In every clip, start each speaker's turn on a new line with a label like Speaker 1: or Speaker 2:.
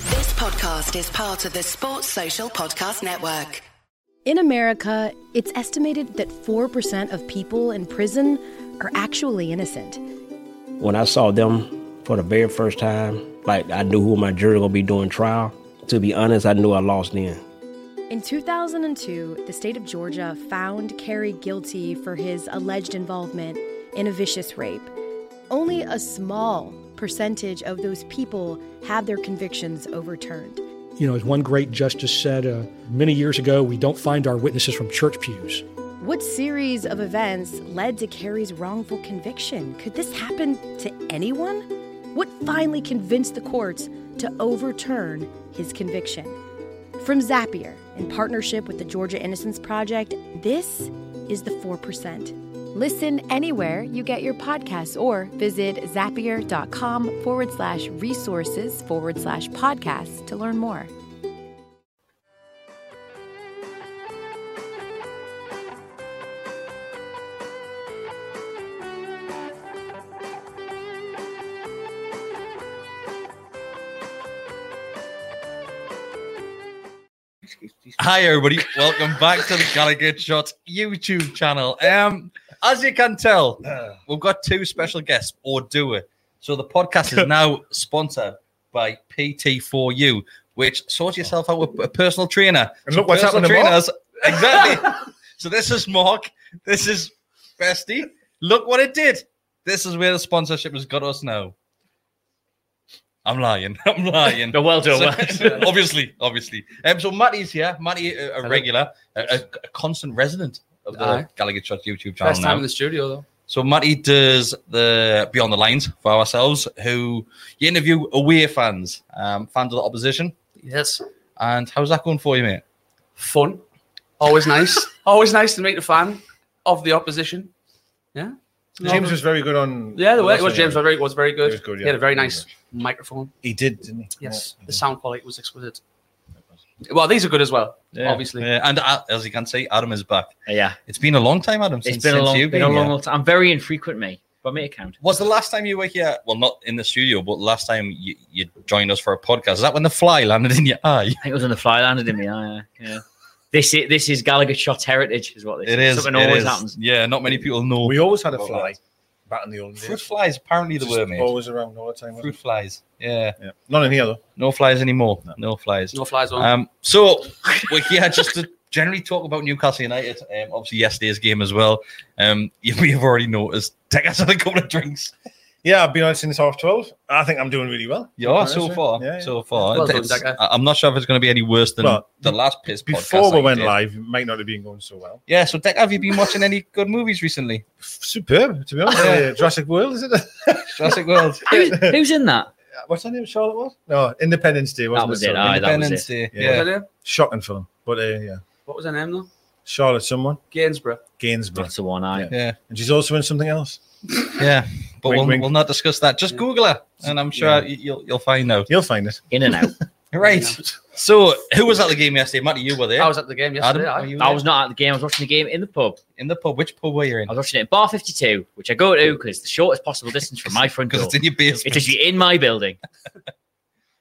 Speaker 1: podcast is part of the Sports Social Podcast Network.
Speaker 2: In America, it's estimated that 4% of people in prison are actually innocent.
Speaker 3: When I saw them for the very first time, like I knew who my jury gonna be doing trial. To be honest, I knew I lost then.
Speaker 2: In 2002, the state of Georgia found Kerry guilty for his alleged involvement in a vicious rape. Only a small percentage of those people had their convictions overturned.
Speaker 4: You know, as one great justice said uh, many years ago, we don't find our witnesses from church pews.
Speaker 2: What series of events led to Kerry's wrongful conviction? Could this happen to anyone? What finally convinced the courts to overturn his conviction? From Zapier, in partnership with the Georgia Innocence Project, this is the 4%.
Speaker 5: Listen anywhere you get your podcasts or visit zapier.com forward slash resources forward slash podcasts to learn more.
Speaker 6: Hi everybody, welcome back to the Gallagher Shots YouTube channel. Um, as you can tell, we've got two special guests, or do it. So the podcast is now sponsored by PT4U, which sort yourself out with a personal trainer.
Speaker 7: And look what's happening to Mark.
Speaker 6: exactly. so this is Mark. This is Bestie. Look what it did. This is where the sponsorship has got us now. I'm lying. I'm lying.
Speaker 8: No, well done.
Speaker 6: So- uh, obviously, obviously. Um, so Matty's here. Matty, a, a regular, a, a, a constant resident of the
Speaker 9: Aye.
Speaker 6: Gallagher Shots YouTube channel
Speaker 9: Best
Speaker 6: now.
Speaker 9: time in the studio though.
Speaker 6: so Matty does the Beyond the Lines for ourselves, who you interview away fans, um, fans of the opposition.
Speaker 9: Yes.
Speaker 6: And how's that going for you, mate?
Speaker 9: Fun. Always nice. Always nice to meet a fan of the opposition. Yeah.
Speaker 7: James was very good on.
Speaker 9: Yeah, the way it
Speaker 7: last
Speaker 9: was
Speaker 7: one,
Speaker 9: James
Speaker 7: yeah.
Speaker 9: was very was very good.
Speaker 7: He was good,
Speaker 9: He had a
Speaker 7: yeah.
Speaker 9: very
Speaker 7: Very
Speaker 9: nice microphone.
Speaker 7: He did, didn't he?
Speaker 9: Yes.
Speaker 7: Yeah.
Speaker 9: The sound quality was exquisite. Well, these are good as well, obviously.
Speaker 6: Yeah, and uh, as you can see, Adam is back.
Speaker 8: Yeah,
Speaker 6: It's been a long time, Adam. Since,
Speaker 8: it's been a
Speaker 6: since
Speaker 8: long,
Speaker 6: you've
Speaker 8: been a
Speaker 6: here.
Speaker 8: long, long time. I'm very infrequent, mate, but make it count.
Speaker 6: Was the last time you were here? Well, not in the studio, but last time you, you joined us for a podcast. Is that when the fly landed in your eye?
Speaker 8: I think it was on the fly landed in me. Yeah, yeah. This is this is Gallagher shot heritage, is what this
Speaker 6: It is.
Speaker 8: Something
Speaker 6: it
Speaker 8: always
Speaker 6: is.
Speaker 8: happens.
Speaker 6: Yeah, not many people know.
Speaker 7: We always had a
Speaker 6: Well,
Speaker 7: fly back in the old
Speaker 6: fruit
Speaker 7: days.
Speaker 6: flies. Apparently, there
Speaker 7: Just
Speaker 6: were mate.
Speaker 7: always around all the time.
Speaker 6: Fruit
Speaker 7: wasn't
Speaker 6: flies. Yeah,
Speaker 7: it? Yeah. Not in here though.
Speaker 6: no flies anymore. No, flies.
Speaker 9: No flies on.
Speaker 6: Um, so we're here just to generally talk about Newcastle United. Um, obviously, yesterday's game as well. Um, you may have already noticed. Take us had a couple of drinks.
Speaker 7: Yeah, I've been on since half twelve. I think I'm doing really well.
Speaker 6: Yeah, so
Speaker 7: Yeah,
Speaker 6: far,
Speaker 7: yeah.
Speaker 6: so far.
Speaker 9: Well done,
Speaker 6: It's-
Speaker 9: Declan.
Speaker 6: I- I'm not sure if it's going to be any worse than
Speaker 7: Well,
Speaker 6: the last piss
Speaker 7: Before
Speaker 6: podcast
Speaker 7: we
Speaker 6: I
Speaker 7: went
Speaker 6: did.
Speaker 7: live, it might not have been going so well.
Speaker 6: Yeah, so Deck, have you been watching any good movies recently?
Speaker 7: Superb, to be honest. Uh, Jurassic World, is it?
Speaker 6: Jurassic World.
Speaker 8: Who's, who's in that?
Speaker 7: What's her name? Charlotte was? No, Independence Day wasn't
Speaker 8: That was
Speaker 7: it?
Speaker 8: it,
Speaker 7: Sorry.
Speaker 8: aye. that was
Speaker 6: Independence Day.
Speaker 7: Yeah.
Speaker 9: What was
Speaker 6: Yeah.
Speaker 9: her name?
Speaker 7: Shocking film, but uh, yeah,
Speaker 9: What was her name though?
Speaker 7: Charlotte, someone
Speaker 9: Gainsborough.
Speaker 7: Gainsborough,
Speaker 8: That's the one I.
Speaker 7: Yeah.
Speaker 6: Yeah.
Speaker 7: and she's also in something else.
Speaker 6: Yeah. But
Speaker 7: Wink,
Speaker 6: we'll,
Speaker 7: wink.
Speaker 6: we'll not discuss that. Just Google her, and I'm sure
Speaker 7: Yeah.
Speaker 6: you- you'll you'll find out.
Speaker 7: You'll find it.
Speaker 8: In and out.
Speaker 6: Right. So, who was at the game yesterday? Matty, you were there.
Speaker 9: I was at the game
Speaker 6: Adam,
Speaker 9: yesterday.
Speaker 6: were
Speaker 9: I,
Speaker 6: you
Speaker 8: I
Speaker 6: there?
Speaker 8: was not at the game. I was watching the game in the pub.
Speaker 6: in the pub. Which pub were you in?
Speaker 8: I was watching it at Bar 52, which I go to because it's the shortest possible distance from my front
Speaker 6: Because
Speaker 8: door.
Speaker 6: it's in your basement.
Speaker 8: It's actually in my building.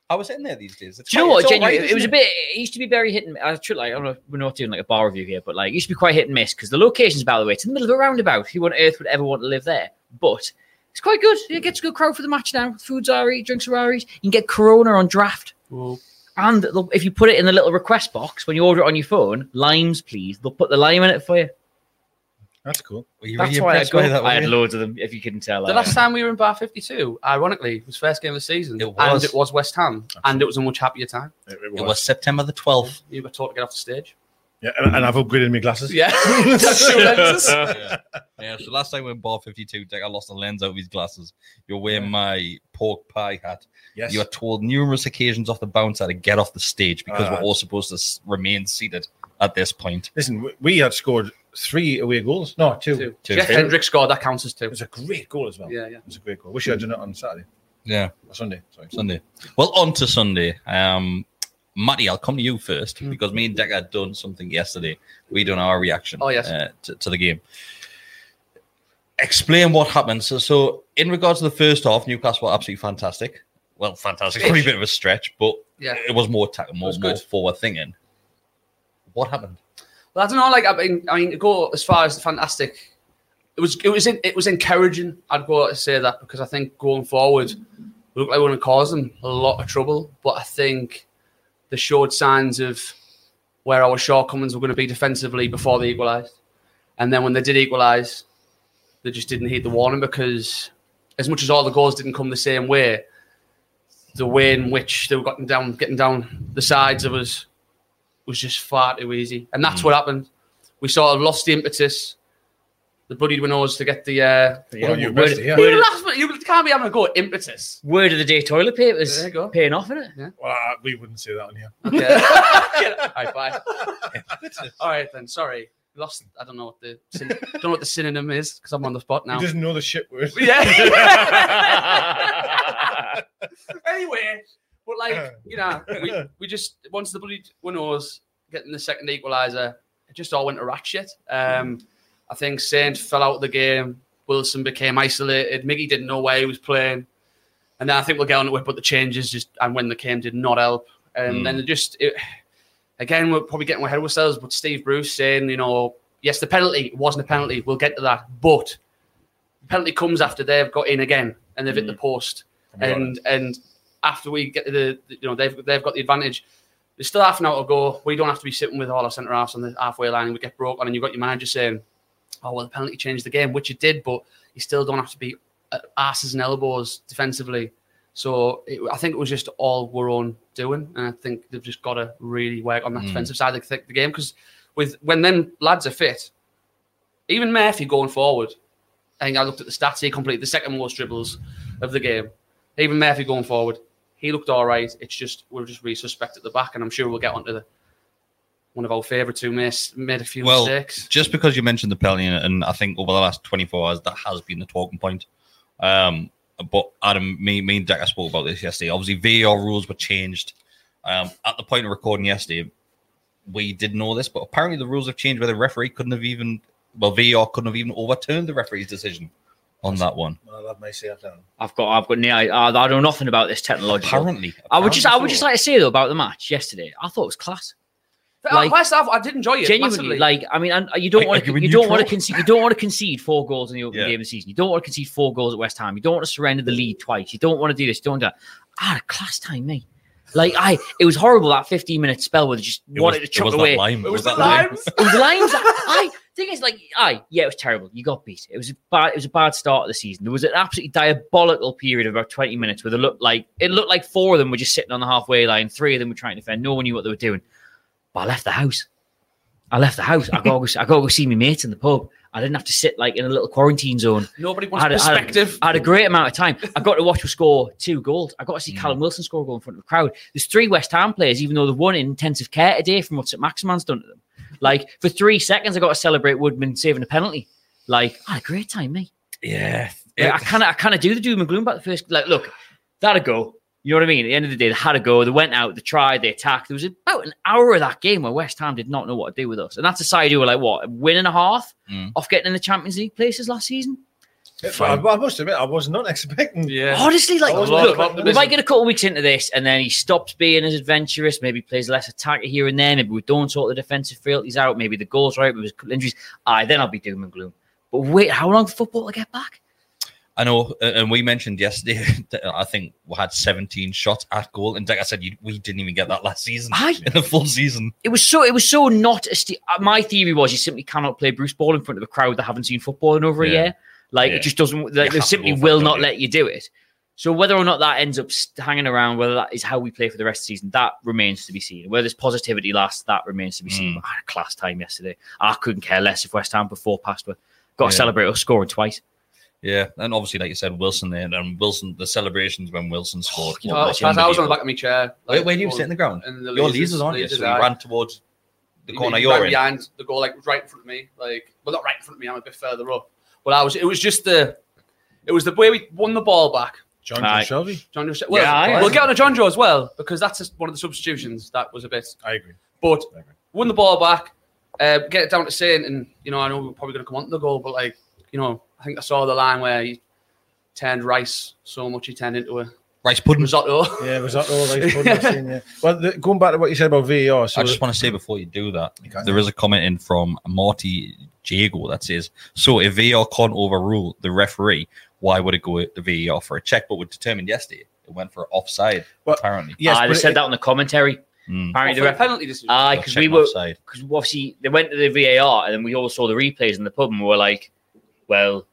Speaker 6: I was in there these days. It's
Speaker 8: Do you know
Speaker 6: quite- it's
Speaker 8: what?
Speaker 6: all right,
Speaker 8: Genuinely, it was a
Speaker 6: isn't
Speaker 8: bit. It used to be very hit and. I should like. I don't know. if We're not doing like a bar review here, but like, it used to be quite hit and miss because the location's by the way, it's in the middle of a roundabout. Who on earth would ever want to live there? But it's quite good. It gets a good crowd for the match now. Food's alright, drinks are alright. You can get Corona on draft,
Speaker 9: Whoa.
Speaker 8: and they'll- if you put it in the little request box when you order it on your phone, limes please. They'll put the lime in it for you.
Speaker 7: That's cool.
Speaker 6: Were you
Speaker 8: That's
Speaker 6: really
Speaker 8: why I
Speaker 6: impressed
Speaker 8: go.
Speaker 6: by that?
Speaker 8: I had
Speaker 6: were you?
Speaker 8: loads of them. If you couldn't tell,
Speaker 9: The
Speaker 8: I-
Speaker 9: last time we were in Bar 52, ironically, was first game of the season.
Speaker 6: It was.
Speaker 9: And it was West Ham. And it was a much happier time.
Speaker 7: It,
Speaker 6: It was September the 12th.
Speaker 9: You were taught to get off the stage.
Speaker 7: Yeah, and, and I've upgraded my glasses.
Speaker 9: Yeah. That's your lenses.
Speaker 6: yeah. yeah, so last time we were in Bar 52, Deck, I lost the lens out of his glasses. You're wearing my pork pie hat.
Speaker 7: Yes.
Speaker 6: You are told numerous occasions off the bouncer to get off the stage because
Speaker 7: Ah.
Speaker 6: we're all supposed to s- remain seated at this point.
Speaker 7: Listen, we, we had scored three away goals. No, two.
Speaker 9: Two.
Speaker 6: Two.
Speaker 9: Jeff
Speaker 6: Two.
Speaker 9: Hendrick scored. That counts as
Speaker 7: It
Speaker 9: two.
Speaker 7: was a great goal as well.
Speaker 9: Yeah, yeah.
Speaker 7: It was a great goal. Wish I'd done it on Saturday
Speaker 6: Yeah,
Speaker 7: or Sunday. Sorry.
Speaker 6: Sunday. Well, on to Sunday. Um, Matty, I'll come to you first
Speaker 9: Hmm.
Speaker 6: because me and Deck had done something yesterday. We done our reaction.
Speaker 9: Oh, yes.
Speaker 6: uh, to, to the game. Explain what happened. So, so in regards to the first half, Newcastle were absolutely fantastic. Well, fantastic. Probably a bit of a stretch, but
Speaker 9: Yeah.
Speaker 6: it was more tech, more,
Speaker 9: was
Speaker 6: more
Speaker 9: good.
Speaker 6: forward thinking. What happened?
Speaker 9: Well, I don't know. Like, I mean, I mean, to go as far as the fantastic. It was, it was, en- it was encouraging. I'd go out to say that because I think going forward, we look like we're going to cause them a lot of trouble. But I think the showed signs of where our shortcomings were going to be defensively before they equalised, and then when they did equalise, they just didn't heed the warning because, as much as all the goals didn't come the same way, the way in which they were gotten down, getting down the sides of us was just far too easy. And that's what happened. We sort of lost the impetus. The bloody winners to get the. Uh,
Speaker 7: You know, you
Speaker 8: Word-
Speaker 7: missed it, yeah.
Speaker 8: word-
Speaker 9: you, laugh, but you can't be having a go at impetus.
Speaker 8: Word of the day: toilet papers
Speaker 9: There you go.
Speaker 8: paying off, innit?
Speaker 7: Well, I- we wouldn't say that on here.
Speaker 9: Okay. All right, bye. All right then. Sorry, lost. I don't know what the syn- don't know what the synonym is because I'm on the spot now.
Speaker 7: He doesn't know the shit word.
Speaker 9: Yeah. anyway, but like you know, we, we just once the bloody winners getting the second equaliser, it just all went to rat shit. Um, I think Saint fell out of the game. Wilson became isolated. Miggy didn't know where he was playing, and then I think we'll get on to it. But the changes just and when they came did not help. And then it just it, again, we're probably getting ahead of ourselves. But Steve Bruce saying, you know, yes, the penalty wasn't a penalty. We'll get to that, but penalty comes after they've got in again and they've hit the post, and and after we get to the the- you know they've they've got the advantage. There's still half an hour to go. We don't have to be sitting with all our centre halves on the halfway line. and We get broke on, and you've got your manager saying, "Oh well, the penalty changed the game," which it did, but you still don't have to be at asses and elbows defensively. So it, I think it was just all we're on doing, and I think they've just got to really work on that defensive side of the, the game because with when them lads are fit, even Murphy going forward, I think I looked at the stats. He completed the second most dribbles of the game. Even Murphy going forward, he looked all right. It's just we're just really suspect at the back, and I'm sure we'll get onto the one of our favourite two miss made a few
Speaker 6: Well,
Speaker 9: mistakes.
Speaker 6: just because you mentioned the penalty, and I think over the last 24 hours, that has been the talking point. Um, but Adam, me, me and Decker spoke about this yesterday. Obviously, VAR rules were changed. Um, at the point of recording yesterday, we didn't know this, but apparently the rules have changed where the referee couldn't have even, well, VAR couldn't have even overturned the referee's decision on that one.
Speaker 7: Well, that may say that down.
Speaker 8: I've got, I've got, no- I, I know nothing about this technology.
Speaker 6: Apparently,
Speaker 8: I would just, I would just
Speaker 6: apparently
Speaker 8: like to say though about the match yesterday. I thought it was class.
Speaker 9: Like,
Speaker 8: like-
Speaker 9: West Ham, oh, I did enjoy it.
Speaker 8: Genuinely,
Speaker 9: massively.
Speaker 8: like I mean, and you don't
Speaker 6: Are-
Speaker 8: want
Speaker 6: are
Speaker 8: to,
Speaker 6: you a
Speaker 8: you don't want to
Speaker 6: neutral?
Speaker 8: concede, you don't want to concede four goals in the opening
Speaker 6: Yeah.
Speaker 8: game of the season. You don't want to concede four goals at West Ham. You don't want to surrender the lead twice. You don't want to do this. You don't want to. do that. I had a class time, mate. Like I, it was horrible that fifteen minute spell where they just
Speaker 6: so.
Speaker 8: wanted
Speaker 6: it was,
Speaker 8: to chuck
Speaker 6: it was
Speaker 8: away.
Speaker 6: That lime.
Speaker 9: it was the
Speaker 6: that lime.
Speaker 9: limes.
Speaker 8: It was Lions. I thing is like I yeah, it was terrible. You got beat. It was a bad. It was a bad start of the season. There was an absolutely diabolical period of about twenty minutes where they looked like it looked like four of them were just sitting on the halfway line. Three of them were trying to defend. No one knew what they were doing. But I left the house. I left the house. I go. I go go see my mates in the pub. I didn't have to sit like in a little quarantine zone.
Speaker 9: Nobody
Speaker 8: I
Speaker 9: wants
Speaker 8: had, a- I had a-
Speaker 9: perspective.
Speaker 8: I had a great amount of time. I got to watch her score two goals. I got to see
Speaker 6: Mm.
Speaker 8: Callum Wilson score a goal in front of the crowd. There's three West Ham players, even though they've won in intensive care today from what St. Maximan's done to them. Like for three seconds, I got to celebrate Woodman saving a penalty. Like I had a great time, mate.
Speaker 6: Yeah.
Speaker 8: Like, I kind of, I kind of do the doom and gloom about the first. Like, look, that'd go. You know what I mean? At the end of the day, they had a go. They went out. They tried. They attacked. There was about an hour of that game where West Ham did not know what to do with us, and that's a side who were like what a win and a half
Speaker 6: Mm.
Speaker 8: off getting in the Champions League places last season.
Speaker 7: I, I must admit, I was not expecting.
Speaker 9: yeah.
Speaker 8: Honestly, like,
Speaker 9: Oh,
Speaker 8: look,
Speaker 9: a lot of
Speaker 8: we
Speaker 9: optimism.
Speaker 8: might get a couple of weeks into this, and then he stops being as adventurous. Maybe plays less attacker here and there. Maybe we don't sort the defensive frailties out. Maybe the goals right. Maybe there's a couple injuries. Aye, then I'll be doom and gloom. But wait, how long for football to get back?
Speaker 6: I know, uh, and we mentioned yesterday. That I think we had 17 shots at goal, and like I said, you, we didn't even get that last season
Speaker 8: Aye.
Speaker 6: in the full season.
Speaker 8: It was so. It was so not. A st- uh, my theory was you simply cannot play Bruce Ball in front of a crowd that haven't seen football in over a
Speaker 6: Yeah.
Speaker 8: year. Like
Speaker 6: Yeah.
Speaker 8: it just doesn't. They,
Speaker 6: have
Speaker 8: they
Speaker 6: to
Speaker 8: simply
Speaker 6: go for it,
Speaker 8: will
Speaker 6: don't
Speaker 8: not
Speaker 6: you?
Speaker 8: let you do it. So whether or not that ends up st- hanging around, whether that is how we play for the rest of the season, that remains to be seen. Whether this positivity lasts, that remains to be seen.
Speaker 6: Mm.
Speaker 8: But I had a class time yesterday. I couldn't care less if West Ham before past were got to
Speaker 6: Yeah.
Speaker 8: celebrate us scoring twice.
Speaker 6: Yeah, and obviously, like you said, Wilson there, and Wilson the celebrations when Wilson scored.
Speaker 9: You know, I was I Oh, was on the back of my chair.
Speaker 6: Wait, where do you
Speaker 9: all-
Speaker 6: sit in the ground?
Speaker 9: and the
Speaker 6: Your
Speaker 9: leaders-
Speaker 6: leaders aren't you?
Speaker 9: leaders
Speaker 6: So you
Speaker 9: are-
Speaker 6: ran towards the
Speaker 9: He-
Speaker 6: corner
Speaker 9: he
Speaker 6: you're
Speaker 9: ran
Speaker 6: in.
Speaker 9: behind the goal, like right in front of me. Like, well, not right in front of me. I'm a bit further up. Well, I was. It was just the. It was the way we won the ball back.
Speaker 7: John
Speaker 8: Aye.
Speaker 7: Shelby.
Speaker 9: John Joe. Well,
Speaker 8: Yeah, I-
Speaker 9: we'll get on to John Joe as well because that's just one of the substitutions that was a bit.
Speaker 7: I agree.
Speaker 9: But
Speaker 7: I agree.
Speaker 9: won the ball back, uh, get it down to Saint, and you know I know we're probably going to come on to the goal, but like you know I think I saw the line where he turned Rice so much he turned into a
Speaker 6: rice pudding.
Speaker 9: risotto.
Speaker 7: Yeah, was that all right? yeah. Well, the, going back to what you said about VAR, so
Speaker 6: I just want to say before you do that,
Speaker 7: Okay.
Speaker 6: there is a comment in from Marty Jago that says, "So if VAR can't overrule the referee, why would it go to VAR for a check? But was determined yesterday it went for offside.
Speaker 7: Well,
Speaker 6: apparently,
Speaker 7: yes,
Speaker 8: I
Speaker 7: but
Speaker 8: just Ah, said
Speaker 7: it-
Speaker 8: that on the commentary.
Speaker 6: Mm.
Speaker 8: Apparently,
Speaker 9: Well,
Speaker 8: the
Speaker 9: for a
Speaker 8: ref-
Speaker 9: penalty decision.
Speaker 8: Aye,
Speaker 6: They'll
Speaker 8: because
Speaker 6: check
Speaker 8: we
Speaker 6: him
Speaker 8: were
Speaker 6: offside.
Speaker 8: because obviously they went to the VAR and then we all saw the replays in the pub and we were like, well,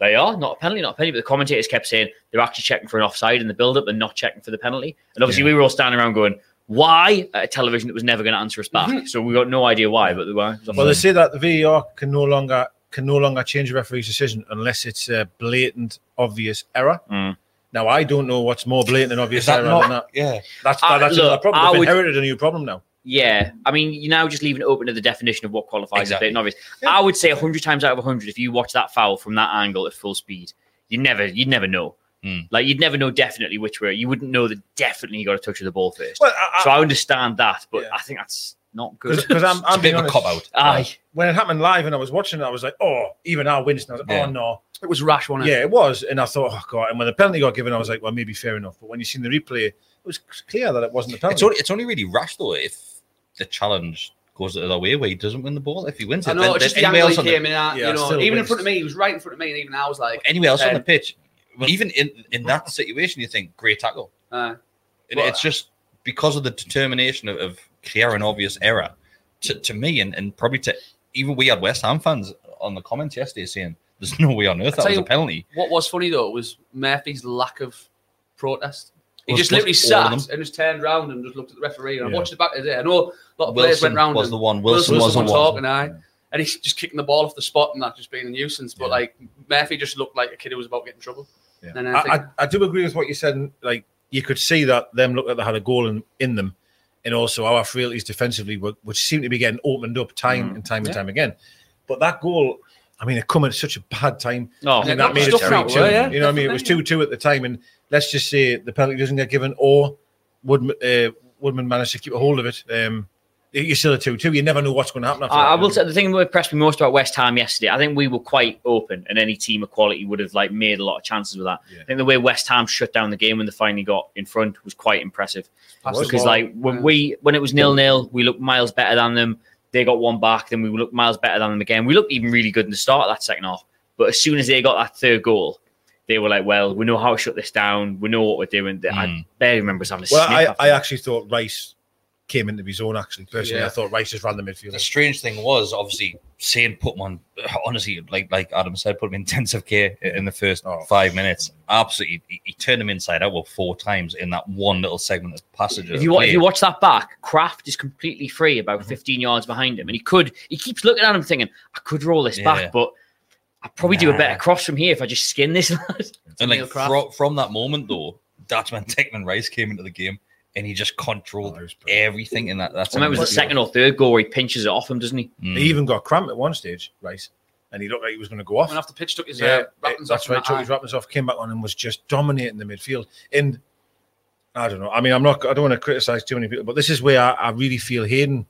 Speaker 8: they are not a penalty, not a penalty. But the commentators kept saying they're actually checking for an offside in the build up and not checking for the penalty. And obviously we were all standing around going, why? At a television that was never going to answer us back. so we got no idea why, but they were.
Speaker 7: Well, they say that the VAR can no longer can no longer change a referee's decision unless it's a blatant, obvious error.
Speaker 8: Mm.
Speaker 7: Now, I don't know what's more blatant and obvious
Speaker 6: Is that
Speaker 7: error
Speaker 6: not-
Speaker 7: than that.
Speaker 6: yeah,
Speaker 7: That's
Speaker 8: I-
Speaker 7: that's
Speaker 8: look,
Speaker 7: another problem.
Speaker 8: I
Speaker 7: They've
Speaker 8: would-
Speaker 7: inherited a new problem now.
Speaker 8: Yeah, I mean, you're now just leaving it open to the definition of what qualifies
Speaker 6: Exactly.
Speaker 8: as blatant obvious. I would say 100 times out of 100, if you watch that foul from that angle at full speed, you never, you'd never know.
Speaker 6: Hmm.
Speaker 8: Like you'd never know definitely which way. You wouldn't know that definitely you got a touch of the ball first.
Speaker 7: Well, I, I,
Speaker 8: so I understand that, but
Speaker 7: Yeah.
Speaker 8: I think that's not good.
Speaker 7: because I'm,
Speaker 6: it's
Speaker 7: I'm
Speaker 6: a bit
Speaker 7: being
Speaker 6: of a
Speaker 7: honest,
Speaker 6: cop out.
Speaker 9: Ah.
Speaker 8: Aye,
Speaker 7: When it happened live and I was watching it, I was like, oh, even I winced. And I was like,
Speaker 6: Yeah.
Speaker 7: oh, no.
Speaker 9: It was rash, wasn't it?
Speaker 7: Yeah, it was. And I thought, oh, God. And when the penalty got given, I was like, well, maybe fair enough. But when you seen the replay, it was clear that it wasn't a penalty.
Speaker 6: It's only it's only really rash though if the challenge goes the other way where he doesn't win the ball. If he wins
Speaker 9: I
Speaker 6: it,
Speaker 9: know,
Speaker 6: then,
Speaker 9: it's
Speaker 6: then
Speaker 9: just the
Speaker 6: anywhere
Speaker 9: angle
Speaker 6: else
Speaker 9: he
Speaker 6: on the
Speaker 9: came in at,
Speaker 7: Yeah,
Speaker 9: you know,
Speaker 7: still
Speaker 9: even in
Speaker 7: waste.
Speaker 9: front of me, he was right in front of me, and even I was like,
Speaker 6: anywhere else on the
Speaker 9: Um,
Speaker 6: pitch, even in in that situation, you think great tackle.
Speaker 9: uh,
Speaker 6: And
Speaker 9: Well,
Speaker 6: it's just because of the determination of, of clear and obvious error to, to me and, and probably to even we had West Ham fans on the comments yesterday saying there's no way on earth
Speaker 9: I'll
Speaker 6: that was
Speaker 9: tell
Speaker 6: a
Speaker 9: you-
Speaker 6: penalty.
Speaker 9: what was funny though was Murphy's lack of protest. He
Speaker 6: Was-
Speaker 9: just
Speaker 6: was
Speaker 9: literally
Speaker 6: all of
Speaker 9: sat
Speaker 6: them.
Speaker 9: and just turned round and just looked at the referee. And
Speaker 7: Yeah.
Speaker 9: I watched the back of it. I know a lot of players
Speaker 6: Wilson
Speaker 9: went round.
Speaker 6: was
Speaker 9: and
Speaker 6: the one. Wilson,
Speaker 9: Wilson, was,
Speaker 6: was
Speaker 9: the one talking,
Speaker 6: one.
Speaker 9: aye. And he's just kicking the ball off the spot and that just being a nuisance. But
Speaker 6: Yeah.
Speaker 9: like Murphy just looked like a kid who was about to get in trouble.
Speaker 7: Yeah.
Speaker 9: And I
Speaker 7: I, I,
Speaker 9: think-
Speaker 7: I do agree with what you said. and, Like you could see that them looked like they had a goal in, in them, and also our frailties defensively, were, which seemed to be getting opened up time and time and
Speaker 9: Yeah.
Speaker 7: time again. But that goal, I mean, it come at such a bad time.
Speaker 8: no,
Speaker 7: I think
Speaker 9: Yeah,
Speaker 7: that made it
Speaker 9: stuff
Speaker 7: three
Speaker 9: out
Speaker 7: two.
Speaker 9: there, yeah,
Speaker 7: You know what I mean? It was two
Speaker 9: definitely.
Speaker 7: two at the time, and let's just say the penalty doesn't get given, or Woodman, uh, Woodman managed to keep a hold of it. Um, you're still a two two. You never know what's going to happen. After that,
Speaker 8: I, I
Speaker 7: you know?
Speaker 8: will say the thing that impressed me most about West Ham yesterday. I think we were quite open, and any team of quality would have like made a lot of chances with that.
Speaker 7: Yeah.
Speaker 8: I think the way West Ham shut down the game when they finally got in front was quite impressive.
Speaker 9: Pass
Speaker 7: the
Speaker 8: because
Speaker 7: ball.
Speaker 8: like when
Speaker 9: Yeah.
Speaker 8: we when it was nil nil, we looked miles better than them. They got one back, then we looked miles better than them again. We looked even really good in the start of that second half, but as soon as they got that third goal, they were like, "Well, we know how to shut this down. We know what we're doing." I
Speaker 6: Mm.
Speaker 8: barely remember us having a
Speaker 7: Well,
Speaker 8: sniff
Speaker 7: I,
Speaker 8: after
Speaker 7: I
Speaker 8: that.
Speaker 7: actually thought Rice came into his own. Actually, personally,
Speaker 9: Yeah.
Speaker 7: I thought Rice just ran the midfield.
Speaker 6: The strange thing was obviously saying put him on honestly, like like Adam said, put him in intensive care in the first
Speaker 7: Oh.
Speaker 6: five minutes. Absolutely he, he turned him inside out well four times in that one little segment of passage. of
Speaker 8: If you, wa- if
Speaker 6: play.
Speaker 8: you watch that back, Kraft is completely free about
Speaker 6: Hmm.
Speaker 8: 15 yards behind him. And he could, he keeps looking at him thinking, I could roll this
Speaker 6: Yeah.
Speaker 8: back, but I'd probably do a
Speaker 6: Nah.
Speaker 8: better cross from here if I just skin this. lad."
Speaker 6: And
Speaker 9: Neil
Speaker 6: like
Speaker 9: Kraft.
Speaker 6: fro- from that moment though, that's when Tickman Rice came into the game and he just controlled
Speaker 7: Oh, he was brilliant.
Speaker 6: everything in Mm. that. That's
Speaker 8: I mean, it was the second or third goal where he pinches it off him, doesn't he?
Speaker 7: He even got cramp at one stage, Rice, and he looked like he was going to go off.
Speaker 9: went off the pitch, took his
Speaker 7: yeah,
Speaker 9: uh, wrappings
Speaker 7: it- that's
Speaker 9: off.
Speaker 7: right. Took his wrappings off, came back on, and was just dominating the midfield. And I don't know. I mean, I'm not. I don't want to criticize too many people, but this is where I, I really feel Hayden.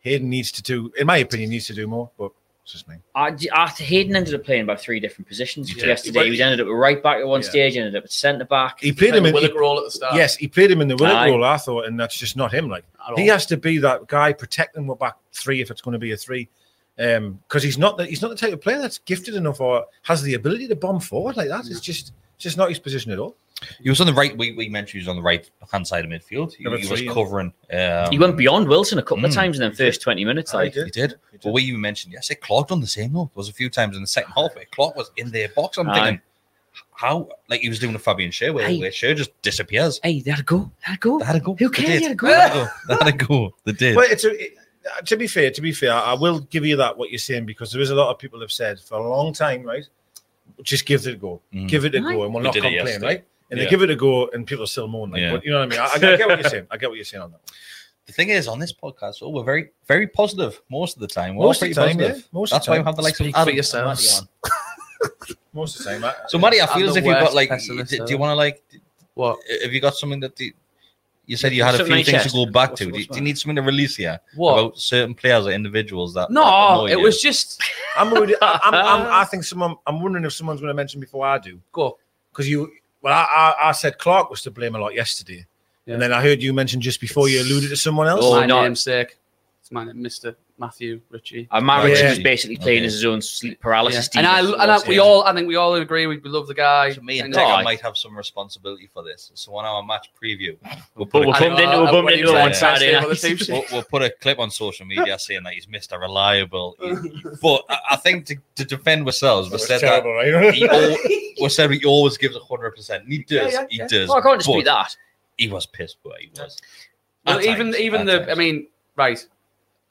Speaker 7: Hayden needs to do, in my opinion, needs to do more. But it's just me.
Speaker 8: I, I, Hayden ended up playing about three different positions
Speaker 6: Yeah.
Speaker 8: yesterday. He was ended up at right back at one
Speaker 7: Yeah.
Speaker 8: stage, ended up at centre back.
Speaker 7: He played him in.
Speaker 9: Willock
Speaker 7: he-
Speaker 9: roll at the start.
Speaker 7: yes, he played him in the Willock
Speaker 8: Aye.
Speaker 7: role, I thought, and that's just not him. Like
Speaker 9: At
Speaker 7: he
Speaker 9: all.
Speaker 7: has to be that guy protecting the back three if it's going to be a three, because he's not the, he's not the type of player that's gifted enough or has the ability to bomb forward like that. It's just it's just not his position at all.
Speaker 6: He was on the right. We, we mentioned he was on the right hand side of midfield. He,
Speaker 7: Number
Speaker 6: he was
Speaker 7: three, yeah.
Speaker 6: covering. Um,
Speaker 8: he went beyond Wilson a couple of
Speaker 6: Mm.
Speaker 8: times in them first 20 minutes.
Speaker 7: Aye,
Speaker 8: Like,
Speaker 7: he
Speaker 6: He did. But we even mentioned yesterday, Clark done the same though. There was a few times in the second half where Clark was in their box. I'm
Speaker 8: Aye.
Speaker 6: thinking how like he was doing a Fabian Scher where,
Speaker 8: Aye.
Speaker 6: where Scher just disappears.
Speaker 8: hey, they had a go. They had a go.
Speaker 6: They had a go.
Speaker 8: Who
Speaker 6: They
Speaker 8: cares?
Speaker 6: did.
Speaker 8: He had a go.
Speaker 6: They had a go. They had a go. They did.
Speaker 7: Well, it's a, it- uh, to be fair, to be fair, I will give you that what you're saying because there is a lot of people have said for a long time, right? Just give it a go,
Speaker 6: Mm.
Speaker 7: give it a
Speaker 8: Aye.
Speaker 7: go, and we'll
Speaker 6: We
Speaker 7: not
Speaker 6: did it
Speaker 7: complain,
Speaker 6: yesterday.
Speaker 7: right? And
Speaker 6: Yeah.
Speaker 7: they give it a go, and people still moan, like,
Speaker 6: Yeah.
Speaker 7: but you know what I mean? I, I get what you're saying. I get what you're saying on that.
Speaker 6: the thing is, on this podcast, oh, we're very, very positive most of the time. We're
Speaker 7: Most
Speaker 6: all
Speaker 7: of the
Speaker 6: pretty
Speaker 7: time,
Speaker 6: positive.
Speaker 7: yeah. Most of
Speaker 6: That's
Speaker 7: the
Speaker 6: why we
Speaker 7: time.
Speaker 6: have the likes of
Speaker 9: Speak for
Speaker 6: Adam and
Speaker 9: yourselves.
Speaker 6: Matty on.
Speaker 7: Most of the time. I,
Speaker 6: So, Matty, I
Speaker 9: I'm
Speaker 6: feel as
Speaker 9: the
Speaker 6: if you've got
Speaker 9: worst
Speaker 6: like,
Speaker 9: pessimist
Speaker 6: do, do you
Speaker 9: ever.
Speaker 6: want to like,
Speaker 9: What?
Speaker 6: have you got something that the, you said you had a
Speaker 8: Something
Speaker 6: few
Speaker 8: on your
Speaker 6: things
Speaker 8: chest.
Speaker 6: to go back to? Do
Speaker 7: What's-
Speaker 6: you,
Speaker 7: what's
Speaker 6: do you need something to release here
Speaker 9: What?
Speaker 6: about certain players or individuals that? that
Speaker 9: No,
Speaker 6: annoy
Speaker 9: it
Speaker 6: you?
Speaker 9: was just
Speaker 7: I'm, already, I- I'm, I'm, I think someone. I'm wondering if someone's going to mention before I do
Speaker 9: go.
Speaker 7: because you Well, I, I, I said Clark was to blame a lot yesterday,
Speaker 9: Yeah.
Speaker 7: and then I heard you mention just before you alluded to someone else.
Speaker 9: It's my
Speaker 8: Oh, no.
Speaker 9: namesake. It's my name, Mr. Matthew Ritchie.
Speaker 8: And Matt
Speaker 7: Yeah.
Speaker 8: Richards is uh, basically playing
Speaker 6: Okay.
Speaker 8: as his own sleep
Speaker 9: Yeah.
Speaker 8: paralysis.
Speaker 9: And I
Speaker 8: demon.
Speaker 9: and I, we all I think we all agree we, we love the guy.
Speaker 6: So me and
Speaker 9: I-
Speaker 8: Dick
Speaker 6: Tegger
Speaker 8: Right.
Speaker 6: might have some responsibility for this. So on our match preview, we'll
Speaker 8: But
Speaker 6: put,
Speaker 8: we're
Speaker 6: a,
Speaker 9: I
Speaker 8: bummed
Speaker 9: know,
Speaker 8: into,
Speaker 9: I-
Speaker 8: we're bummed
Speaker 9: what
Speaker 8: into
Speaker 9: you
Speaker 8: him on
Speaker 9: said,
Speaker 8: Saturday
Speaker 9: I
Speaker 8: night.
Speaker 9: said, well,
Speaker 6: we'll, we'll put a clip on social media saying that he's Mr. Reliable. He- but I, I think to, to defend ourselves, we
Speaker 7: That was
Speaker 6: said that
Speaker 7: terrible, right?
Speaker 6: he al- we said he always gives hundred percent. He does.
Speaker 9: yeah,
Speaker 6: he
Speaker 9: yeah.
Speaker 6: does.
Speaker 8: Well, I can't dispute
Speaker 6: but
Speaker 8: that.
Speaker 6: He was pissed, but he was.
Speaker 9: well,
Speaker 6: At
Speaker 9: even
Speaker 6: times,
Speaker 9: even
Speaker 6: at
Speaker 9: the
Speaker 6: times.
Speaker 9: I mean, right.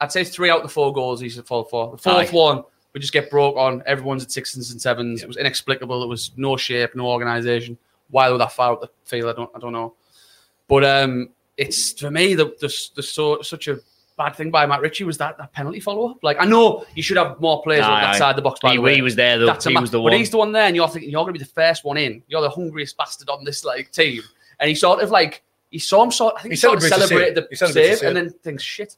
Speaker 9: I'd say three out of the four goals he's to fall for. The
Speaker 8: Aye.
Speaker 9: fourth one we just get broke on. Everyone's at sixes and sevens. It was inexplicable. It was no shape, no organisation. Why they were that far out the field, I don't I don't know. But um it's for me the the, the so such a bad thing by Matt Ritchie was that, that penalty follow up. Like I know you should have more players
Speaker 8: Aye, aye.
Speaker 9: outside the box by
Speaker 8: He,
Speaker 9: the way.
Speaker 8: he was there, though.
Speaker 9: That's a
Speaker 8: He
Speaker 9: ma-
Speaker 8: was the
Speaker 9: but
Speaker 8: one.
Speaker 9: he's the one there, and you're thinking you're going to be the first one in. You're the hungriest bastard on this like team, and he sort of like he saw him sort. I think
Speaker 7: He
Speaker 9: he, sort of
Speaker 7: celebrates the
Speaker 9: celebrated
Speaker 7: save.
Speaker 9: the,
Speaker 7: He
Speaker 9: save,
Speaker 7: celebrates the
Speaker 9: and
Speaker 7: save.
Speaker 9: then thinks shit.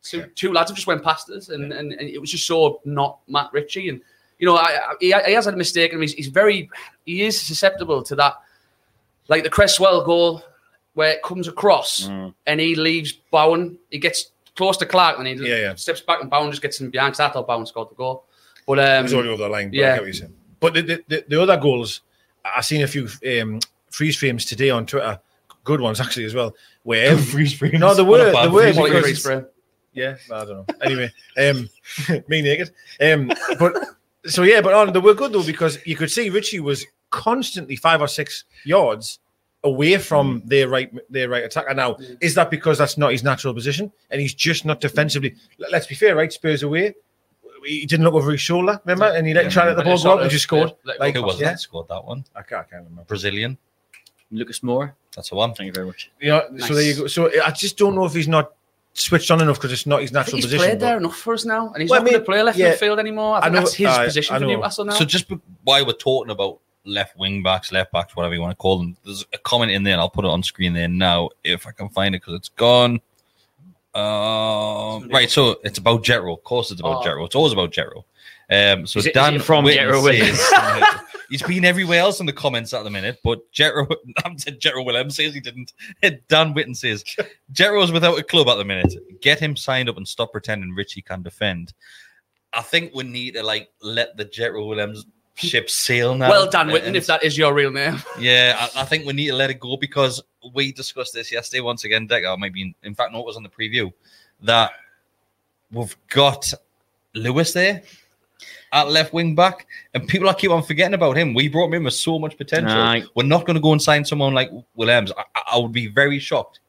Speaker 9: So two lads have just went past us, and, and, and it was just so not Matt Ritchie. And you know, I, I, he, he has had a mistake, and he's, he's very he is susceptible to that, like the Cresswell goal where it comes across
Speaker 8: Mm.
Speaker 9: and he leaves Bowen. He gets close to Clark, and he
Speaker 7: Yeah, yeah.
Speaker 9: steps back, and Bowen just gets him behind. 'cause I thought Bowen scored the goal, but um,
Speaker 7: It was already over the line. But I
Speaker 9: Yeah.
Speaker 7: get what you're saying. But the, the, the, the other goals, I I seen a few um, freeze frames today on Twitter, good ones actually as well. Where freeze frames? No, there
Speaker 6: What a
Speaker 7: were
Speaker 6: bad
Speaker 7: there were
Speaker 6: freeze
Speaker 9: Quality
Speaker 7: because
Speaker 9: freeze frame.
Speaker 7: yeah, I don't know. Anyway, um, me naked. Um, but so yeah, but on they were good though because you could see Richie was constantly five or six yards away from their right their right attacker. Now, is that because that's not his natural position and he's just not defensively? let- Let's be fair, right? Spurs away. He didn't look over his shoulder, remember? And he let try to let the
Speaker 9: And
Speaker 7: ball go
Speaker 9: it sort
Speaker 7: up and
Speaker 9: of-
Speaker 7: just scored.
Speaker 9: yeah, let
Speaker 7: Like,
Speaker 6: Who was
Speaker 7: yeah,
Speaker 6: that scored that one?
Speaker 7: I can't, I can't remember.
Speaker 6: Brazilian.
Speaker 8: Lucas Moore.
Speaker 6: That's the one.
Speaker 8: Thank you very much.
Speaker 7: You know, so there you go. So I just don't know if he's not switched on enough because it's not his
Speaker 9: I think
Speaker 7: natural
Speaker 9: he's
Speaker 7: position.
Speaker 9: played
Speaker 7: but-
Speaker 9: there enough for us now, and he's
Speaker 7: Well,
Speaker 9: not
Speaker 7: I mean,
Speaker 9: going to play left
Speaker 7: yeah.
Speaker 9: midfield anymore. I think
Speaker 7: I know-
Speaker 9: that's his
Speaker 7: I-
Speaker 9: position
Speaker 7: I
Speaker 9: for
Speaker 7: know.
Speaker 9: Newcastle now.
Speaker 6: So just be- while we're talking about left wing backs, left backs, whatever you want to call them, there's a comment in there, and I'll put it on screen there now if I can find it because it's gone. Um, right, so it's about Jero. Of course, it's about
Speaker 9: Oh.
Speaker 6: Jero. It's always about Jero. Um, so
Speaker 8: Is it- is
Speaker 6: Dan
Speaker 8: it from
Speaker 6: Witten
Speaker 8: Jethro Williams?
Speaker 6: says- he's been everywhere else in the comments at the minute, but Jero, I'm said Jero Williams says he didn't. Dan Witten says Jero's without a club at the minute. Get him signed up and stop pretending Richie can defend. I think we need to like let the Jethro Williams ship sail now.
Speaker 7: uh,
Speaker 6: Uh,
Speaker 9: well done, Witten,
Speaker 6: And-
Speaker 9: if that is your real name.
Speaker 6: yeah, I, I think we need to let it go because we discussed this yesterday once again, Decker. Maybe in, in fact, no, it was on the preview that we've got Lewis there at left wing back, and people are keep on forgetting about him. We brought him in with so much potential.
Speaker 8: Aye.
Speaker 6: We're not going to go and sign someone like Williams. I, I- I would be very shocked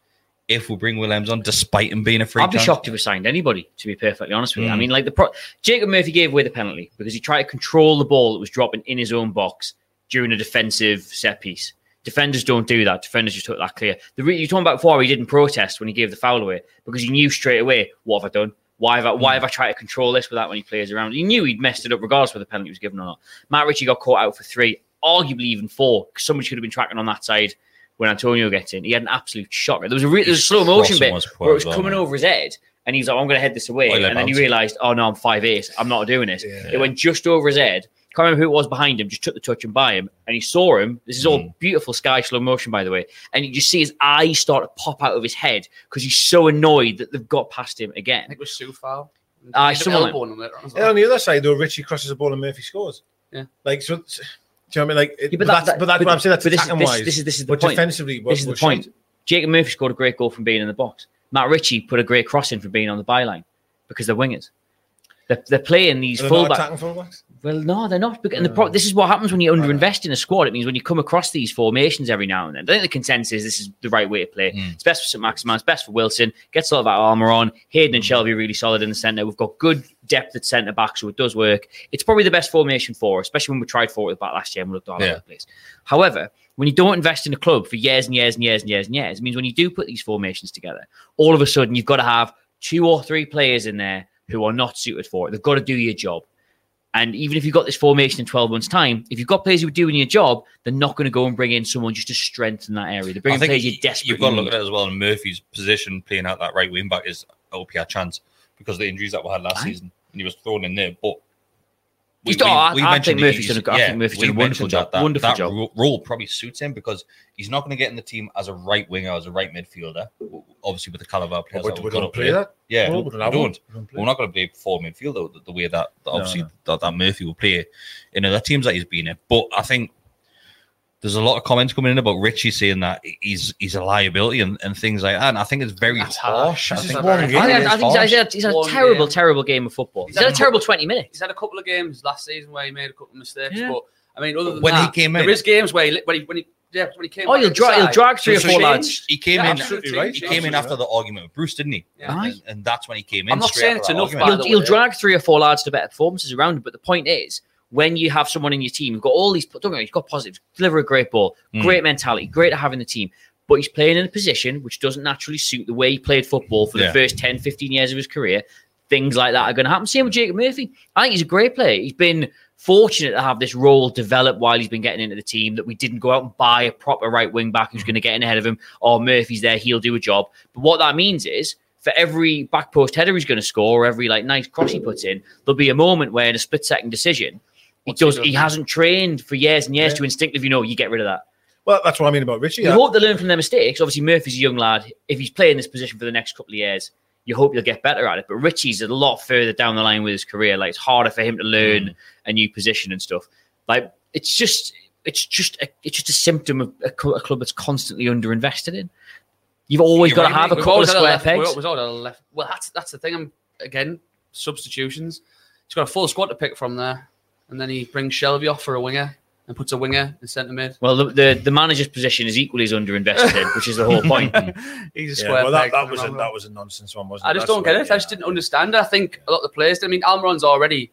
Speaker 6: if we bring Williams on, despite him being a free.
Speaker 8: I'd be
Speaker 6: transfer.
Speaker 8: shocked if we signed anybody, to be perfectly honest with you. I
Speaker 6: Mm.
Speaker 8: mean, like the pro- Jacob Murphy gave away the penalty because he tried to control the ball that was dropping in his own box during a defensive set piece. Defenders don't do that. Defenders just took that clear. The re- you're talking about before he didn't protest when he gave the foul away because he knew straight away what have I done? Why have I, why
Speaker 6: Hmm.
Speaker 8: have I tried to control this without any players around? He knew he'd messed it up regardless whether the penalty was given or not. Matt Ritchie got caught out for three, arguably even four. 'cause Somebody should have been tracking on that side when Antonio gets in. He had an absolute shocker. There was a re- there was a slow motion
Speaker 6: crossing
Speaker 8: bit
Speaker 6: was poor
Speaker 8: where it
Speaker 6: as
Speaker 8: was
Speaker 6: well,
Speaker 8: coming
Speaker 6: mate.
Speaker 8: over his head, and he was like, "I'm going to head this away."
Speaker 6: Oh, he let
Speaker 8: and then he
Speaker 6: bounce.
Speaker 8: realised, "Oh no, I'm five eight. I'm not doing this."
Speaker 7: Yeah.
Speaker 8: It went just over his head. Can't remember who it was behind him. Just took the touch and by him, and he saw him. This is all beautiful sky slow motion, by the way. And you just see his eyes start to pop out of his head because he's so annoyed that they've got past him
Speaker 9: I
Speaker 8: again.
Speaker 9: think it was Sue Fowl.
Speaker 8: Aye,
Speaker 9: He did an
Speaker 8: someone-
Speaker 9: elbow on him later on as
Speaker 7: And
Speaker 9: well.
Speaker 7: on the other side, though, Richie crosses the ball and Murphy scores.
Speaker 9: Yeah.
Speaker 7: Like, so, so- do you know what I mean? Like, it-
Speaker 8: Yeah,
Speaker 7: but, that's, but that's what I'm saying. That's
Speaker 8: but this,
Speaker 7: attacking
Speaker 8: this,
Speaker 7: wise.
Speaker 8: this is this is the
Speaker 7: but
Speaker 8: point.
Speaker 7: defensively, we're-
Speaker 8: This is the
Speaker 7: we're
Speaker 8: point.
Speaker 7: shite.
Speaker 8: Jacob Murphy scored a great goal from being in the box. Matt Ritchie put a great cross in from being on the byline because they're wingers. They're, they're playing these
Speaker 7: They're not
Speaker 8: fullbacks.
Speaker 7: attacking fullbacks.
Speaker 8: Well, no, they're not. bec- And the pro- this is what happens when you underinvest in a squad. It means when you come across these formations every now and then. I think the consensus is this is the right way to play. It's best for St. Maximan. It's best for Wilson. Gets a lot of that armour on. Hayden and Shelby are really solid in the centre. We've got good depth at centre back, so it does work. It's probably the best formation for, us, especially when we tried for it with back last year and we looked all over
Speaker 6: Yeah.
Speaker 8: the place. However, when you don't invest in a club for years and years and years and years and years, it means when you do put these formations together, all of a sudden you've got to have two or three players in there who are not suited for it. They've got to do your job. And even if you've got this formation in 12 months' time, if you've got players who are doing your job, they're not going to go and bring in someone just to strengthen that area.
Speaker 6: I
Speaker 8: They're bringing
Speaker 6: think
Speaker 8: players
Speaker 6: y-
Speaker 8: you desperately
Speaker 6: You've got to look
Speaker 8: need.
Speaker 6: at it as well. And Murphy's position playing out that right wing back is OPR chance because of the injuries that we had last
Speaker 8: Aye.
Speaker 6: season, and he was thrown in there. But
Speaker 8: He's done- I- I think
Speaker 6: mentioned it,
Speaker 8: Murphy's
Speaker 6: he's-
Speaker 8: done a- I think Murphy's
Speaker 6: we
Speaker 8: done a wonderful
Speaker 6: mentioned
Speaker 8: job,
Speaker 6: That, that,
Speaker 8: wonderful
Speaker 6: that
Speaker 8: job.
Speaker 6: ro- role probably suits him because he's not going to get in the team as a right winger, as a right midfielder. Obviously, with the caliber of players,
Speaker 7: we,
Speaker 6: that
Speaker 7: we
Speaker 6: we've got
Speaker 7: don't
Speaker 6: up
Speaker 7: play
Speaker 6: there.
Speaker 7: that.
Speaker 6: Yeah,
Speaker 7: No,
Speaker 6: we
Speaker 7: we don't
Speaker 6: we
Speaker 7: have one.
Speaker 6: don't.
Speaker 7: We don't play
Speaker 6: We're not going to play full midfielder the, the way that, that obviously
Speaker 7: no.
Speaker 6: That, that Murphy will play in other teams that he's been in. But I think there's a lot of comments coming in about Richie saying that he's he's a liability and, and things like that. And I think it's very
Speaker 9: That's
Speaker 6: harsh.
Speaker 9: harsh. This
Speaker 6: I
Speaker 9: is
Speaker 6: think
Speaker 9: not very
Speaker 6: I think
Speaker 9: good.
Speaker 8: I think,
Speaker 6: it
Speaker 8: I
Speaker 6: is
Speaker 8: think he's,
Speaker 6: harsh.
Speaker 8: he's had, he's had a
Speaker 9: One
Speaker 8: terrible,
Speaker 9: game.
Speaker 8: terrible game of football. He's
Speaker 9: He's had
Speaker 8: had a
Speaker 9: a
Speaker 8: terrible 20 minutes.
Speaker 9: He's had a couple of games last season where he made a couple of mistakes,
Speaker 8: Yeah.
Speaker 9: but I mean, other than
Speaker 6: When he
Speaker 9: that,
Speaker 6: came in-
Speaker 9: there is games where he, li- when he when he yeah when he came.
Speaker 8: Oh,
Speaker 9: back
Speaker 8: you'll
Speaker 9: inside,
Speaker 8: drag, you'll drag three or
Speaker 6: So
Speaker 8: four
Speaker 6: she-
Speaker 8: lads.
Speaker 6: He came
Speaker 9: Yeah,
Speaker 6: in.
Speaker 9: absolutely
Speaker 7: Absolutely
Speaker 9: right.
Speaker 7: right.
Speaker 6: He came in after the argument with Bruce, didn't he?
Speaker 9: Yeah.
Speaker 8: Aye.
Speaker 6: And, and that's when he came in.
Speaker 9: I'm not
Speaker 6: straight
Speaker 9: saying
Speaker 6: after
Speaker 9: it's
Speaker 6: that
Speaker 9: enough,
Speaker 6: argument.
Speaker 9: by
Speaker 8: You'll,
Speaker 9: the
Speaker 8: you'll
Speaker 9: way.
Speaker 8: drag three or four lads to better performances around him. But the point is, when you have someone in your team, you've got all these, don't know, you've got positives, deliver a great ball,
Speaker 6: Hmm.
Speaker 8: great mentality, great to have in the team. But he's playing in a position which doesn't naturally suit the way he played football for
Speaker 6: Yeah.
Speaker 8: the first 10, 15 years of his career. Things like that are going to happen. Same with Jacob Murphy. I think he's a great player. He's been fortunate to have this role develop while he's been getting into the team that we didn't go out and buy a proper right wing back who's going to get in ahead of him. Or Murphy's there, he'll do a job. But what that means is for every back post header he's going to score, or every like nice cross he puts in, there'll be a moment where in a split second decision, he
Speaker 9: What's he
Speaker 8: does. He
Speaker 9: doing?
Speaker 8: hasn't trained for years and years to instinctively know you get rid of that.
Speaker 7: Well, that's what I mean about Richie.
Speaker 8: You
Speaker 7: I-
Speaker 8: hope they learn from their mistakes. Obviously, Murphy's a young lad. If he's playing this position for the next couple of years, you hope you'll get better at it. But Richie's a lot further down the line with his career. Like it's harder for him to learn a new position and stuff. Like it's just, it's just, a, it's just a symptom of a, cl- a club that's constantly underinvested in. You've always
Speaker 6: You're
Speaker 8: got to
Speaker 6: right,
Speaker 8: have a
Speaker 9: We've
Speaker 8: couple
Speaker 9: always
Speaker 8: of
Speaker 9: had a
Speaker 8: square
Speaker 9: left-
Speaker 8: pegs.
Speaker 9: we've always had a left. Well, that's that's the thing. I'm again substitutions. He's got a full squad to pick from there, and then he brings Shelby off for a winger and puts a winger in centre mid.
Speaker 8: Well, the, the the manager's position is equally as underinvested in, which is the whole point.
Speaker 9: He's a
Speaker 7: Yeah,
Speaker 9: square
Speaker 7: well, that,
Speaker 9: peg
Speaker 7: that
Speaker 9: for
Speaker 7: was a,
Speaker 9: Ronaldo.
Speaker 7: that was a nonsense one, wasn't it?
Speaker 9: I just
Speaker 7: That's
Speaker 9: don't get
Speaker 7: why-
Speaker 9: it. I just didn't understand it. I think a lot of the players. I mean, Almiron's already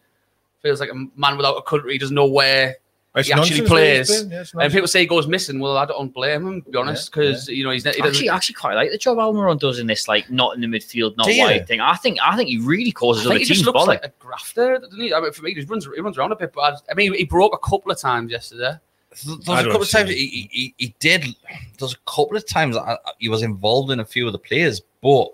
Speaker 9: feels like a man without a country. He doesn't know where
Speaker 7: It's
Speaker 9: he
Speaker 7: nonsense,
Speaker 9: actually
Speaker 7: really,
Speaker 9: plays.
Speaker 7: it's been, yeah, it's
Speaker 9: and
Speaker 7: nonsense.
Speaker 9: people say he goes missing. Well, I don't blame him, to be honest,
Speaker 7: Yeah,
Speaker 9: because you know he's he doesn't.
Speaker 8: actually, actually quite like the job Almiron does in this, like not in the midfield, not
Speaker 6: Do you?
Speaker 8: wide thing. I think I think he really
Speaker 9: I
Speaker 8: causes
Speaker 9: think
Speaker 8: other
Speaker 9: he just
Speaker 8: teams
Speaker 9: looks
Speaker 8: bother.
Speaker 9: like a grafter. doesn't he? I mean, for me, he just runs he runs around a bit. But I, I mean, he broke a couple of times yesterday.
Speaker 6: Th-
Speaker 7: I
Speaker 6: There's a
Speaker 7: don't
Speaker 6: couple of
Speaker 7: see
Speaker 6: times
Speaker 7: it.
Speaker 6: he, he, he did. There's a couple of times I, I- he was involved in a few of the players, but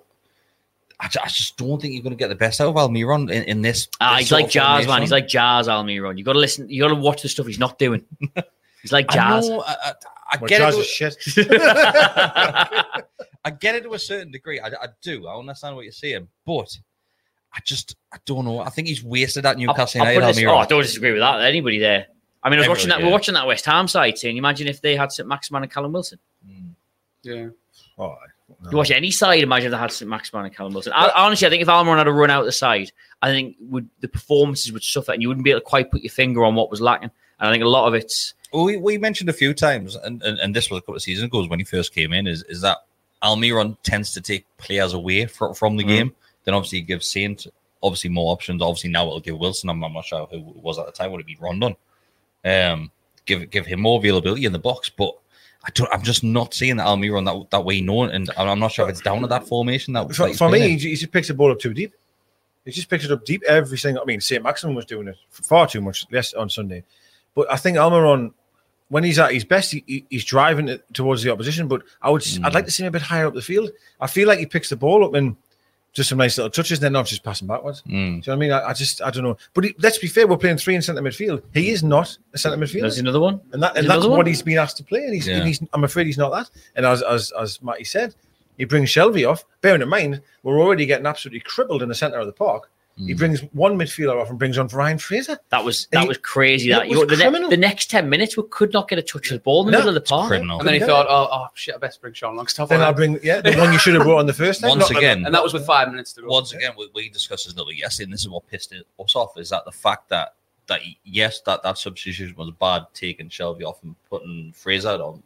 Speaker 6: I, ju- I just don't think you're going to get the best out of Almiron in, in this.
Speaker 8: Ah,
Speaker 6: this
Speaker 8: he's
Speaker 6: sort
Speaker 8: like
Speaker 6: of
Speaker 8: Jars, man. He's
Speaker 6: formation.
Speaker 8: like Jars Almiron. You got to listen. You got to watch the stuff he's not doing. He's like
Speaker 6: I
Speaker 8: Jars.
Speaker 6: know, I, I, I
Speaker 7: Well,
Speaker 6: get
Speaker 7: Jazz
Speaker 6: it.
Speaker 7: is shit.
Speaker 6: I get it to a certain degree. I, I do. I understand what you're saying, but I just I don't know. I think he's wasted at
Speaker 8: I'll-
Speaker 6: Newcastle
Speaker 8: I'll put
Speaker 6: United.
Speaker 8: this- oh, I
Speaker 6: Almiron.
Speaker 8: don't disagree with that. Anybody there? I mean, I was watching that.
Speaker 6: Everybody,
Speaker 8: We're
Speaker 6: yeah.
Speaker 8: watching that West Ham side saying, imagine if they had St. Maximan and Callum Wilson.
Speaker 6: Hmm.
Speaker 9: Yeah.
Speaker 7: Oh,
Speaker 8: You watch any side, imagine if they had St. Maximan and Callum Wilson. I, honestly, I think if Almiron had a run out the side, I think would the performances would suffer, and you wouldn't be able to quite put your finger on what was lacking. And I think a lot of it's
Speaker 6: Well, we, we mentioned a few times, and, and, and this was a couple of seasons ago when he first came in, is, is that Almiron tends to take players away from, from
Speaker 9: Mm-hmm.
Speaker 6: the game. Then obviously he gives Saint obviously more options. Obviously now it'll give Wilson. I'm, I'm not sure who it was at the time. Would it be Rondon? Um, give give him more availability in the box, but. I don't, I'm just not seeing that Almiron that that way known, and I'm I'm not sure if it's down to that formation. That, that
Speaker 7: For,
Speaker 6: he's
Speaker 7: for me,
Speaker 6: playing in.
Speaker 7: he ju- he just picks the ball up too deep. He just picks it up deep every single. I mean, St. Maximum was doing it far too much yes on Sunday, but I think Almiron, when he's at his best, he, he- he's driving it towards the opposition. But I would, s I'd like to see him a bit higher up the field. I feel like he picks the ball up and just some nice little touches, and then not just passing backwards. Do you know what I mean? I, I just, I don't know. But he, let's be fair, we're playing three in centre midfield. He is not a centre midfielder.
Speaker 8: there's another one.
Speaker 7: And that
Speaker 8: There's
Speaker 7: and that's
Speaker 8: another
Speaker 7: what
Speaker 8: one?
Speaker 7: he's been asked to play. And he's,
Speaker 6: Yeah.
Speaker 7: and he's I'm afraid he's not that. And as as as Matty said, he brings Shelby off. Bearing in mind, we're already getting absolutely crippled in the centre of the park.
Speaker 6: Hmm.
Speaker 7: He brings one midfielder off and brings on Ryan Fraser.
Speaker 8: That was that
Speaker 7: he-
Speaker 8: was crazy.
Speaker 7: it
Speaker 8: That you
Speaker 7: was
Speaker 8: know, the, ne-
Speaker 7: criminal.
Speaker 8: the next ten minutes we could not get a touch of the ball in the
Speaker 7: No,
Speaker 8: middle of the park.
Speaker 6: criminal.
Speaker 9: And then he
Speaker 7: Yeah.
Speaker 9: thought, oh, oh shit, I best bring Sean Longstaff.
Speaker 7: Then
Speaker 9: on.
Speaker 7: I bring yeah, the one you should have brought on the first time.
Speaker 6: Once
Speaker 7: Not-
Speaker 6: again,
Speaker 9: and that was with five minutes to go.
Speaker 6: once again, we, we discussed this a little bit yesterday, and this is what pissed it- us off is that the fact that that yes, that that substitution was bad, taking Shelby off and putting Fraser on.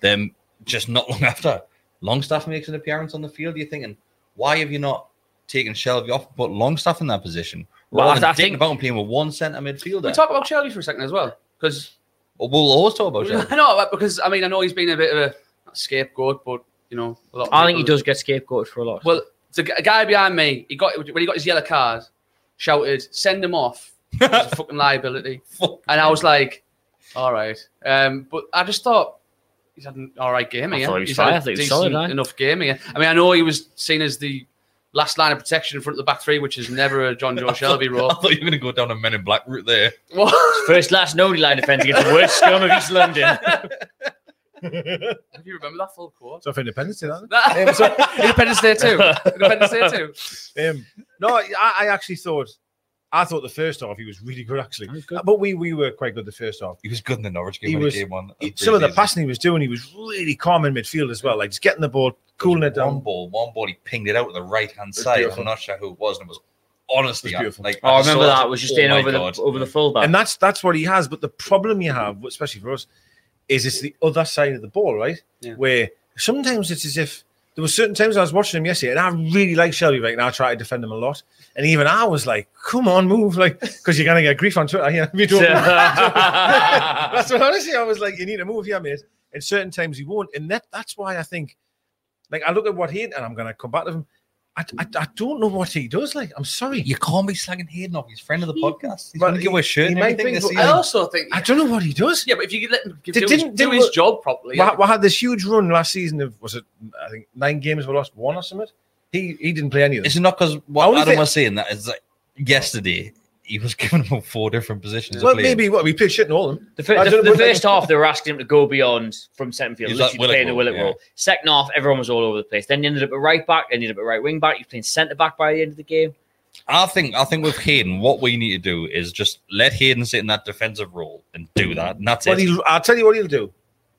Speaker 6: Then just not long after, Longstaff makes an appearance on the field. You're thinking, why have you not taken Shelby off and put Longstaff in that position?
Speaker 8: Well,
Speaker 6: Well,
Speaker 8: I-
Speaker 6: Rather than
Speaker 8: I think-
Speaker 6: think about him playing with one centre midfielder.
Speaker 9: we talk about Shelby for a second as well, because
Speaker 6: Well, we'll always talk about Oh, Shelby.
Speaker 9: no, because I mean, I know he's been a bit of a not scapegoat, but you know, a lot. Of
Speaker 8: I think he
Speaker 9: people-
Speaker 8: does get scapegoated for a lot.
Speaker 9: Well, the g- a guy behind me, he got when he got his yellow card, shouted, "Send him off." He's a fucking liability.
Speaker 6: Fuck.
Speaker 9: And I was like, "All right," um, but I just thought he's had an all right game
Speaker 8: I
Speaker 9: again.
Speaker 8: thought he was
Speaker 9: he's had
Speaker 8: fine.
Speaker 9: a
Speaker 8: I thought he was
Speaker 9: decent
Speaker 8: solid, aye.
Speaker 9: enough game again. I mean, I know he was seen as the last line of protection in front of the back three, which is never a John Joe Shelby
Speaker 6: I
Speaker 9: role.
Speaker 6: thought you were going to go down a Men in Black route there.
Speaker 9: What?
Speaker 8: First, last, no line defence against the worst scum of East London.
Speaker 9: Do you remember that full quote?
Speaker 7: So for Independence Day, that.
Speaker 9: That- Independence Day too. Independence Day too.
Speaker 7: Um, no, I, I actually thought, I thought the first half he was really good actually, but we we were quite good the first half.
Speaker 6: He was good in the Norwich game
Speaker 7: He
Speaker 6: when
Speaker 7: was-
Speaker 6: he came on.
Speaker 7: He- some of the passing he was doing, he was really calm in midfield as well, like just getting the ball, cooling it
Speaker 6: One
Speaker 7: down.
Speaker 6: ball, one ball, he pinged it out with the right hand
Speaker 7: was
Speaker 6: side.
Speaker 7: beautiful.
Speaker 6: I'm not sure who it was, and it was honestly
Speaker 7: It was beautiful.
Speaker 6: like
Speaker 8: Oh, I
Speaker 6: just
Speaker 8: remember
Speaker 6: saw
Speaker 8: that. It was just
Speaker 6: oh
Speaker 8: in
Speaker 6: my
Speaker 8: over
Speaker 6: God.
Speaker 8: the over the fullback.
Speaker 7: And that's that's what he has. But the problem you have, especially for us, is it's the other side of the ball, right?
Speaker 9: Yeah.
Speaker 7: Where sometimes it's as if there were certain times I was watching him yesterday, and I really like Shelby right now. I try to defend him a lot, and even I was like, "Come on, move!" Like because you're gonna get grief on Twitter. Yeah, if you don't move. that's what honestly I was like. You need to move here, mate. And certain times he won't, and that that's why I think, like I look at what he and I'm gonna come back to him. I, I, I don't know what he does. Like I'm sorry,
Speaker 6: You can't be slagging Hayden off. He's friend of the podcast. He's
Speaker 7: But
Speaker 6: going to give
Speaker 7: he-
Speaker 6: away a shirt
Speaker 7: he
Speaker 6: and
Speaker 7: might
Speaker 6: everything
Speaker 7: think-
Speaker 6: this season.
Speaker 9: I also think.
Speaker 7: I don't know what he does.
Speaker 9: Yeah, but if you could let him give,
Speaker 7: Did-
Speaker 9: do,
Speaker 7: didn't-
Speaker 9: his, do
Speaker 7: didn't-
Speaker 9: his job properly,
Speaker 7: We had, we had this huge run last season of was it? I think nine games we lost one or something. He he didn't play any of
Speaker 6: It's
Speaker 7: them.
Speaker 6: not because what
Speaker 7: Only
Speaker 6: Adam
Speaker 7: thing-
Speaker 6: was saying that is like yesterday he was giving him four different positions. to
Speaker 7: Well,
Speaker 6: play in.
Speaker 7: maybe what we played shit in all of them.
Speaker 8: The,
Speaker 7: I
Speaker 8: fir- the,
Speaker 7: don't know,
Speaker 8: the
Speaker 7: but-
Speaker 8: first half, they were asking him to go beyond from centre field,
Speaker 6: He's
Speaker 8: literally
Speaker 6: like Willock
Speaker 8: playing the
Speaker 6: role,
Speaker 8: Willock
Speaker 6: yeah.
Speaker 8: role. Second half, everyone was all over the place. Then you ended up at right back, ended up at right wing back. You're playing centre back by the end of the game.
Speaker 6: I think I think with Hayden, what we need to do is just let Hayden sit in that defensive role and do that. And that's
Speaker 7: Mm. But
Speaker 6: it.
Speaker 7: he, I'll tell you what he'll do.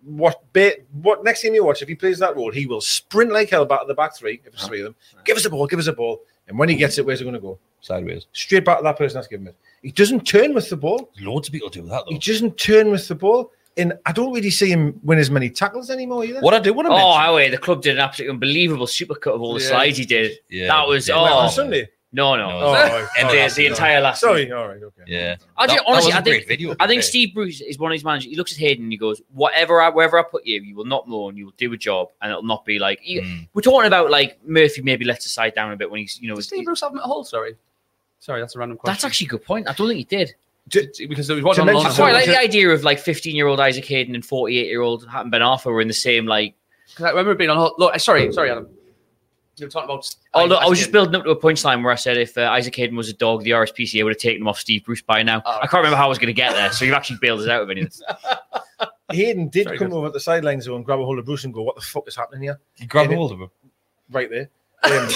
Speaker 7: What bit? What next game you watch? If he plays that role, he will sprint like hell back to the back three. If it's three of them, give us the ball, give us the ball, and when he gets it, where's it going to go?
Speaker 6: Sideways.
Speaker 7: Straight back to that person that's giving it. He doesn't turn with the ball.
Speaker 6: Loads of people do that
Speaker 7: He
Speaker 6: though.
Speaker 7: doesn't turn with the ball, and I don't really see him win as many tackles anymore either.
Speaker 6: What I do want to
Speaker 8: Oh,
Speaker 6: mention.
Speaker 8: I wait, the club did an absolutely unbelievable supercut of all the
Speaker 9: Yeah.
Speaker 8: slides he did.
Speaker 6: Yeah,
Speaker 8: that was
Speaker 6: yeah.
Speaker 8: oh
Speaker 7: Wait, on Sunday?
Speaker 8: no no.
Speaker 6: No,
Speaker 7: Oh, oh,
Speaker 8: And
Speaker 7: oh,
Speaker 8: the, the entire last.
Speaker 7: Sorry, all right, okay.
Speaker 6: yeah.
Speaker 8: I
Speaker 6: That-
Speaker 8: think,
Speaker 6: that
Speaker 8: honestly,
Speaker 6: was a
Speaker 8: I think
Speaker 6: great video, eh? to
Speaker 8: I
Speaker 6: be
Speaker 8: think
Speaker 6: fair.
Speaker 8: Steve Bruce is one of his managers. He looks at Hayden and he goes, "Whatever, I, wherever I put you, you will not moan. You will do a job, and it'll not be like." he-
Speaker 6: Mm.
Speaker 8: We're talking about like Murphy maybe left his side down a bit when he's you know.
Speaker 9: Did
Speaker 8: His,
Speaker 9: Steve Bruce have him at Hull? Sorry, sorry, that's a random question.
Speaker 8: that's actually a good point. I don't think he did.
Speaker 9: actually because there was one
Speaker 7: to
Speaker 9: on
Speaker 7: mention
Speaker 9: loan.
Speaker 8: I quite like
Speaker 7: so-
Speaker 8: the idea of like 15 year old Isaac Hayden and 48 year old Hatton Ben Arthur were in the same like.
Speaker 9: 'Cause I remember being on. Hull- Look, eh, sorry, sorry, Adam. You were talking about.
Speaker 8: Although I was just
Speaker 9: building.
Speaker 8: building up to a punchline where I said if uh, Isaac Hayden was a dog, the RSPCA would have taken him off Steve Bruce by now.
Speaker 9: Oh.
Speaker 8: I can't remember how I was going to get there, so you've actually bailed us out of any of this.
Speaker 7: Hayden did
Speaker 9: Very
Speaker 7: come
Speaker 9: good.
Speaker 7: over at the sidelines though and grab a hold of Bruce and go, "What the fuck is happening here?"
Speaker 6: You grab
Speaker 7: Did it.
Speaker 6: hold of him.
Speaker 7: Right there, um,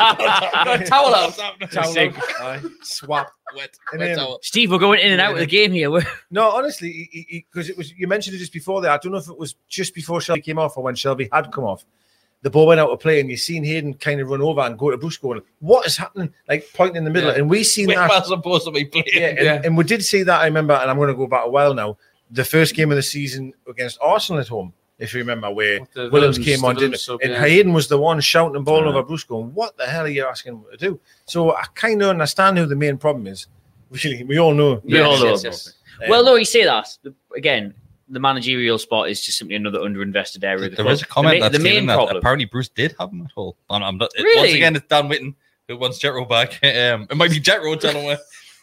Speaker 9: towel out.
Speaker 7: towel
Speaker 8: Sick.
Speaker 7: out, aye, swap.
Speaker 6: Wet,
Speaker 7: And wet then- towel.
Speaker 8: Steve, we're going in and out of the game here. We're-
Speaker 7: No, honestly, because it was you mentioned it just before there. I don't know if it was just before Shelby came off or when Shelby had come off. The ball went out of play, and you seen Hayden kind of run over and go to Bruce, going, "What is happening?" Like pointing in the middle,
Speaker 9: Yeah.
Speaker 7: and we seen
Speaker 6: Where
Speaker 7: that.
Speaker 6: am I supposed to be playing?
Speaker 7: yeah, and,
Speaker 9: Yeah.
Speaker 7: and we did see that. I remember, and I'm going to go back a while now. The first game of the season against Arsenal at home, if you remember, where
Speaker 9: With the
Speaker 7: Williams
Speaker 9: Willems,
Speaker 7: came on,
Speaker 9: the
Speaker 7: didn't
Speaker 9: Willems sub,
Speaker 7: and
Speaker 9: yeah.
Speaker 7: Hayden was the one shouting and balling over Bruce, going, "What the hell are you asking him to do?" So I kind of understand who the main problem is. Really, we all know.
Speaker 8: We all know.
Speaker 9: yes.
Speaker 7: Um,
Speaker 8: Well, no, you say that The- again. The managerial spot is just simply another underinvested area. of the
Speaker 6: There
Speaker 8: club.
Speaker 6: is a comment
Speaker 8: the, ma-
Speaker 6: that's
Speaker 8: the main
Speaker 6: given that
Speaker 8: problem.
Speaker 6: apparently Bruce did have him at all. And I'm not, it- Once
Speaker 8: Really?
Speaker 6: again, it's Dan Witten who wants Jetro back. Um, it might be Jetro telling him.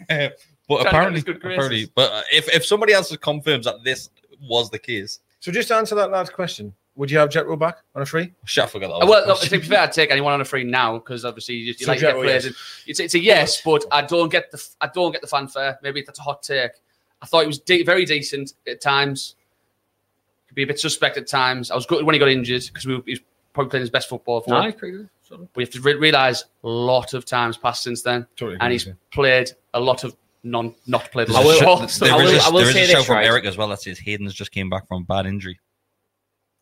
Speaker 6: Uh, but
Speaker 9: get
Speaker 6: apparently,
Speaker 9: his good graces.
Speaker 6: apparently, but uh, if, if somebody else confirms that this was the case,
Speaker 7: So just to answer that last question. Would you have Jet Row back on a free?
Speaker 6: shit, I forgot that. was
Speaker 9: Uh,
Speaker 6: a
Speaker 9: Well, look,
Speaker 6: question.
Speaker 9: to be fair, I'd take anyone on a free now because obviously you, you like to
Speaker 7: Subject,
Speaker 9: get
Speaker 7: oh,
Speaker 9: players.
Speaker 7: yes.
Speaker 9: in. It's, it's a yes, but I don't get the I don't get the fanfare. Maybe that's a hot take. I thought he was de- very decent at times. Could be a bit suspect at times. I was good when he got injured because we, were- he was probably playing his best football for.
Speaker 8: No,
Speaker 9: us.
Speaker 8: I agree with you.
Speaker 9: But you have to re- realize a lot of times passed since then,
Speaker 7: Totally agree
Speaker 9: and he's
Speaker 7: with
Speaker 9: played a lot of non not played.
Speaker 6: There's
Speaker 8: I
Speaker 6: a
Speaker 8: will-
Speaker 6: shout-
Speaker 8: I
Speaker 6: there
Speaker 8: will-
Speaker 6: is a-
Speaker 8: I will
Speaker 6: there is
Speaker 8: say
Speaker 6: a
Speaker 8: this,
Speaker 6: shout from
Speaker 8: right?
Speaker 6: Eric as well that says Hayden's just came back from bad injury.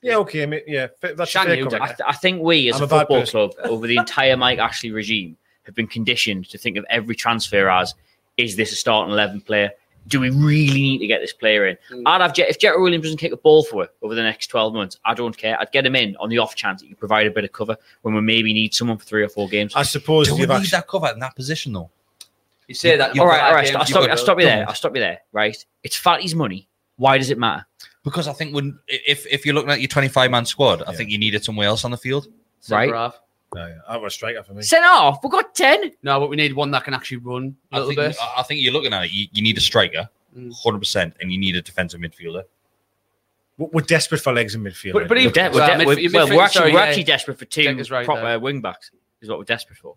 Speaker 7: Yeah, okay, mate. Yeah, fa- that's
Speaker 9: Shan
Speaker 7: a fair
Speaker 9: you,
Speaker 7: comment.
Speaker 8: I, th- I think we, as
Speaker 7: I'm
Speaker 8: a
Speaker 7: a bad
Speaker 8: football
Speaker 7: person.
Speaker 8: club, over the entire Mike Ashley regime, have been conditioned to think of every transfer as: is this a starting eleven player? Do we really need to get this player in?
Speaker 9: Hmm.
Speaker 8: I'd have Jet, if Jet Williams doesn't kick a ball for it over the next twelve months. I don't care. I'd get him in on the off chance he can provide a bit of cover when we maybe need someone for three or four games.
Speaker 7: I suppose
Speaker 6: Do we
Speaker 7: you've
Speaker 6: need
Speaker 7: actually,
Speaker 6: that cover in that position though?
Speaker 9: You say that.
Speaker 6: You've
Speaker 8: all
Speaker 6: got
Speaker 8: right, all right.
Speaker 9: games,
Speaker 8: I'll
Speaker 9: you've
Speaker 8: stop,
Speaker 9: got
Speaker 8: I'll stop you there.
Speaker 6: Dumb.
Speaker 8: I'll stop you there. Right? It's Fatty's money. Why does it matter?
Speaker 6: Because I think when if if you're looking at your 25 man squad, I think you need it somewhere else on the field.
Speaker 8: Right.
Speaker 9: Centre half.
Speaker 7: No, yeah, that was a striker for me.
Speaker 8: Sent off. We got ten.
Speaker 9: No, but we need one that can actually run a
Speaker 6: I
Speaker 9: little
Speaker 6: think,
Speaker 9: bit.
Speaker 6: I I think you're looking at it. You, you need a striker, 100, percent and you need a defensive midfielder.
Speaker 7: We're we're desperate for legs in midfield.
Speaker 9: But- but
Speaker 7: mate.
Speaker 9: even-
Speaker 8: We're, de- we're,
Speaker 9: Well,
Speaker 8: de-
Speaker 9: midf-
Speaker 8: we're-
Speaker 9: your
Speaker 8: well, we're
Speaker 9: midfield-
Speaker 8: actually
Speaker 9: sorry,
Speaker 8: we're
Speaker 9: yeah.
Speaker 8: actually desperate for two
Speaker 9: Jack is right
Speaker 8: proper
Speaker 9: there.
Speaker 8: wing backs. is what we're desperate for.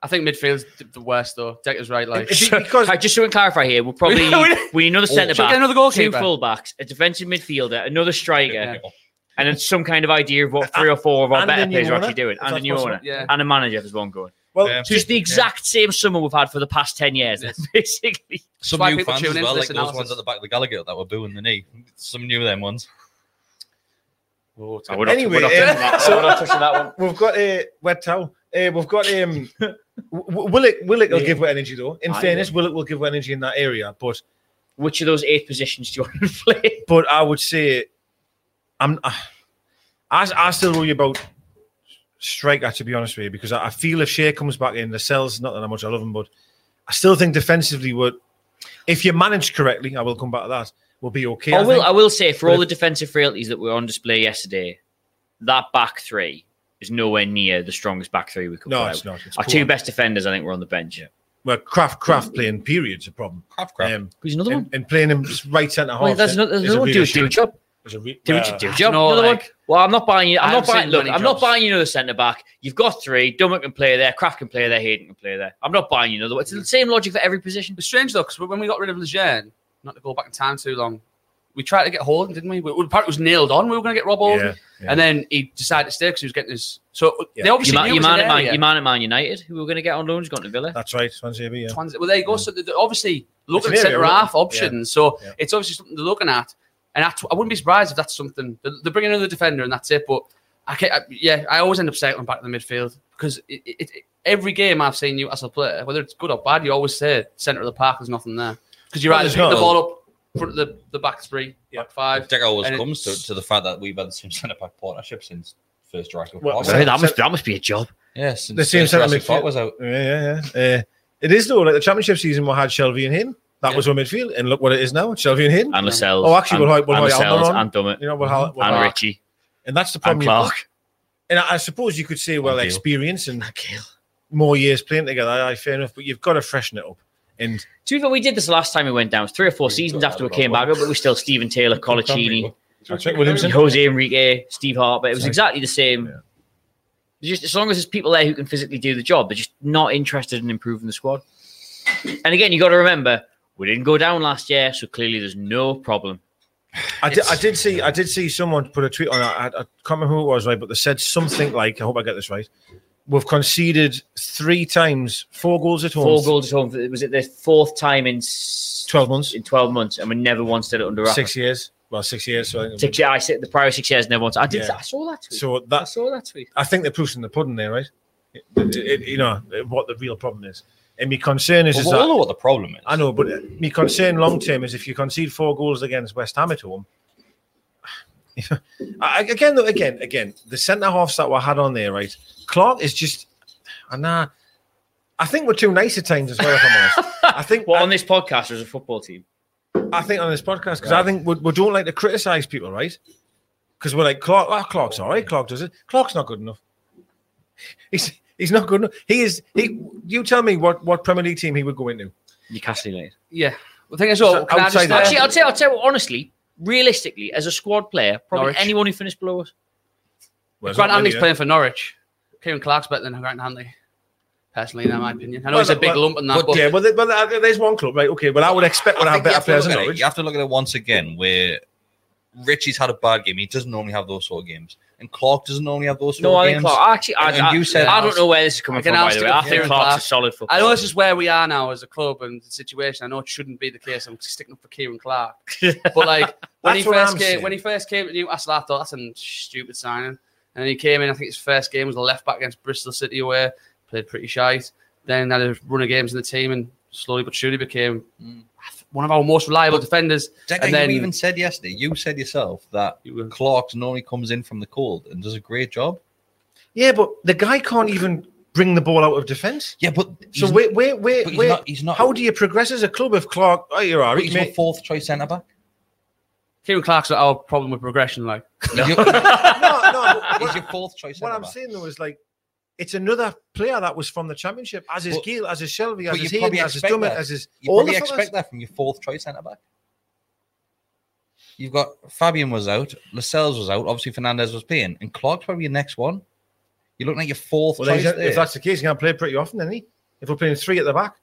Speaker 9: I think midfield's th- the worst though. Decker's right, like
Speaker 7: Is it because
Speaker 8: Right, just so we can clarify here, we'll probably
Speaker 9: we- Oh,
Speaker 8: we need another centre
Speaker 9: Should we
Speaker 8: back,
Speaker 9: get another
Speaker 8: two
Speaker 9: goalkeeper?
Speaker 8: fullbacks, a defensive midfielder, another striker,
Speaker 9: Yeah.
Speaker 8: and then some kind of idea of what three or four of our
Speaker 7: And a
Speaker 8: better
Speaker 7: new
Speaker 8: players are
Speaker 7: owner,
Speaker 8: actually doing,
Speaker 7: if
Speaker 8: and a
Speaker 7: that's
Speaker 8: new
Speaker 7: possible.
Speaker 8: owner,
Speaker 9: Yeah.
Speaker 8: and a manager. There's one going.
Speaker 7: well,
Speaker 6: Yeah.
Speaker 8: So it's the exact same summer we've had for the past ten years,
Speaker 9: Yes.
Speaker 8: basically.
Speaker 6: Some
Speaker 9: why
Speaker 6: new
Speaker 9: people
Speaker 6: fans
Speaker 9: tune
Speaker 6: as
Speaker 9: into
Speaker 6: well, like
Speaker 9: this
Speaker 6: those
Speaker 9: analysis.
Speaker 6: ones at the back of the Gallagher that were booing the knee. Some new of them ones.
Speaker 9: Oh, it's
Speaker 8: I
Speaker 9: good.
Speaker 8: would-
Speaker 7: anyway,
Speaker 8: We're not touching
Speaker 7: um,
Speaker 8: that.
Speaker 7: so-
Speaker 8: We're not touching that one.
Speaker 7: we've got eh, a wet towel. Uh, we've got um, w- w- Willick. Willick will give wet energy though. In
Speaker 8: I
Speaker 7: fairness, Willick will give wet energy in that area, but
Speaker 8: Which of those eight positions do you want to play?
Speaker 7: but I would say I'm I, I still worry about striker to be honest with you because I, I feel if Shea comes back in the cells not that how much I love him but I still think defensively would if you manage correctly I will come back to that will be okay
Speaker 8: I will.
Speaker 7: think.
Speaker 8: I will say for
Speaker 7: But
Speaker 8: all
Speaker 7: if-
Speaker 8: the defensive frailties that were on display yesterday, that back three is nowhere near the strongest back three we could.
Speaker 7: no
Speaker 8: put
Speaker 7: it's
Speaker 8: out.
Speaker 7: not it's
Speaker 8: Our
Speaker 7: poor.
Speaker 8: two best defenders, I think, were on the bench.
Speaker 7: well Kraft Kraft playing period's a problem
Speaker 6: Half crap.
Speaker 7: um,
Speaker 8: Who's another
Speaker 7: and,
Speaker 8: one?
Speaker 7: and playing him right centre half
Speaker 8: Well, there's
Speaker 7: is-
Speaker 8: another, there's
Speaker 7: is
Speaker 8: another
Speaker 7: a
Speaker 8: one.
Speaker 7: real
Speaker 8: Do, do
Speaker 7: shame.
Speaker 8: a job.
Speaker 7: Is a re-
Speaker 8: Do
Speaker 7: uh,
Speaker 8: it, do a
Speaker 9: I
Speaker 8: job.
Speaker 9: know,
Speaker 8: Another
Speaker 9: like-
Speaker 8: one. Well, I'm not buying you. I'm
Speaker 9: I've
Speaker 8: not buying.
Speaker 9: seen
Speaker 8: Look,
Speaker 9: many
Speaker 8: I'm not
Speaker 9: jobs.
Speaker 8: buying you another centre back. You've got three. Dunlop can play there. Kraft can play there. Hayden can play there. I'm not buying you another one. It's the same logic for every position.
Speaker 9: It's strange though, because when we got rid of Lejeune, not to go back in time too long, we tried to get Holden, didn't we? we, we apparently it was nailed on. We were going to get Rob Holden,
Speaker 7: Yeah, yeah.
Speaker 9: and then he decided to stay because he was getting his. So
Speaker 7: Yeah.
Speaker 9: they
Speaker 8: Your
Speaker 9: obviously
Speaker 8: man,
Speaker 9: knew it
Speaker 8: your
Speaker 9: was
Speaker 8: man
Speaker 9: an
Speaker 8: at man,
Speaker 9: area.
Speaker 8: your man at Man United, who we're going to get on loans, gone to Villa.
Speaker 7: that's right Swansea yeah
Speaker 9: Twans- Well, there you go. So they they're obviously looking
Speaker 7: an
Speaker 9: at
Speaker 7: area,
Speaker 9: centre half
Speaker 7: isn't it?
Speaker 9: options. So
Speaker 7: Yeah.
Speaker 9: it's obviously something they're looking at, and I, t- I wouldn't be surprised if that's something they're, they're bringing another defender, and that's it. But I, can't, I yeah, I always end up cycling back to the midfield because it, it, it, every game I've seen you as a player, whether it's good or bad, you always say centre of the park, there's nothing there because you're
Speaker 7: Well,
Speaker 9: either
Speaker 7: there's
Speaker 9: picking the
Speaker 7: not.
Speaker 9: ball up front of the, the back three,
Speaker 7: Yeah.
Speaker 9: back five.
Speaker 6: Deck always
Speaker 9: And it-
Speaker 6: comes to, to the fact that we've had the same centre back partnership since first Jurassic
Speaker 7: Well,
Speaker 6: Park.
Speaker 7: so-
Speaker 8: Sorry, that must that must be a job.
Speaker 6: yeah, since
Speaker 7: the same
Speaker 6: first
Speaker 7: centre
Speaker 6: Jurassic
Speaker 7: midfield.
Speaker 6: Park was out.
Speaker 7: Yeah, yeah, yeah. Uh, it is though. Like the championship season, we had Shelby and Hayden. That
Speaker 9: Yeah.
Speaker 7: was our midfield, and look what it is now: Shelby and Hayden.
Speaker 8: And Lascelles.
Speaker 7: Oh, actually,
Speaker 8: and,
Speaker 7: we'll hide- we'll
Speaker 8: and
Speaker 7: hide
Speaker 8: Lascelles
Speaker 7: Almiron.
Speaker 8: and Dummett
Speaker 7: You know what? How, what
Speaker 8: and
Speaker 7: how-
Speaker 8: Richie
Speaker 7: and that's the
Speaker 8: and
Speaker 7: problem. you've got.
Speaker 8: Clark.
Speaker 7: And I, I suppose you could say, well,
Speaker 6: Gale.
Speaker 7: experience and more years playing together. Aye, fair enough. But you've got to freshen it up. And
Speaker 8: To be fair, we did this last time we went down. It was three or four
Speaker 6: Yeah,
Speaker 8: seasons
Speaker 6: got
Speaker 8: after we
Speaker 6: that
Speaker 8: came
Speaker 6: wrong.
Speaker 8: back up, but we still Stephen Taylor, Colaccini,
Speaker 7: Patrick Williamson.
Speaker 8: Jose Enrique, Steve Harper. It was exactly the same.
Speaker 7: Yeah.
Speaker 8: It's Just as long as there's people there who can physically do the job, they're just not interested in improving the squad. And again, you got to remember, we didn't go down last year, so clearly there's no problem.
Speaker 7: I did, I did see I did see someone put a tweet on. I, I can't remember who it was, right? But they said something like, "I hope I get this right." We've conceded three times, four goals at home,
Speaker 8: Four goals at home. Was it the fourth time in s-
Speaker 7: twelve months,
Speaker 8: in twelve months, and we never once did it under Rafa.
Speaker 7: six years. Well, six years. So I think-
Speaker 8: Six years. I said the prior six years never once. I did.
Speaker 7: Yeah.
Speaker 8: I saw that tweet.
Speaker 7: So uh,
Speaker 8: I
Speaker 7: that's
Speaker 8: saw that tweet.
Speaker 7: I think the proof's in the pudding there, right? It- it- it- you know it- what the real problem is, and my concern is,
Speaker 6: Well,
Speaker 7: is
Speaker 6: we all know
Speaker 7: that
Speaker 6: what the problem is.
Speaker 7: I know, but my concern long term is if you concede four goals against West Ham at home. I- again, though, again, again, the centre halves that were had on there, right? Clark is just, and nah, I think we're too nice at times as well. If I'm honest, I think
Speaker 8: Well, on this podcast, there's a football team.
Speaker 7: I think on this podcast because I think we, we don't like to criticize people, right? Because we're like Clark. Oh, Clark's all right. Clark does it. Clark's not good enough. He's he's not good enough. He is. He. You tell me what what Premier League team he would go into.
Speaker 8: Newcastle United.
Speaker 9: Yeah. The thing is, though,
Speaker 7: So
Speaker 9: can I
Speaker 7: outside
Speaker 9: just,
Speaker 7: that-
Speaker 8: Actually, I'll tell, I'll tell you what, honestly, realistically, as a squad player, probably
Speaker 9: Norwich.
Speaker 8: anyone who finished below us.
Speaker 7: Well, it's
Speaker 9: Grant
Speaker 7: not many,
Speaker 9: Hanley's
Speaker 7: eh?
Speaker 9: playing for Norwich. Kieran Clark's better than Grant Hanley, personally, in my opinion. I
Speaker 7: Mm.
Speaker 9: know
Speaker 7: Well,
Speaker 9: he's a
Speaker 7: but-
Speaker 9: big
Speaker 7: but-
Speaker 9: lump in that, but,
Speaker 7: But yeah, well, there- but there- there's one club, right? Okay, well, I would expect when I
Speaker 6: I
Speaker 7: have
Speaker 6: think you
Speaker 7: better
Speaker 6: have to
Speaker 7: players
Speaker 6: look
Speaker 7: than
Speaker 6: at it.
Speaker 7: Norwich.
Speaker 6: You have to look at it once again where Richie's had a bad game. He doesn't normally have those sort of games. And Clark doesn't normally have those sort
Speaker 8: No,
Speaker 6: of
Speaker 8: I think
Speaker 6: games.
Speaker 8: Clark. Actually, I,
Speaker 6: And
Speaker 8: I,
Speaker 6: you said-
Speaker 8: I don't know where this is coming
Speaker 9: Again,
Speaker 8: from. By
Speaker 9: I'll
Speaker 8: the way,
Speaker 9: stick
Speaker 8: I
Speaker 9: with
Speaker 8: think
Speaker 9: Kieran
Speaker 8: Clark's
Speaker 9: Clark.
Speaker 8: a solid footballer.
Speaker 9: I know this
Speaker 7: Um,
Speaker 9: is where we are now as a club and the situation. I know it shouldn't be the case. I'm sticking up for Kieran Clark, but like when he
Speaker 7: That's what
Speaker 9: first
Speaker 7: I'm
Speaker 9: came,
Speaker 7: saying.
Speaker 9: when he first came to Newcastle, I thought that's a stupid signing. And then he came in. I think his first game was a left back against Bristol City, where played pretty shite. Then had a run of games in the team, and slowly but surely became
Speaker 7: Mm.
Speaker 9: one of our most reliable defenders.
Speaker 6: Decker,
Speaker 9: and then
Speaker 6: you even said yesterday, you said yourself that
Speaker 9: You were-
Speaker 6: Clark normally comes in from the cold and does a great job.
Speaker 7: Yeah, but the guy can't even bring the ball out of defence.
Speaker 6: Yeah, but
Speaker 7: So
Speaker 6: he's-
Speaker 7: where, where, where,
Speaker 6: but he's
Speaker 7: where-
Speaker 6: not- he's not-
Speaker 7: How do you progress as a club if Clark? Oh, you're all
Speaker 6: but
Speaker 7: right,
Speaker 6: he's
Speaker 7: mate.
Speaker 6: not fourth choice centre back.
Speaker 9: Kieran Clark's not our problem with progression. Like
Speaker 6: He's your- he's
Speaker 7: no, no. but what-
Speaker 6: your fourth choice
Speaker 7: what
Speaker 6: centre
Speaker 7: I'm
Speaker 6: back.
Speaker 7: saying though is like it's another player that was from the championship, as is
Speaker 6: But-
Speaker 7: Gale, as is Shelby,
Speaker 6: but
Speaker 7: as is
Speaker 6: you probably
Speaker 7: Hayden, as is
Speaker 6: expect
Speaker 7: Dummett,
Speaker 6: that.
Speaker 7: as is
Speaker 6: You
Speaker 7: all the
Speaker 6: probably
Speaker 7: fellas.
Speaker 6: expect that from your fourth choice centre back. You've got Fabian was out, Lascelles was out, obviously Fernandez was playing, and Clark's probably your next one. You're looking at your fourth
Speaker 7: Well,
Speaker 6: choice.
Speaker 7: he's-
Speaker 6: there.
Speaker 7: if that's the case, he's going to play pretty often, isn't he? If we're playing three at the back,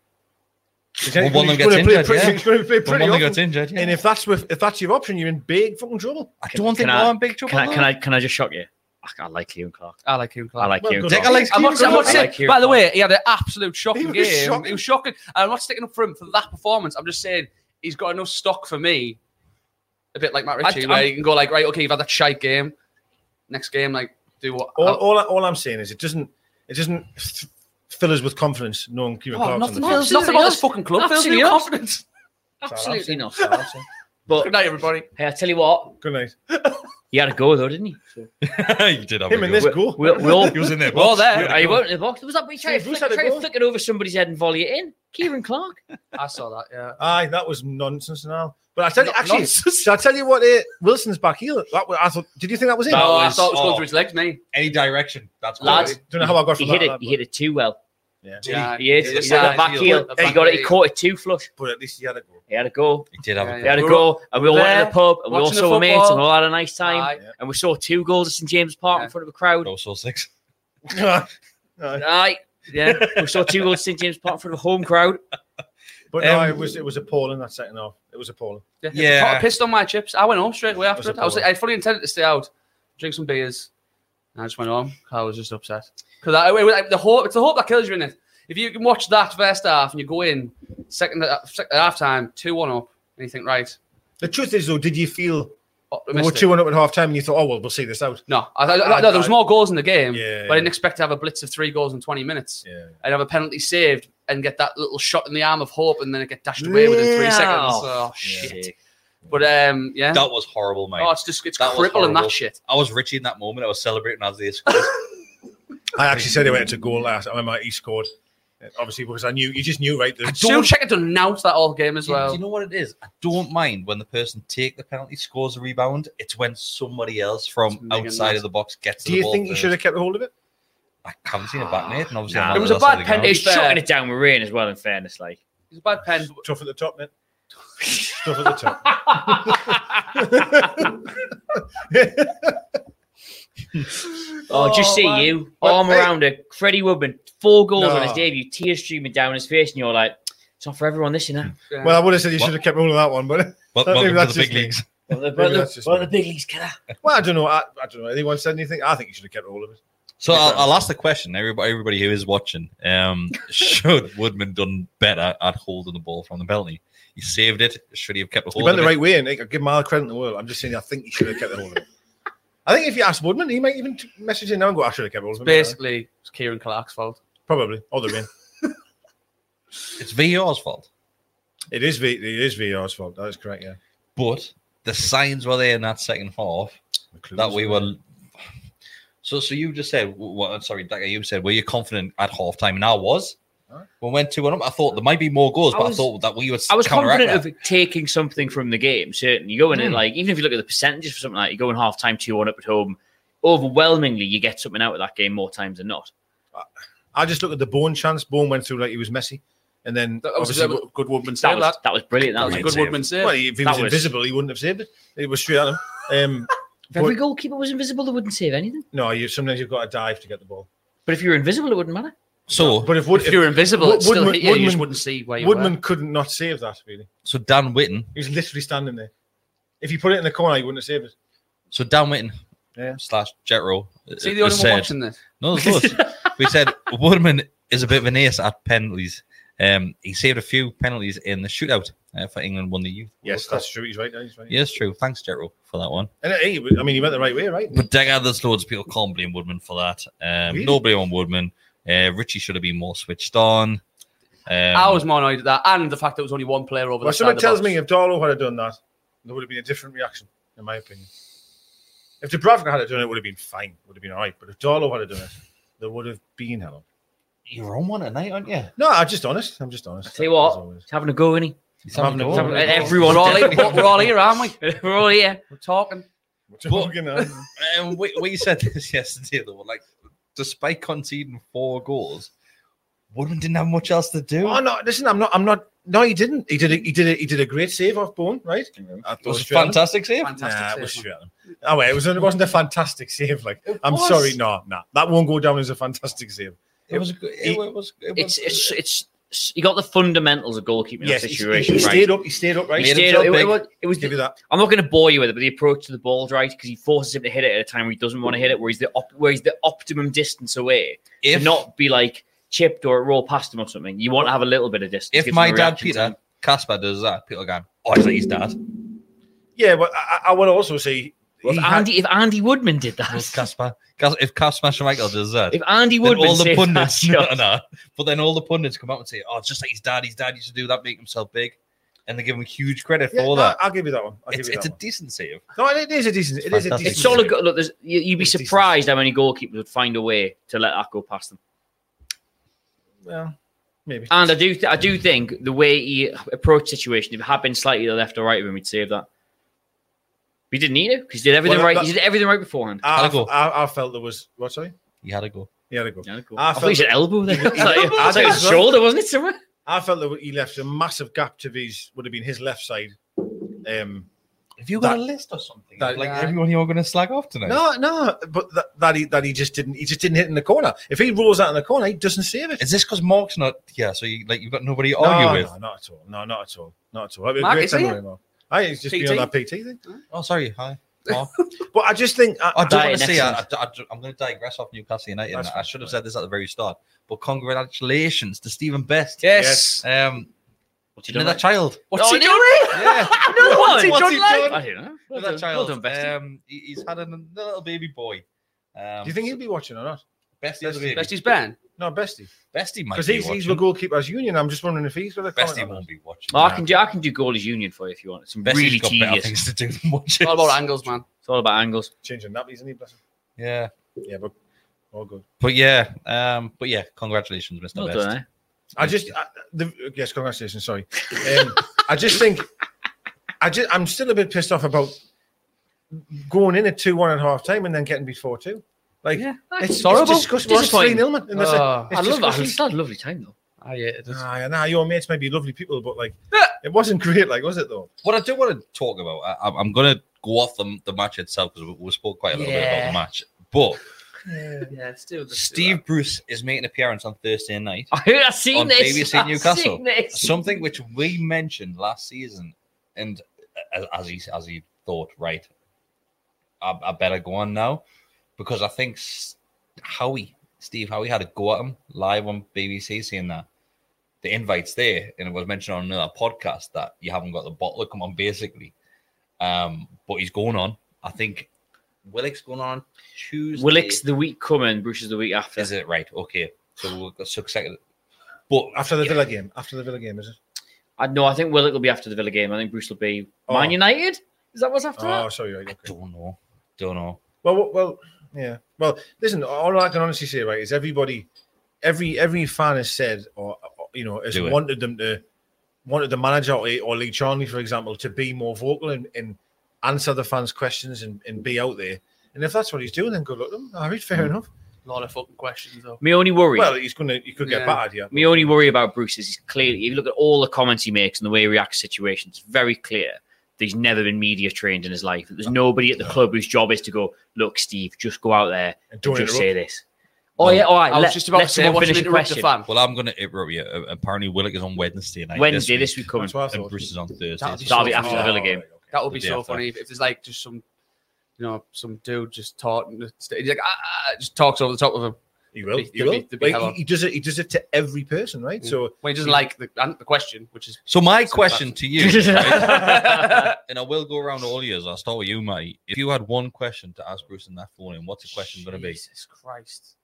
Speaker 7: he's
Speaker 6: Well,
Speaker 7: gonna-
Speaker 6: one of them
Speaker 7: he's
Speaker 6: gets
Speaker 7: gonna play
Speaker 6: injured,
Speaker 7: pretty-
Speaker 6: yeah.
Speaker 7: He's going to play
Speaker 6: When
Speaker 7: pretty
Speaker 6: one of them
Speaker 7: often.
Speaker 6: gets injured, yeah.
Speaker 7: And if that's with, if that's your option, you're in big fucking trouble.
Speaker 6: I don't think
Speaker 8: Can
Speaker 6: we're
Speaker 8: I-
Speaker 6: in big trouble.
Speaker 8: Can I, can
Speaker 6: though.
Speaker 8: I can I just shock you? I, I like Kieran Clark.
Speaker 9: I like him. Clark.
Speaker 8: I like
Speaker 7: Well,
Speaker 8: Kieran
Speaker 7: good
Speaker 8: Clark.
Speaker 7: luck.
Speaker 6: Alex
Speaker 9: I'm not,
Speaker 6: Kieran
Speaker 9: I'm not
Speaker 6: Clark.
Speaker 9: saying,
Speaker 8: Kieran
Speaker 9: by the
Speaker 8: Clark.
Speaker 9: way, he had an absolute shocking
Speaker 7: He was
Speaker 9: game.
Speaker 7: shocking.
Speaker 9: He was shocking. I'm not sticking up for him for that performance. I'm just saying he's got enough stock for me, a bit like Matt Ritchie,
Speaker 8: I'm-
Speaker 9: where you can go like, right, okay, you've had that shite game. Next game, like, do what?
Speaker 7: All,
Speaker 6: Oh.
Speaker 9: I'll-
Speaker 7: all, I- all I'm saying is it doesn't it doesn't f- fill us with confidence knowing Kieran
Speaker 9: Oh,
Speaker 7: Clark's on
Speaker 9: nothing,
Speaker 7: the
Speaker 9: fills,
Speaker 7: field.
Speaker 8: Absolutely
Speaker 9: nothing about
Speaker 8: not.
Speaker 9: this fucking club fills me
Speaker 8: Absolutely
Speaker 9: with
Speaker 8: not.
Speaker 9: confidence.
Speaker 8: Absolutely not. Southampton.
Speaker 9: Good
Speaker 8: But
Speaker 9: night, everybody.
Speaker 8: hey, I tell you what,
Speaker 7: Good night.
Speaker 8: he had a go though, didn't he? So,
Speaker 6: you did have
Speaker 7: Him
Speaker 6: a
Speaker 7: and
Speaker 6: go.
Speaker 7: this goal.
Speaker 8: we, we all
Speaker 6: He was in there.
Speaker 9: Well,
Speaker 6: boss.
Speaker 9: there.
Speaker 8: Are you out in the box? Was that when he tried to
Speaker 7: Steve Bruce had
Speaker 8: flick,
Speaker 7: a
Speaker 8: tried to
Speaker 7: goal.
Speaker 8: flick it over somebody's head and volley it in? Kieran Clark.
Speaker 9: I saw that, yeah.
Speaker 7: Aye, that was nonsense now. But I tell you,
Speaker 9: No-
Speaker 7: actually,
Speaker 9: nonsense.
Speaker 7: shall I tell you what? Uh, Wilson's back heel. That was, I thought. Did you think that was it?
Speaker 9: No,
Speaker 6: That
Speaker 9: I
Speaker 6: was-
Speaker 9: thought it was going
Speaker 6: oh.
Speaker 9: through his legs, mate.
Speaker 6: Any direction. That's what
Speaker 8: Lads,
Speaker 6: it
Speaker 7: don't know how I got
Speaker 8: He
Speaker 7: from
Speaker 8: hit
Speaker 7: that.
Speaker 8: it. He hit it too well.
Speaker 9: Yeah,
Speaker 8: Uh, He hit
Speaker 9: he
Speaker 8: it.
Speaker 9: just
Speaker 8: He had
Speaker 9: side
Speaker 8: a back
Speaker 9: heel,
Speaker 8: heel.
Speaker 9: the
Speaker 8: He
Speaker 9: back
Speaker 8: got it. He
Speaker 9: heel.
Speaker 8: caught it too flush.
Speaker 7: but at least he had a go.
Speaker 8: He had a goal.
Speaker 6: He did have
Speaker 9: Yeah,
Speaker 6: a
Speaker 8: He had a
Speaker 9: We're
Speaker 8: goal, and we all went to the
Speaker 9: there,
Speaker 8: pub, and we all
Speaker 9: watching the
Speaker 8: saw mates, and we
Speaker 9: football.
Speaker 8: all had a nice time,
Speaker 9: Aye.
Speaker 8: and we saw two goals at St James Park
Speaker 9: Yeah.
Speaker 8: in front of a crowd.
Speaker 6: goal. Also six.
Speaker 7: Aye.
Speaker 8: Aye, yeah, we saw two goals at St James Park in front of a home crowd.
Speaker 7: But no,
Speaker 6: Um,
Speaker 7: it was it was appalling that second half. It was appalling.
Speaker 6: Yeah.
Speaker 9: I pissed on my chips. I went home straight away after
Speaker 7: was
Speaker 9: it. I was
Speaker 7: appalling.
Speaker 9: I fully intended to stay out, drink some beers, and I just went home. I was just upset because I, it was like the hope it's the hope that kills you in it. If you can watch that first half and you go in second uh, second half time two one up and you think right,
Speaker 7: The truth is, though, did you feel
Speaker 9: oh, I
Speaker 7: we
Speaker 9: missed
Speaker 7: were
Speaker 9: it.
Speaker 7: two one up at half time and you thought, oh well, we'll see this out?
Speaker 9: No, I, I,
Speaker 7: I-
Speaker 9: no, there was
Speaker 7: I-
Speaker 9: more goals in the game,
Speaker 7: Yeah,
Speaker 9: but I didn't
Speaker 7: yeah.
Speaker 9: expect to have a blitz of three goals in twenty minutes
Speaker 7: Yeah.
Speaker 9: and have a penalty saved and get that little shot in the arm of hope and then it get dashed away within three
Speaker 8: Yeah.
Speaker 9: seconds. Oh shit! But um, yeah,
Speaker 6: That was horrible, mate.
Speaker 9: oh, it's just it's
Speaker 6: That was
Speaker 9: crippling
Speaker 6: horrible.
Speaker 9: that shit.
Speaker 6: I was Richie in that moment. I was celebrating as they scored.
Speaker 7: I actually said he went to goal last. I remember he scored. Uh, Obviously, because I knew you just knew right. The,
Speaker 9: Still check it to announce that all game as
Speaker 6: Do you-
Speaker 9: well.
Speaker 6: Do you know what it is? I don't mind when the person take the penalty, scores a rebound. It's when somebody else
Speaker 9: It's
Speaker 6: from
Speaker 9: making
Speaker 6: outside
Speaker 9: noise.
Speaker 6: of the box gets.
Speaker 7: do
Speaker 6: the
Speaker 7: you
Speaker 6: ball
Speaker 7: think you
Speaker 6: first.
Speaker 7: should have kept hold of it?
Speaker 6: I haven't seen it back, mate. And obviously,
Speaker 8: Nah.
Speaker 6: I'm on
Speaker 8: It
Speaker 6: the
Speaker 9: Ah, was a
Speaker 6: other side
Speaker 9: bad
Speaker 6: of the ground.
Speaker 9: penalty.
Speaker 8: He's
Speaker 9: Fair.
Speaker 8: chucking it down with rain as well. In fairness, like
Speaker 9: It's a bad pen. but-
Speaker 7: Tough at the top, mate. Tough at the top.
Speaker 8: oh, just
Speaker 9: Oh,
Speaker 8: see
Speaker 9: man.
Speaker 8: you arm
Speaker 7: hey.
Speaker 8: around a Freddie Woodman, four goals on his
Speaker 7: Nah.
Speaker 8: debut, tears streaming down his face, and you're like, it's not for everyone this, you
Speaker 7: Hmm.
Speaker 8: know.
Speaker 9: Yeah.
Speaker 7: Well, I would have said you
Speaker 6: What?
Speaker 7: should have kept hold of that one, but
Speaker 6: Well,
Speaker 7: Maybe
Speaker 6: welcome
Speaker 7: that's
Speaker 6: to the big
Speaker 7: just me.
Speaker 6: leagues.
Speaker 8: Well, the,
Speaker 7: Maybe that's just
Speaker 8: well,
Speaker 7: me.
Speaker 8: the big leagues killer.
Speaker 7: well, I don't know. I, I don't know. Anyone said anything? I think you should have kept hold of it.
Speaker 6: So
Speaker 7: Yeah.
Speaker 6: I'll, I'll ask the question. Everybody, everybody who is watching, um, should Woodman done better at holding the ball from the penalty? He saved it. Should he have kept a
Speaker 7: He
Speaker 6: hold
Speaker 7: went
Speaker 6: of
Speaker 7: the
Speaker 6: it?
Speaker 7: right way, and I give him all the credit in the world. I'm just saying, I think you should have kept hold of it. I think if you asked Woodman, he might even t- message in now and go, "I should have kept hold of it."
Speaker 9: basically, it's Kieran Clark's fault.
Speaker 7: probably. Or the rain.
Speaker 6: It's VR's fault.
Speaker 7: It is. V- it is VR's fault. That is correct. Yeah.
Speaker 6: But the signs were there in that second half
Speaker 7: The clues.
Speaker 6: that we were. So, so you just said, well, sorry, Daka, you said, were you confident at halftime? And I was.
Speaker 7: Huh?
Speaker 6: We went two and up. I thought there might be more goals,
Speaker 8: I
Speaker 6: but I
Speaker 8: was-
Speaker 6: thought that we would.
Speaker 8: I was
Speaker 6: counteract
Speaker 8: confident
Speaker 6: that.
Speaker 8: of taking something from the game. Certainly, you go in it like even if you look at the percentages for something like you go in half time two one up at home. Overwhelmingly, you get something out of that game more times than not.
Speaker 7: I just look at the Bone chance. Bone went through like he was messy, and then
Speaker 9: That was
Speaker 7: obviously,
Speaker 9: a good- good Woodman
Speaker 8: That
Speaker 9: save.
Speaker 8: was
Speaker 9: That,
Speaker 8: that was brilliant.
Speaker 9: that
Speaker 8: That,
Speaker 9: was a
Speaker 8: was
Speaker 9: good Woodman save.
Speaker 7: well, if he
Speaker 8: That
Speaker 7: was
Speaker 8: was-
Speaker 7: invisible, he wouldn't have saved it. It was straight at him. Um,
Speaker 8: if every
Speaker 7: but-
Speaker 8: goalkeeper was invisible, they wouldn't save anything.
Speaker 7: no, you sometimes you've got to dive to get the ball.
Speaker 8: But if you were invisible, it wouldn't matter.
Speaker 6: So,
Speaker 7: But if, Wood,
Speaker 9: if, you were invisible,
Speaker 7: Wo-
Speaker 9: it still
Speaker 7: Woodman-
Speaker 9: hit you. you just
Speaker 7: Woodman-
Speaker 9: wouldn't see where you
Speaker 7: Woodman
Speaker 9: were.
Speaker 7: couldn't not save that. Really,
Speaker 6: so Dan Witten,
Speaker 7: he was literally standing there. If you put it in the corner, he wouldn't have saved it.
Speaker 6: so Dan Witten
Speaker 7: Yeah.
Speaker 6: slash Jetro. uh,
Speaker 9: See the
Speaker 6: has
Speaker 9: only one
Speaker 6: said-
Speaker 9: watching this.
Speaker 6: No, of course. we said Woodman is a bit of an ace at penalties. Um, he saved a few penalties in the shootout uh, for England won the youth.
Speaker 7: Yes, that's true. He's right. He's right.
Speaker 6: Yes, true. Thanks, Jero, for that one.
Speaker 7: And hey, I mean, he went the right way, right?
Speaker 6: But Degger, there's loads of people can't blame Woodman for that. Um,
Speaker 7: Really?
Speaker 6: No blame on Woodman. Uh, Richie should have been more switched on. Um,
Speaker 9: I was more annoyed at that, and the fact that it was only one player over.
Speaker 7: Well,
Speaker 9: the
Speaker 7: someone
Speaker 9: side
Speaker 7: tells
Speaker 9: of the
Speaker 7: me if Darlow had have done that, there would have been a different reaction, in my opinion. If Dubravka had have done it, it would have been fine, would have been all right. But if Darlow had have done it, there would have been hell.
Speaker 6: You're on one tonight, aren't you?
Speaker 7: No, I'm just honest. I'm just honest.
Speaker 8: I tell you
Speaker 7: As
Speaker 8: what,
Speaker 7: always.
Speaker 8: he's having a go, isn't he?
Speaker 6: He's
Speaker 7: I'm
Speaker 6: having a
Speaker 7: having
Speaker 6: go.
Speaker 7: a go.
Speaker 8: And
Speaker 9: box.
Speaker 8: everyone,
Speaker 9: We're all here, we're all here, aren't we?
Speaker 8: we're all here.
Speaker 9: We're talking.
Speaker 7: What you fucking know?
Speaker 6: Um, we, we said this yesterday, though. Like, despite conceding four goals, Woodman didn't have much else to do.
Speaker 7: oh no, listen, I'm not. I'm not No, he didn't. He did. A, he did. A, he did a great save off Bone, right? I thought
Speaker 6: It was a
Speaker 7: Australia-
Speaker 6: fantastic save.
Speaker 9: Fantastic.
Speaker 7: Nah, it
Speaker 9: save,
Speaker 7: was
Speaker 9: man.
Speaker 7: Stratton. Oh wait, it was. It wasn't a fantastic save. Like I'm
Speaker 6: was.
Speaker 7: sorry, no, nah, that won't go down as a fantastic save.
Speaker 6: It was. a good- It, was. It was
Speaker 8: It's it's it's. You got the fundamentals of goalkeeping in
Speaker 7: Yes,
Speaker 8: that
Speaker 7: he,
Speaker 8: situation
Speaker 7: he
Speaker 8: right.
Speaker 7: stayed up. He stayed up. Right.
Speaker 8: He
Speaker 6: Made
Speaker 8: stayed
Speaker 6: himself
Speaker 8: up. It,
Speaker 6: big.
Speaker 8: was- it was.
Speaker 7: Give you that.
Speaker 8: I'm not going to bore you with it, but the approach to the ball is right because he forces him to hit it at a time where he doesn't want to hit it, where he's the op- where he's the optimum distance away
Speaker 6: if
Speaker 8: to not be like chipped or roll past him or something. You want to have a little bit of distance.
Speaker 6: if
Speaker 8: gives
Speaker 6: my
Speaker 8: him a
Speaker 6: dad
Speaker 8: reaction
Speaker 6: Peter
Speaker 8: time.
Speaker 6: Casper does that, Peter going, oh, is that his dad?
Speaker 7: Yeah, but I, I would also say
Speaker 8: Well,
Speaker 7: he
Speaker 8: if
Speaker 7: had-
Speaker 8: Andy, if Andy Woodman did
Speaker 6: Was
Speaker 8: that,
Speaker 6: Casper? Cas- If Casper Michael does that,
Speaker 8: if Andy
Speaker 6: then
Speaker 8: Woodman,
Speaker 6: all the
Speaker 8: saved that
Speaker 6: pundits, no,
Speaker 8: shot-
Speaker 6: no. But then all the pundits come out and say, oh, it's just like his dad. His dad used to do that, make himself big, and they give him huge credit for
Speaker 7: Yeah,
Speaker 6: all
Speaker 7: no,
Speaker 6: that.
Speaker 7: I'll give you that one. I'll
Speaker 6: It's,
Speaker 7: give you
Speaker 6: it's a
Speaker 7: that one.
Speaker 6: decent save.
Speaker 7: No, it is a decent. It is a
Speaker 6: Fantastic.
Speaker 7: decent.
Speaker 8: It's all a
Speaker 7: save.
Speaker 8: good look. There's, you, you'd be
Speaker 7: It's decent.
Speaker 8: surprised how many goalkeepers would find a way to let that go past them.
Speaker 7: Well, maybe.
Speaker 8: And I do, I do think the way he approached the situation, if it had been slightly to the left or right of him, he'd save that. He didn't need it because he did everything
Speaker 7: Well,
Speaker 8: right.
Speaker 7: that-
Speaker 8: he did everything right beforehand.
Speaker 7: I,
Speaker 6: Had a go.
Speaker 7: I, I felt there was what? Sorry,
Speaker 6: He had a go.
Speaker 7: he had a go.
Speaker 8: Yeah, cool.
Speaker 7: I
Speaker 8: I, thought
Speaker 7: felt-
Speaker 8: he said elbow there. it's like,
Speaker 7: elbow.
Speaker 8: it's like his shoulder, wasn't it? Somewhere.
Speaker 7: I felt that he left a massive gap to his would have been his left side. Um,
Speaker 6: Have you
Speaker 7: got
Speaker 6: got
Speaker 7: a
Speaker 6: a list or something?
Speaker 7: that-
Speaker 6: like
Speaker 7: Yeah.
Speaker 6: everyone you're going to slag off tonight?
Speaker 7: no, no, but that, that he that he just didn't he just didn't hit in the corner. If he rolls out in the corner, he doesn't save it.
Speaker 6: Is this because Mark's not here? So you, like you've got nobody to
Speaker 7: no,
Speaker 6: argue
Speaker 7: no,
Speaker 6: with?
Speaker 7: not at all. No, not at all. Not at all. That'd be a
Speaker 9: Mark,
Speaker 7: great
Speaker 9: is he?
Speaker 7: memory, Mark. I think it's just
Speaker 9: PT?
Speaker 7: beyond that PT thing.
Speaker 6: Oh, sorry. Hi. Mark.
Speaker 7: But I just think I,
Speaker 6: I do
Speaker 8: Diet
Speaker 6: want to say, I, I,
Speaker 8: excellence.
Speaker 6: am going to digress off Newcastle United.
Speaker 7: That's
Speaker 6: and I
Speaker 7: fine.
Speaker 6: should have said this at the very start, but congratulations to Stephen Best.
Speaker 7: Yes.
Speaker 6: Um,
Speaker 8: What's he done?
Speaker 6: another child.
Speaker 9: What's
Speaker 8: Oh,
Speaker 9: he
Speaker 8: no.
Speaker 9: doing?
Speaker 6: Yeah. What's
Speaker 8: Another one.
Speaker 6: he
Speaker 8: What's
Speaker 6: done
Speaker 8: he
Speaker 6: like?
Speaker 8: done? I don't know. Well
Speaker 6: another
Speaker 8: done,
Speaker 6: child.
Speaker 8: well done, Bestie.
Speaker 6: um, he- he's had an- another little baby boy. Um,
Speaker 7: do you think he'd be watching or not?
Speaker 6: Bestie of the baby?
Speaker 9: Bestie's Ben.
Speaker 7: No, Bestie,
Speaker 6: Bestie might
Speaker 7: because
Speaker 6: be
Speaker 7: he's he's
Speaker 6: watching.
Speaker 7: with goalkeepers union. I'm just wondering if he's got a comment
Speaker 6: Bestie
Speaker 7: on
Speaker 6: won't
Speaker 7: that.
Speaker 6: be watching.
Speaker 8: Well, I can do. I can do goalies union for you if you want. It's
Speaker 6: Bestie's
Speaker 8: really
Speaker 6: got better
Speaker 8: tedious.
Speaker 6: things to do than watch
Speaker 9: It's
Speaker 6: it.
Speaker 9: all about angles, man.
Speaker 8: It's all about angles.
Speaker 7: changing nappies, isn't he? Bless him.
Speaker 6: Yeah,
Speaker 7: Yeah, but all good.
Speaker 6: but yeah, um, but yeah, congratulations, Mr.
Speaker 8: Well
Speaker 6: Best.
Speaker 8: done, eh?
Speaker 7: I just I, the, yes, congratulations. Sorry, um, I just think I just I'm still a bit pissed off about going in at two one at half time and then getting beat four two. Like
Speaker 9: Yeah.
Speaker 7: it's
Speaker 9: horrible.
Speaker 7: It's disgusting. Well, it's three
Speaker 8: Disappointing.
Speaker 7: nil, man. And that's it.
Speaker 9: Oh,
Speaker 7: It's
Speaker 8: I love that.
Speaker 7: disgusting.
Speaker 8: It's had a lovely time though.
Speaker 9: I hate Ah, it.
Speaker 6: Ah.
Speaker 7: Nah, yeah, nah, your mates may be lovely people, but like it wasn't great, like was it though?
Speaker 6: What I do want to talk about, I, I'm- I'm going to go off the, the match itself because we, we spoke quite a little bit about
Speaker 8: Yeah.
Speaker 6: the match, but.
Speaker 9: Yeah, let's do this.
Speaker 6: Steve Bruce is making an appearance on Thursday night.
Speaker 8: I heard. I've seen
Speaker 6: On
Speaker 8: this.
Speaker 6: BBC
Speaker 8: I've
Speaker 6: Newcastle.
Speaker 8: seen this.
Speaker 6: Something which we mentioned last season, and as, as he as he thought, right, I, I better go on now because I think S- Howie Steve Howie had a go at him live on BBC saying that the invites there, and it was mentioned on another podcast that you haven't got the bottle. Come on, basically, um, but he's going on. I think Willick's going on Tuesday.
Speaker 8: Willick's the week coming. Bruce is the week after.
Speaker 6: Is it right? Okay. So we'll go so second. But
Speaker 7: After the Villa game, after the Villa game, is it?
Speaker 8: I no, I think Willock will be after the Villa game. I think Bruce will be
Speaker 7: Oh.
Speaker 8: Man United. Is that what's after
Speaker 7: Oh,
Speaker 8: that?
Speaker 7: sorry, right.
Speaker 6: I
Speaker 7: Okay.
Speaker 6: don't know. Don't know.
Speaker 7: Well, well, well, yeah. Well, listen. All I can honestly say, right, is everybody, every every fan has said, or, or, you know, has
Speaker 6: Do it.
Speaker 7: wanted them to, wanted the manager or, or Lee Charney, for example, to be more vocal and, and answer the fans' questions and, and be out there. And if that's what he's doing, then good luck to him. All right,
Speaker 8: Mm.
Speaker 7: fair enough.
Speaker 9: A lot of fucking questions, though.
Speaker 8: Me only worry.
Speaker 7: Well, he's gonna, he could get
Speaker 9: Yeah.
Speaker 7: battered here.
Speaker 8: my only worry about Bruce is he's clearly. If you look at all the comments he makes and the way he reacts to situations, it's very clear that he's never been media trained in his life. There's nobody at the club whose job is to go, look, Steve, just go out there and,
Speaker 7: Don't
Speaker 8: just
Speaker 7: interrupt."
Speaker 8: say this. Oh yeah, all right.
Speaker 9: I was
Speaker 8: let-
Speaker 9: just about
Speaker 8: let
Speaker 9: to say,
Speaker 8: someone
Speaker 9: watch him
Speaker 8: finish the
Speaker 9: interrupt the
Speaker 8: question.
Speaker 9: fan.
Speaker 6: Well, I'm going to interrupt you. Uh, Apparently, Willock is on Wednesday night.
Speaker 8: Wednesday this week coming.
Speaker 7: That's what
Speaker 6: and
Speaker 7: I thought.
Speaker 6: Bruce is on
Speaker 9: That'd
Speaker 6: Thursday.
Speaker 9: be
Speaker 6: So
Speaker 8: Derby
Speaker 9: so
Speaker 8: after the
Speaker 9: funny.
Speaker 8: Villa game.
Speaker 9: That would be
Speaker 6: The
Speaker 9: so
Speaker 6: DFL.
Speaker 9: funny if, if there's like just some, you know, some dude just talking. He's like, ah, ah, just talks over the top of him
Speaker 7: He will.
Speaker 9: They'd
Speaker 7: He
Speaker 9: be-
Speaker 7: will.
Speaker 9: they'd be Mm.
Speaker 7: Like,
Speaker 9: hell
Speaker 7: he,
Speaker 9: on.
Speaker 7: he does it. He does it to every person, right?
Speaker 8: Um,
Speaker 7: So
Speaker 9: when he doesn't like the, an- the question, which is
Speaker 6: So my question to you, right, and I will go around all years. I'll start with you, Matty. If you had one question to ask Bruce in that phone, in, what's the question going to be?
Speaker 9: Jesus Christ!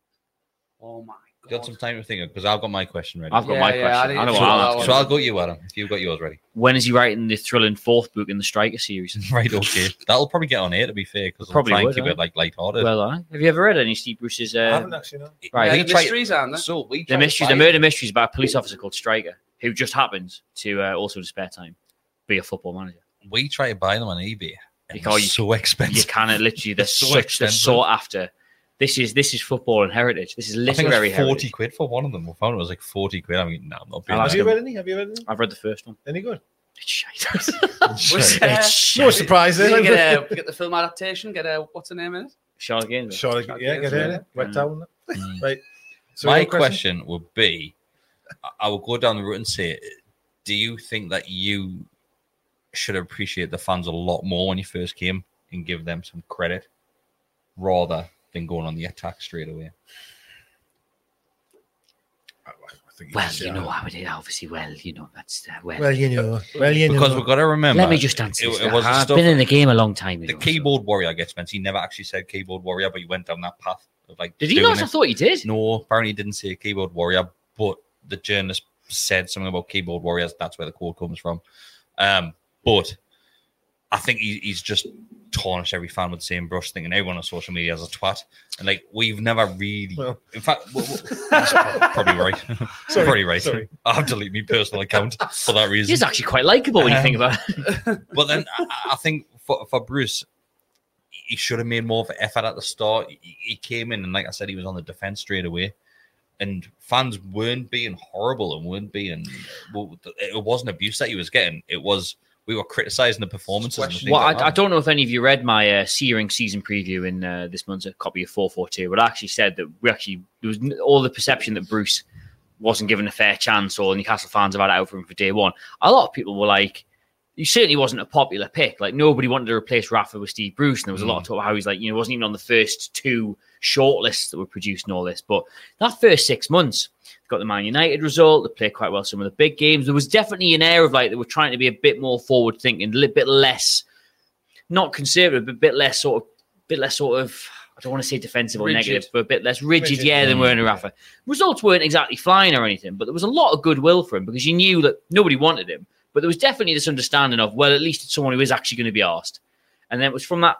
Speaker 9: Oh my God!
Speaker 6: Got some time to think of because I've got my question ready.
Speaker 8: I've got
Speaker 9: Yeah,
Speaker 8: my
Speaker 9: yeah, I
Speaker 8: question.
Speaker 9: think
Speaker 8: I, know
Speaker 9: it's
Speaker 8: what
Speaker 9: all
Speaker 8: I'll
Speaker 9: that
Speaker 8: ask.
Speaker 6: so I'll go to you, Adam. If you've got yours ready,
Speaker 8: When is he writing the thrilling fourth book in the Striker series?
Speaker 6: right? Okay, that'll probably get on air to be fair because probably
Speaker 8: Probably
Speaker 6: try and
Speaker 8: would,
Speaker 6: keep
Speaker 8: eh?
Speaker 6: it like lighthearted.
Speaker 8: Well, I have you ever read any Steve Bruce's?
Speaker 7: I
Speaker 8: Uh,
Speaker 7: haven't actually. No.
Speaker 9: Yeah,
Speaker 8: right,
Speaker 6: we
Speaker 9: the
Speaker 6: tried-
Speaker 9: mysteries, aren't there?
Speaker 6: so we
Speaker 8: the
Speaker 6: tried to
Speaker 8: mysteries, the
Speaker 6: find-
Speaker 8: murder mysteries by a police officer called Striker, who just happens to uh, also in his spare time be a football manager.
Speaker 6: we try to buy them on eBay. And
Speaker 8: Because
Speaker 6: they're
Speaker 8: you-
Speaker 6: so
Speaker 8: You
Speaker 6: expensive.
Speaker 8: can uh, literally they're
Speaker 6: It's so
Speaker 8: such they're
Speaker 6: expensive.
Speaker 8: sought after. This is this is football and heritage. This is
Speaker 6: I think
Speaker 8: literary
Speaker 6: it was 40
Speaker 8: heritage.
Speaker 6: quid for one of them. I found it was like 40 quid. I mean, no, I'm not being
Speaker 8: I'll
Speaker 7: Have
Speaker 8: ask
Speaker 7: you
Speaker 8: him.
Speaker 6: that.
Speaker 7: read any? Have you read any?
Speaker 8: I've read the first one.
Speaker 7: Any good?
Speaker 8: It's shite.
Speaker 9: Was, uh,
Speaker 7: No surprise
Speaker 9: did
Speaker 7: there.
Speaker 9: you get, a, get the film adaptation? Get a what's her name in it?
Speaker 8: Charlotte Gainsbourg.
Speaker 7: Sorry, yeah, get in it.
Speaker 8: Um,
Speaker 7: Wet towel.
Speaker 6: Mm.
Speaker 7: Right. So
Speaker 6: My
Speaker 7: your
Speaker 6: question would be I- I will go down the route and say, do you think that you should appreciate the fans a lot more when you first came and give them some credit rather than going on the attack straight away?
Speaker 7: I think
Speaker 8: Well,
Speaker 7: said
Speaker 8: you
Speaker 7: that.
Speaker 8: know, I would obviously. Well, you know, that's uh, well.
Speaker 7: Well, you know. Well, you
Speaker 6: Because
Speaker 7: know.
Speaker 6: we've got to remember.
Speaker 8: Let me just answer.
Speaker 6: It,
Speaker 8: this.
Speaker 6: it was the
Speaker 8: I've
Speaker 6: stuff-
Speaker 8: been in the game a long time. you
Speaker 6: the
Speaker 8: know, so-
Speaker 6: keyboard warrior gets meant. He never actually said keyboard warrior, but he went down that path of like.
Speaker 8: Did he
Speaker 6: doing
Speaker 8: not? I
Speaker 6: it.
Speaker 8: thought he did.
Speaker 6: No, apparently he didn't say keyboard warrior, but the journalist said something about keyboard warriors. That's where the quote comes from. Um, but I think he, he's just tarnished every fan with the same brush, thinking everyone on social media is a twat. And like we've never really,
Speaker 7: Well.
Speaker 6: in fact, w- w- that's prob- probably right. probably right.
Speaker 7: sorry.
Speaker 6: I have deleted my personal account for that reason.
Speaker 8: He's actually quite likable when you
Speaker 6: Um,
Speaker 8: think about it.
Speaker 6: But then I, I- I think for, for Bruce, he should have made more of an effort at the start. He, he came in and, like I said, he was on the defense straight away. And fans weren't being horrible and weren't being. Well, it wasn't abuse that he was getting. It was we were criticizing the performances. and the things
Speaker 8: Well,
Speaker 6: that
Speaker 8: I, I
Speaker 6: happened.
Speaker 8: don't know if any of you read my uh, Searing season preview in uh, this month's copy of 442, but I actually said that we actually, there was n- all the perception that Bruce wasn't given a fair chance or Newcastle fans have had it out for him for day one. A lot of people were like, he certainly wasn't a popular pick. Like, nobody wanted to replace Rafa with Steve Bruce. And there was a lot of talk about how he's like, you know, wasn't even on the first two shortlists that were produced and all this. But that first six months, got the Man United result. They played quite well some of the big games. There was definitely an air of like they were trying to be a bit more forward thinking, a little bit less, not conservative, but a bit less sort of, bit less sort of. I don't want to say defensive or
Speaker 9: Rigid.
Speaker 8: negative, but a bit less rigid,
Speaker 7: Rigid,
Speaker 8: yeah, than
Speaker 7: yeah.
Speaker 8: were in Rafa. Results weren't exactly flying or anything, but there was a lot of goodwill for him because you knew that nobody wanted him. But there was definitely this understanding of, well, at least it's someone who is actually going to be asked. And then it was from that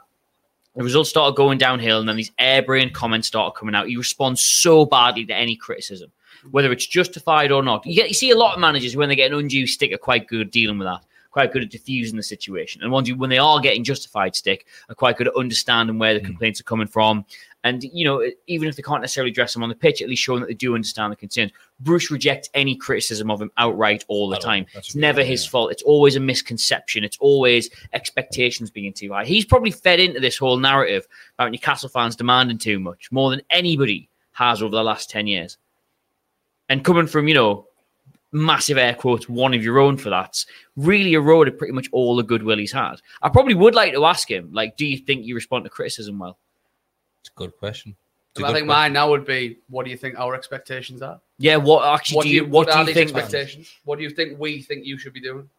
Speaker 8: the results started going downhill, and then these airbrained comments started coming out. You respond so badly to any criticism, whether it's justified or not. You get you see a lot of managers when they get an undue stick are quite good at dealing with that, quite good at diffusing the situation, and ones who, when they are getting justified stick are quite good at understanding where the complaints are coming from. And you know, e, even if they can't necessarily address them on the pitch, at least showing that they do understand the concerns. Bruce rejects any criticism of him outright all the
Speaker 7: At all.
Speaker 8: time.
Speaker 7: That's
Speaker 8: It's
Speaker 7: a good
Speaker 8: never
Speaker 7: idea.
Speaker 8: his fault. It's always a misconception. It's always expectations being too high. He's probably fed into this whole narrative about Newcastle fans demanding too much, more than anybody has over the last 10 years. And coming from, you know, massive air quotes, one of your own for that, really eroded pretty much all the goodwill he's had. I probably would like to ask him, like, do you think you respond to criticism well?
Speaker 6: It's a good question. It's a
Speaker 9: I
Speaker 6: good
Speaker 9: think
Speaker 6: question.
Speaker 9: mine now would be, what do you think our expectations are?
Speaker 8: Yeah, what actually
Speaker 9: What
Speaker 8: do you, what do
Speaker 9: are
Speaker 8: you
Speaker 9: these
Speaker 8: think?
Speaker 9: expectations? What do you think we think you should be doing?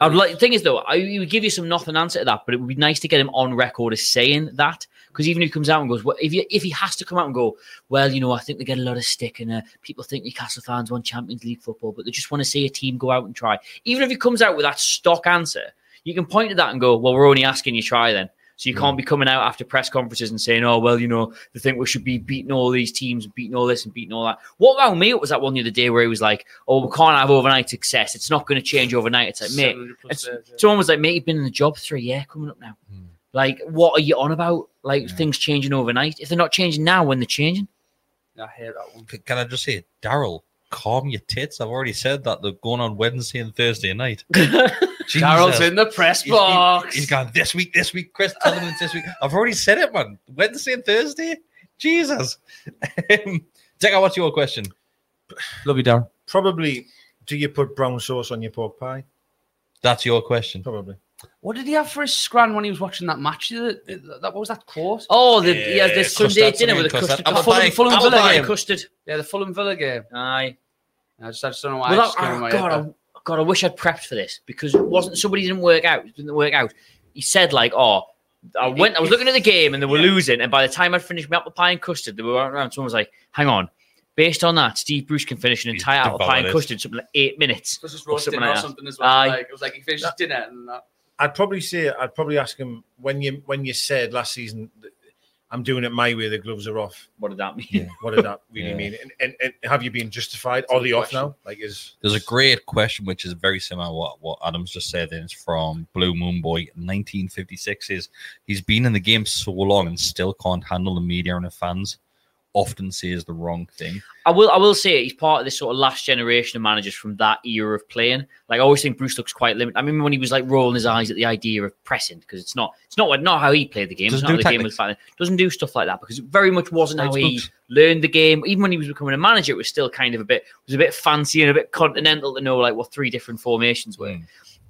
Speaker 8: I'd like the thing is though, I he would give you some nothing answer to that, but it would be nice to get him on record as saying that. Because even if he comes out and goes, well, if you, if he has to come out and go, well, you know, I think they get a lot of stick, and uh, people think Newcastle fans want Champions League football, but they just want to see a team go out and try. Even if he comes out with that stock answer, you can point at that and go, well, we're only asking you try then. So you can't be coming out after press conferences and saying, oh, well, you know, they think we should be beating all these teams, beating all this and beating all that. What about me? It was that one the other day where he was like, oh, we can't have overnight success. It's not going to change overnight. It's like, mate,
Speaker 9: 700 plus
Speaker 8: it's,
Speaker 9: days, yeah.
Speaker 8: someone was like, mate, you've been in the job three year coming up now.
Speaker 6: Hmm.
Speaker 8: Like, what are you on about? Like, things changing overnight. If they're not changing now, when they're changing,
Speaker 9: I hear that one.
Speaker 6: C- Can I just say, Daryl, calm your tits. I've already said that they're going on Wednesday and Thursday night. Jesus.
Speaker 9: Daryl's in the press
Speaker 6: He's- he-
Speaker 9: box.
Speaker 6: he's gone this week, this week. Chris, tell them it's this week. I've already said it, man. Wednesday and Thursday. Jesus. Um, Decker, what's your question? Love you, Darren.
Speaker 7: Probably, do you put brown sauce on your pork pie?
Speaker 6: That's your question.
Speaker 7: Probably.
Speaker 9: what did he have for his scran when he was watching that match? The- the- That what was that quote?
Speaker 8: oh, the, yeah,
Speaker 6: Yeah,
Speaker 8: the
Speaker 6: custard,
Speaker 8: Sunday
Speaker 6: something
Speaker 8: dinner with a
Speaker 6: custard.
Speaker 8: custard,
Speaker 6: Apple
Speaker 8: custard. Fulham,
Speaker 6: pie,
Speaker 8: Fulham
Speaker 6: apple
Speaker 8: Villa
Speaker 6: pie.
Speaker 8: game. custard.
Speaker 9: Yeah, the Fulham Villa game.
Speaker 8: Aye.
Speaker 9: I just, I just don't know why.
Speaker 8: Well,
Speaker 9: it's going
Speaker 8: I,
Speaker 9: away.
Speaker 8: God, I, God, I wish I'd prepped for this because it wasn't somebody didn't work out. Didn't work out. He said like, "Oh, I went. I was looking at the game and they were losing. And by the time I'd finished my apple pie and custard, they were around. Someone was like, "Hang on, based on that, Steve Bruce can finish an
Speaker 6: He's
Speaker 8: entire apple pie and
Speaker 6: devoured it.
Speaker 8: custard in something like eight minutes."
Speaker 9: It was just
Speaker 8: or
Speaker 9: roast
Speaker 8: something
Speaker 9: dinner or
Speaker 8: like that.
Speaker 9: something as well.
Speaker 8: Aye.
Speaker 9: Like, it was like he finished his dinner and that.
Speaker 7: I'd probably say I'd probably ask him when you when you said last season, that I'm doing it my way. The gloves are off.
Speaker 8: What did that mean?
Speaker 7: What did that really
Speaker 6: Yeah.
Speaker 7: mean? And, and, and have you been justified? Are they off now? Like is
Speaker 6: There's a great question which is very similar to what, what Adam's just said, and it's from Blue Moon Boy 1956. Is he's been in the game so long and still can't handle the media and the fans. often says the wrong thing.
Speaker 8: I will I will say he's part of this sort of last generation of managers from that era of playing. Like I always think Bruce looks quite limited. I remember when he was like rolling his eyes at the idea of pressing because it's not it's not what not how he played the game.
Speaker 6: Doesn't
Speaker 8: it's not
Speaker 6: do
Speaker 8: how the game was played. Doesn't do stuff like that because it very much wasn't how he learned the game. Even when he was becoming a manager, it was still kind of a bit it was a bit fancy and a bit continental to know like what three different formations were.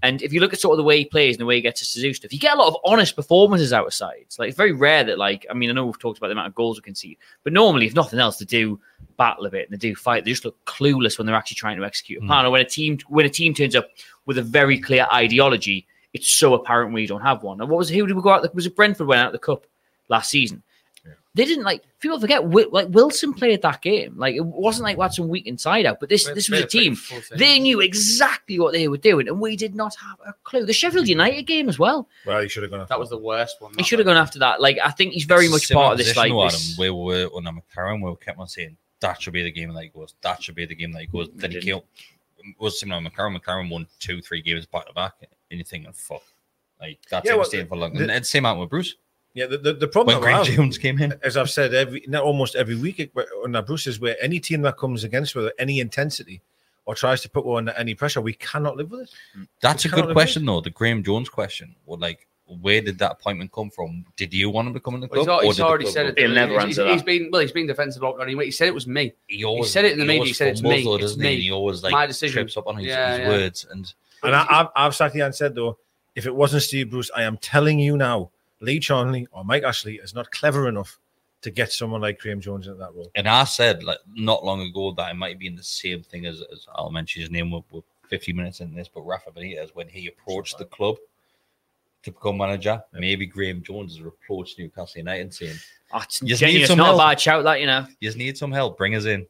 Speaker 8: And if you look at sort of the way he plays and the way he gets us to do stuff, you get a lot of honest performances out of sides. Like it's very rare that, like, I mean, I know we've talked about the amount of goals we concede, but normally, if nothing else, they do battle a bit and they do fight. They just look clueless when they're actually trying to execute a plan. Or when a team when a team turns up with a very clear ideology, it's so apparent we don't have one. And what was who did we go out? Was it Brentford went out of the cup last season? They didn't like people forget. Wi- Like Wilson played that game. Like it wasn't like we had some weak inside out, but this this was a team. They knew exactly what they were doing, and we did not have a clue. The Sheffield United game as well.
Speaker 7: Well, you should have gone. after
Speaker 9: That was the worst one.
Speaker 8: He should have gone after that. Like I think he's very much
Speaker 6: Similar
Speaker 8: part of this.
Speaker 6: position
Speaker 8: Like
Speaker 6: to Adam,
Speaker 8: this,
Speaker 6: where we were under McCarron, where we kept on saying that should be the game that he goes, that should be the game that he goes. Then he
Speaker 8: didn't.
Speaker 6: killed. Was similar to McCarron. McCarron won two, three games back to back, and you're thinking, "Fuck, like that's
Speaker 7: Yeah,
Speaker 6: yeah,
Speaker 7: well,
Speaker 6: staying for long."
Speaker 7: the-
Speaker 6: and it's same out with Bruce
Speaker 7: Yeah, the, the, the problem
Speaker 6: when
Speaker 7: that
Speaker 6: Green
Speaker 7: we have,
Speaker 6: Jones came in.
Speaker 7: as I've said every not almost every week it- where- on our Bruce's where any team that comes against with any intensity or tries to put one under any pressure, we cannot live with it.
Speaker 6: That's a
Speaker 7: It's
Speaker 6: good
Speaker 7: kind of
Speaker 6: question, though. The Graham Jones question. Well, like, where did that appointment come from? Did you want him to come in the
Speaker 9: Well,
Speaker 6: club?
Speaker 9: he's, al-
Speaker 6: or did the
Speaker 9: he's already
Speaker 6: club
Speaker 9: said
Speaker 6: go-
Speaker 9: it.
Speaker 8: He'll
Speaker 9: He's-
Speaker 8: never
Speaker 9: he's-
Speaker 8: answer
Speaker 9: He's
Speaker 8: that.
Speaker 9: been well. He's been defensive about anyway. He said it was me.
Speaker 6: He, always,
Speaker 9: said it in the
Speaker 6: he
Speaker 9: media,
Speaker 6: always
Speaker 9: he said it's
Speaker 6: fumbles,
Speaker 9: me,
Speaker 6: though,
Speaker 9: it's
Speaker 6: doesn't
Speaker 9: me,
Speaker 6: He? he always like
Speaker 9: my decision.
Speaker 6: trips up on his,
Speaker 9: Yeah,
Speaker 6: his
Speaker 9: yeah.
Speaker 6: words. And
Speaker 7: And I, I've, I've sat here and said though, if it wasn't Steve Bruce, I am telling you now, Lee Charnley or Mike Ashley is not clever enough to get someone like Graham Jones into that role.
Speaker 6: and I said like not long ago that it might have been the same thing as, as I'll mention his name. We're, we're 50 minutes in this, but Rafa Benitez when he approached the club to become manager, maybe Graham Jones has approached Newcastle United saying,
Speaker 8: Ah, it's
Speaker 6: You just
Speaker 8: genuine,
Speaker 6: need
Speaker 8: it's
Speaker 6: some
Speaker 8: not a
Speaker 6: help.
Speaker 8: bad shout. That you know,
Speaker 6: "You just need some help. Bring us in."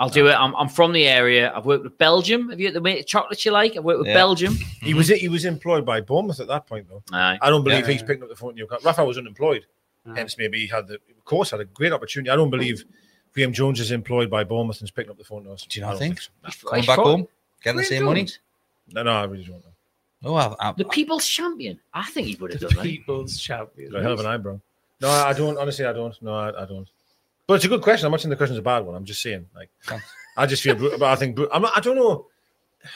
Speaker 8: I'll do it. I'm, I'm from the area. I've worked with Belgium. Have you had the mate chocolates you like? I've worked with
Speaker 6: Yeah.
Speaker 8: Belgium.
Speaker 7: He
Speaker 6: Hmm.
Speaker 7: was he was employed by Bournemouth at that point though.
Speaker 8: Aye.
Speaker 7: I don't believe
Speaker 9: Yeah.
Speaker 7: he's picking up the phone. to Newcastle. Rafa was unemployed, hence maybe he had the of course had a great opportunity. I don't believe Graham Jones is employed by Bournemouth and is picking up the phone to us.
Speaker 6: Do you not
Speaker 7: I don't
Speaker 6: think?
Speaker 7: so.
Speaker 6: Coming back
Speaker 8: from-
Speaker 6: home, getting the
Speaker 8: Graham
Speaker 6: same money.
Speaker 8: Jones,
Speaker 7: No, no, I really don't know.
Speaker 6: No, I, I,
Speaker 8: The people's champion. I think he would have done that.
Speaker 9: People's
Speaker 7: Do I have an eyebrow? No, I I don't. Honestly, I don't. No, I, I don't. But it's a good question. I'm not saying the question's a bad one. I'm just saying, like, I just feel. Bru- But I think Bru- I'm not, I don't know.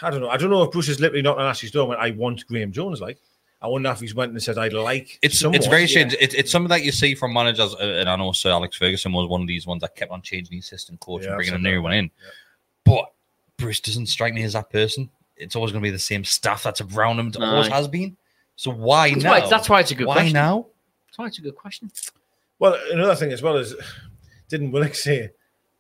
Speaker 7: I don't know. I don't know if Bruce is literally knocking on Ashley's door when I want Graham Jones. Like, I wonder if he's went and said I'd like.
Speaker 6: it's
Speaker 7: someone.
Speaker 6: it's very strange. It, it's something that you see from managers, uh, and I know Sir Alex Ferguson was one of these ones that kept on changing the assistant coach
Speaker 7: Yeah,
Speaker 6: and bringing a
Speaker 7: I've
Speaker 6: new
Speaker 7: said that.
Speaker 6: one in. But Bruce doesn't strike me as that person. It's always going to be the same staff that's around him. It always
Speaker 8: Aye.
Speaker 6: has been. So why
Speaker 8: That's
Speaker 6: now?
Speaker 8: why, that's why it's a good
Speaker 6: why
Speaker 8: question.
Speaker 6: now?
Speaker 8: That's why it's a good question.
Speaker 7: Well, another thing as well is, didn't Willick say?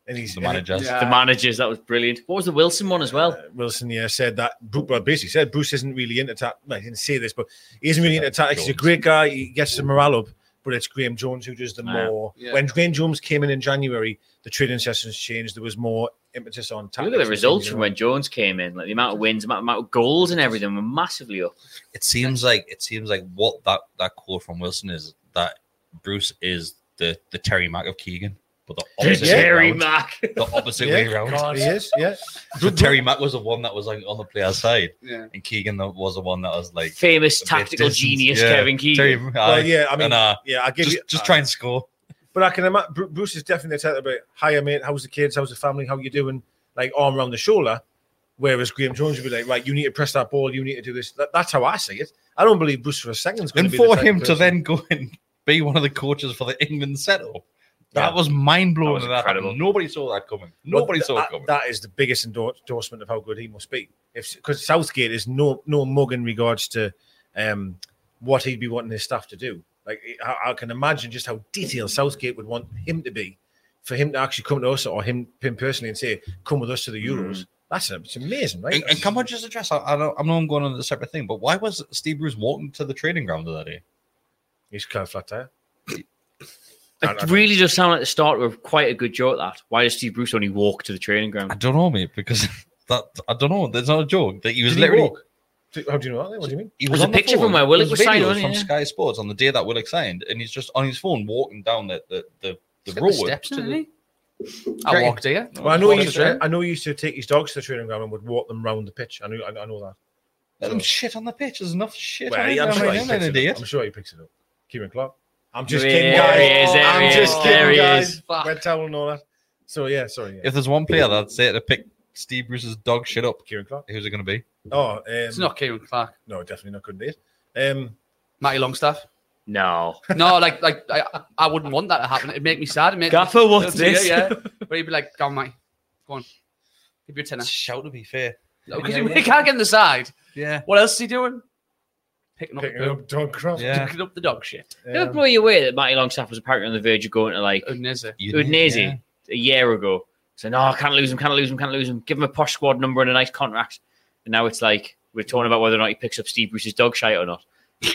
Speaker 7: And he's
Speaker 6: The managers.
Speaker 9: Yeah.
Speaker 8: The managers, that was brilliant. What was the Wilson one as well?
Speaker 7: Uh, Wilson, yeah, said that. Bru- Well, basically said Bruce isn't really into tax. Well, he didn't say this, but he isn't really into tax. He's a
Speaker 6: Jones.
Speaker 7: great guy. He gets the morale up, but it's Graham Jones who does the
Speaker 8: Yeah.
Speaker 7: more.
Speaker 9: Yeah.
Speaker 7: When Graham Jones came in in January, the trading sessions changed. There was more impetus on tax.
Speaker 8: Look at the results from when Jones came in. Like the amount of wins, amount, amount of goals, and everything were massively up.
Speaker 6: It seems like it seems like what that that quote from Wilson is that Bruce is the the Terry Mack of Keegan, but the opposite way
Speaker 8: Terry
Speaker 6: round.
Speaker 8: Mack.
Speaker 6: The opposite
Speaker 7: Yeah.
Speaker 6: way around.
Speaker 7: He is, yeah.
Speaker 6: So Terry Mack was the one that was like on the player's side,
Speaker 9: Yeah.
Speaker 6: and Keegan was the one that was like
Speaker 8: Famous
Speaker 6: a bit
Speaker 8: tactical
Speaker 6: distance.
Speaker 8: genius
Speaker 6: Yeah.
Speaker 8: Kevin Keegan.
Speaker 6: Terry, aye.
Speaker 7: Well, yeah, I mean,
Speaker 6: and, uh,
Speaker 7: yeah, I give
Speaker 6: just
Speaker 7: you.
Speaker 6: just try and score.
Speaker 7: But I can imagine Bruce is definitely the type of like, "Hiya, mate. How's the kids? How's the family? How you doing?" Like arm around the shoulder. Whereas Graham Jones would be like, "Right, you need to press that ball. You need to do this." That, that's how I see it. I don't believe Bruce for a second. is gonna
Speaker 6: And
Speaker 7: be the
Speaker 6: for
Speaker 7: type of
Speaker 6: him to
Speaker 7: person-
Speaker 6: then go and be one of the coaches for the England setup, that
Speaker 7: Yeah.
Speaker 6: was mind
Speaker 8: That
Speaker 6: blowing.
Speaker 8: was
Speaker 6: That happened.
Speaker 8: incredible.
Speaker 6: nobody saw that coming.
Speaker 7: But
Speaker 6: Nobody saw it
Speaker 7: that,
Speaker 6: coming.
Speaker 7: that is the biggest endor- endorsement of how good he must be. If because Southgate is no no mug in regards to um, what he'd be wanting his staff to do. Like I, I can imagine just how detailed Southgate would want him to be for him to actually come to us or him him personally and say, "Come with us to the Euros." That's it's amazing, right?
Speaker 6: Mm. and, and can we just address? I, I don't, I know I'm going on a separate thing, but why was Steve Bruce walking to the training ground that day?
Speaker 7: He's kind of flat tire. I- I
Speaker 8: It
Speaker 7: don't-
Speaker 8: really does sound like the start of quite a good joke. That why does Steve Bruce only walk to the training
Speaker 6: I
Speaker 8: ground?
Speaker 6: don't know, mate, because that I don't know. That's not a joke. That he was
Speaker 7: Did he
Speaker 6: literally.
Speaker 7: walk? Do- How do you know that? What do you mean?
Speaker 6: He
Speaker 8: There's a
Speaker 6: on the
Speaker 8: picture from
Speaker 6: phone.
Speaker 8: where Willock
Speaker 6: There's
Speaker 8: was signed,
Speaker 6: videos
Speaker 8: wasn't
Speaker 6: from
Speaker 8: it?
Speaker 6: Sky Sports on the day that Willock signed, and he's just on his phone walking down the the the, the
Speaker 9: Got the
Speaker 6: road.
Speaker 9: steps, didn't he?
Speaker 6: Great.
Speaker 9: I walked here.
Speaker 7: Well, I know he
Speaker 9: Walked
Speaker 7: used
Speaker 9: the
Speaker 7: to,
Speaker 9: train.
Speaker 7: I know he used to take his dogs to the training ground and would walk them round the pitch. I know I, I know that.
Speaker 6: Let them shit on the pitch. There's enough shit.
Speaker 7: Well,
Speaker 6: on
Speaker 7: he-
Speaker 6: it.
Speaker 7: I'm,
Speaker 6: I
Speaker 7: sure
Speaker 6: mean,
Speaker 7: he
Speaker 6: I'm an
Speaker 7: picks it up.
Speaker 6: idiot.
Speaker 7: I'm sure he picks it up. Kieran Clark. I'm just
Speaker 8: There
Speaker 7: kidding,
Speaker 8: he
Speaker 7: guys.
Speaker 8: is, there
Speaker 7: I'm
Speaker 8: he
Speaker 7: just
Speaker 8: is, there
Speaker 7: kidding,
Speaker 8: he
Speaker 7: guys.
Speaker 8: is.
Speaker 9: Fuck.
Speaker 7: Red towel and all that. So yeah, sorry. Yeah.
Speaker 6: If there's one player that'd say to pick Steve Bruce's dog shit up,
Speaker 7: Kieran Clark.
Speaker 6: who's it going to be?
Speaker 7: Oh, um,
Speaker 9: It's not Kieran Clark.
Speaker 7: No, definitely not. Couldn't be it. Um,
Speaker 9: Matty Longstaff.
Speaker 8: No.
Speaker 9: No, like like I, I wouldn't want that to happen. It'd make me sad. It'd make
Speaker 8: Gaffer,
Speaker 9: me,
Speaker 8: what's
Speaker 9: yeah,
Speaker 8: this?
Speaker 9: Yeah, But he'd be like, "Go on, mate, go on, give you a tenner."
Speaker 6: Shout to be fair.
Speaker 9: Because
Speaker 6: Yeah,
Speaker 9: he,
Speaker 6: yeah.
Speaker 9: he can't get in the side.
Speaker 6: Yeah.
Speaker 9: What else is he doing? Picking up,
Speaker 7: picking
Speaker 9: the,
Speaker 7: up Don Um, Croft.
Speaker 6: Yeah.
Speaker 9: picking up the dog shit.
Speaker 8: It would blow you away that Matty Longstaff was apparently on the verge of going to like
Speaker 9: Udinese.
Speaker 8: Udinese a year ago. Saying, oh, I can't lose him, can't lose him, can't lose him. Give him a posh squad number and a nice contract. And now it's like we're talking about whether or not he picks up Steve Bruce's dog shite or not.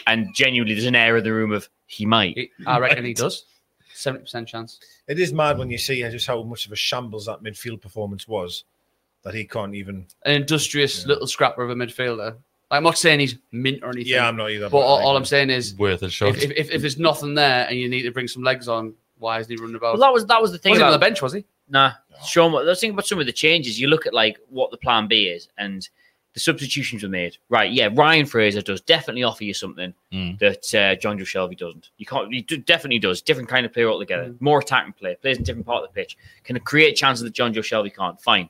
Speaker 8: And genuinely, there's an air in the room of he might.
Speaker 9: He- I reckon he does. Seventy percent chance.
Speaker 7: It is mad when you see just how much of a shambles that midfield performance was that he can't even.
Speaker 9: An industrious little scrapper of a midfielder. Like, I'm not saying he's mint or anything.
Speaker 7: Yeah, I'm not either.
Speaker 9: But all,
Speaker 7: like,
Speaker 9: all I'm saying is,
Speaker 6: Worth a shot.
Speaker 9: if, if, if, if there's nothing there and you need to bring some legs on, why isn't he running about?
Speaker 8: Well, that was that was the thing
Speaker 9: Wasn't
Speaker 8: about
Speaker 9: on the bench, was he?
Speaker 8: Nah, Sean. What the thing about some of the changes, you look at like what the plan B is, and the substitutions were made. Right? Yeah, Ryan Fraser does definitely offer you something
Speaker 6: Mm.
Speaker 8: that uh, John Joe Shelby doesn't. You can't. He do, definitely does. Different kind of player altogether. More attacking player. Plays in a different part of the pitch. Can create chances that John Joe Shelby can't. Fine,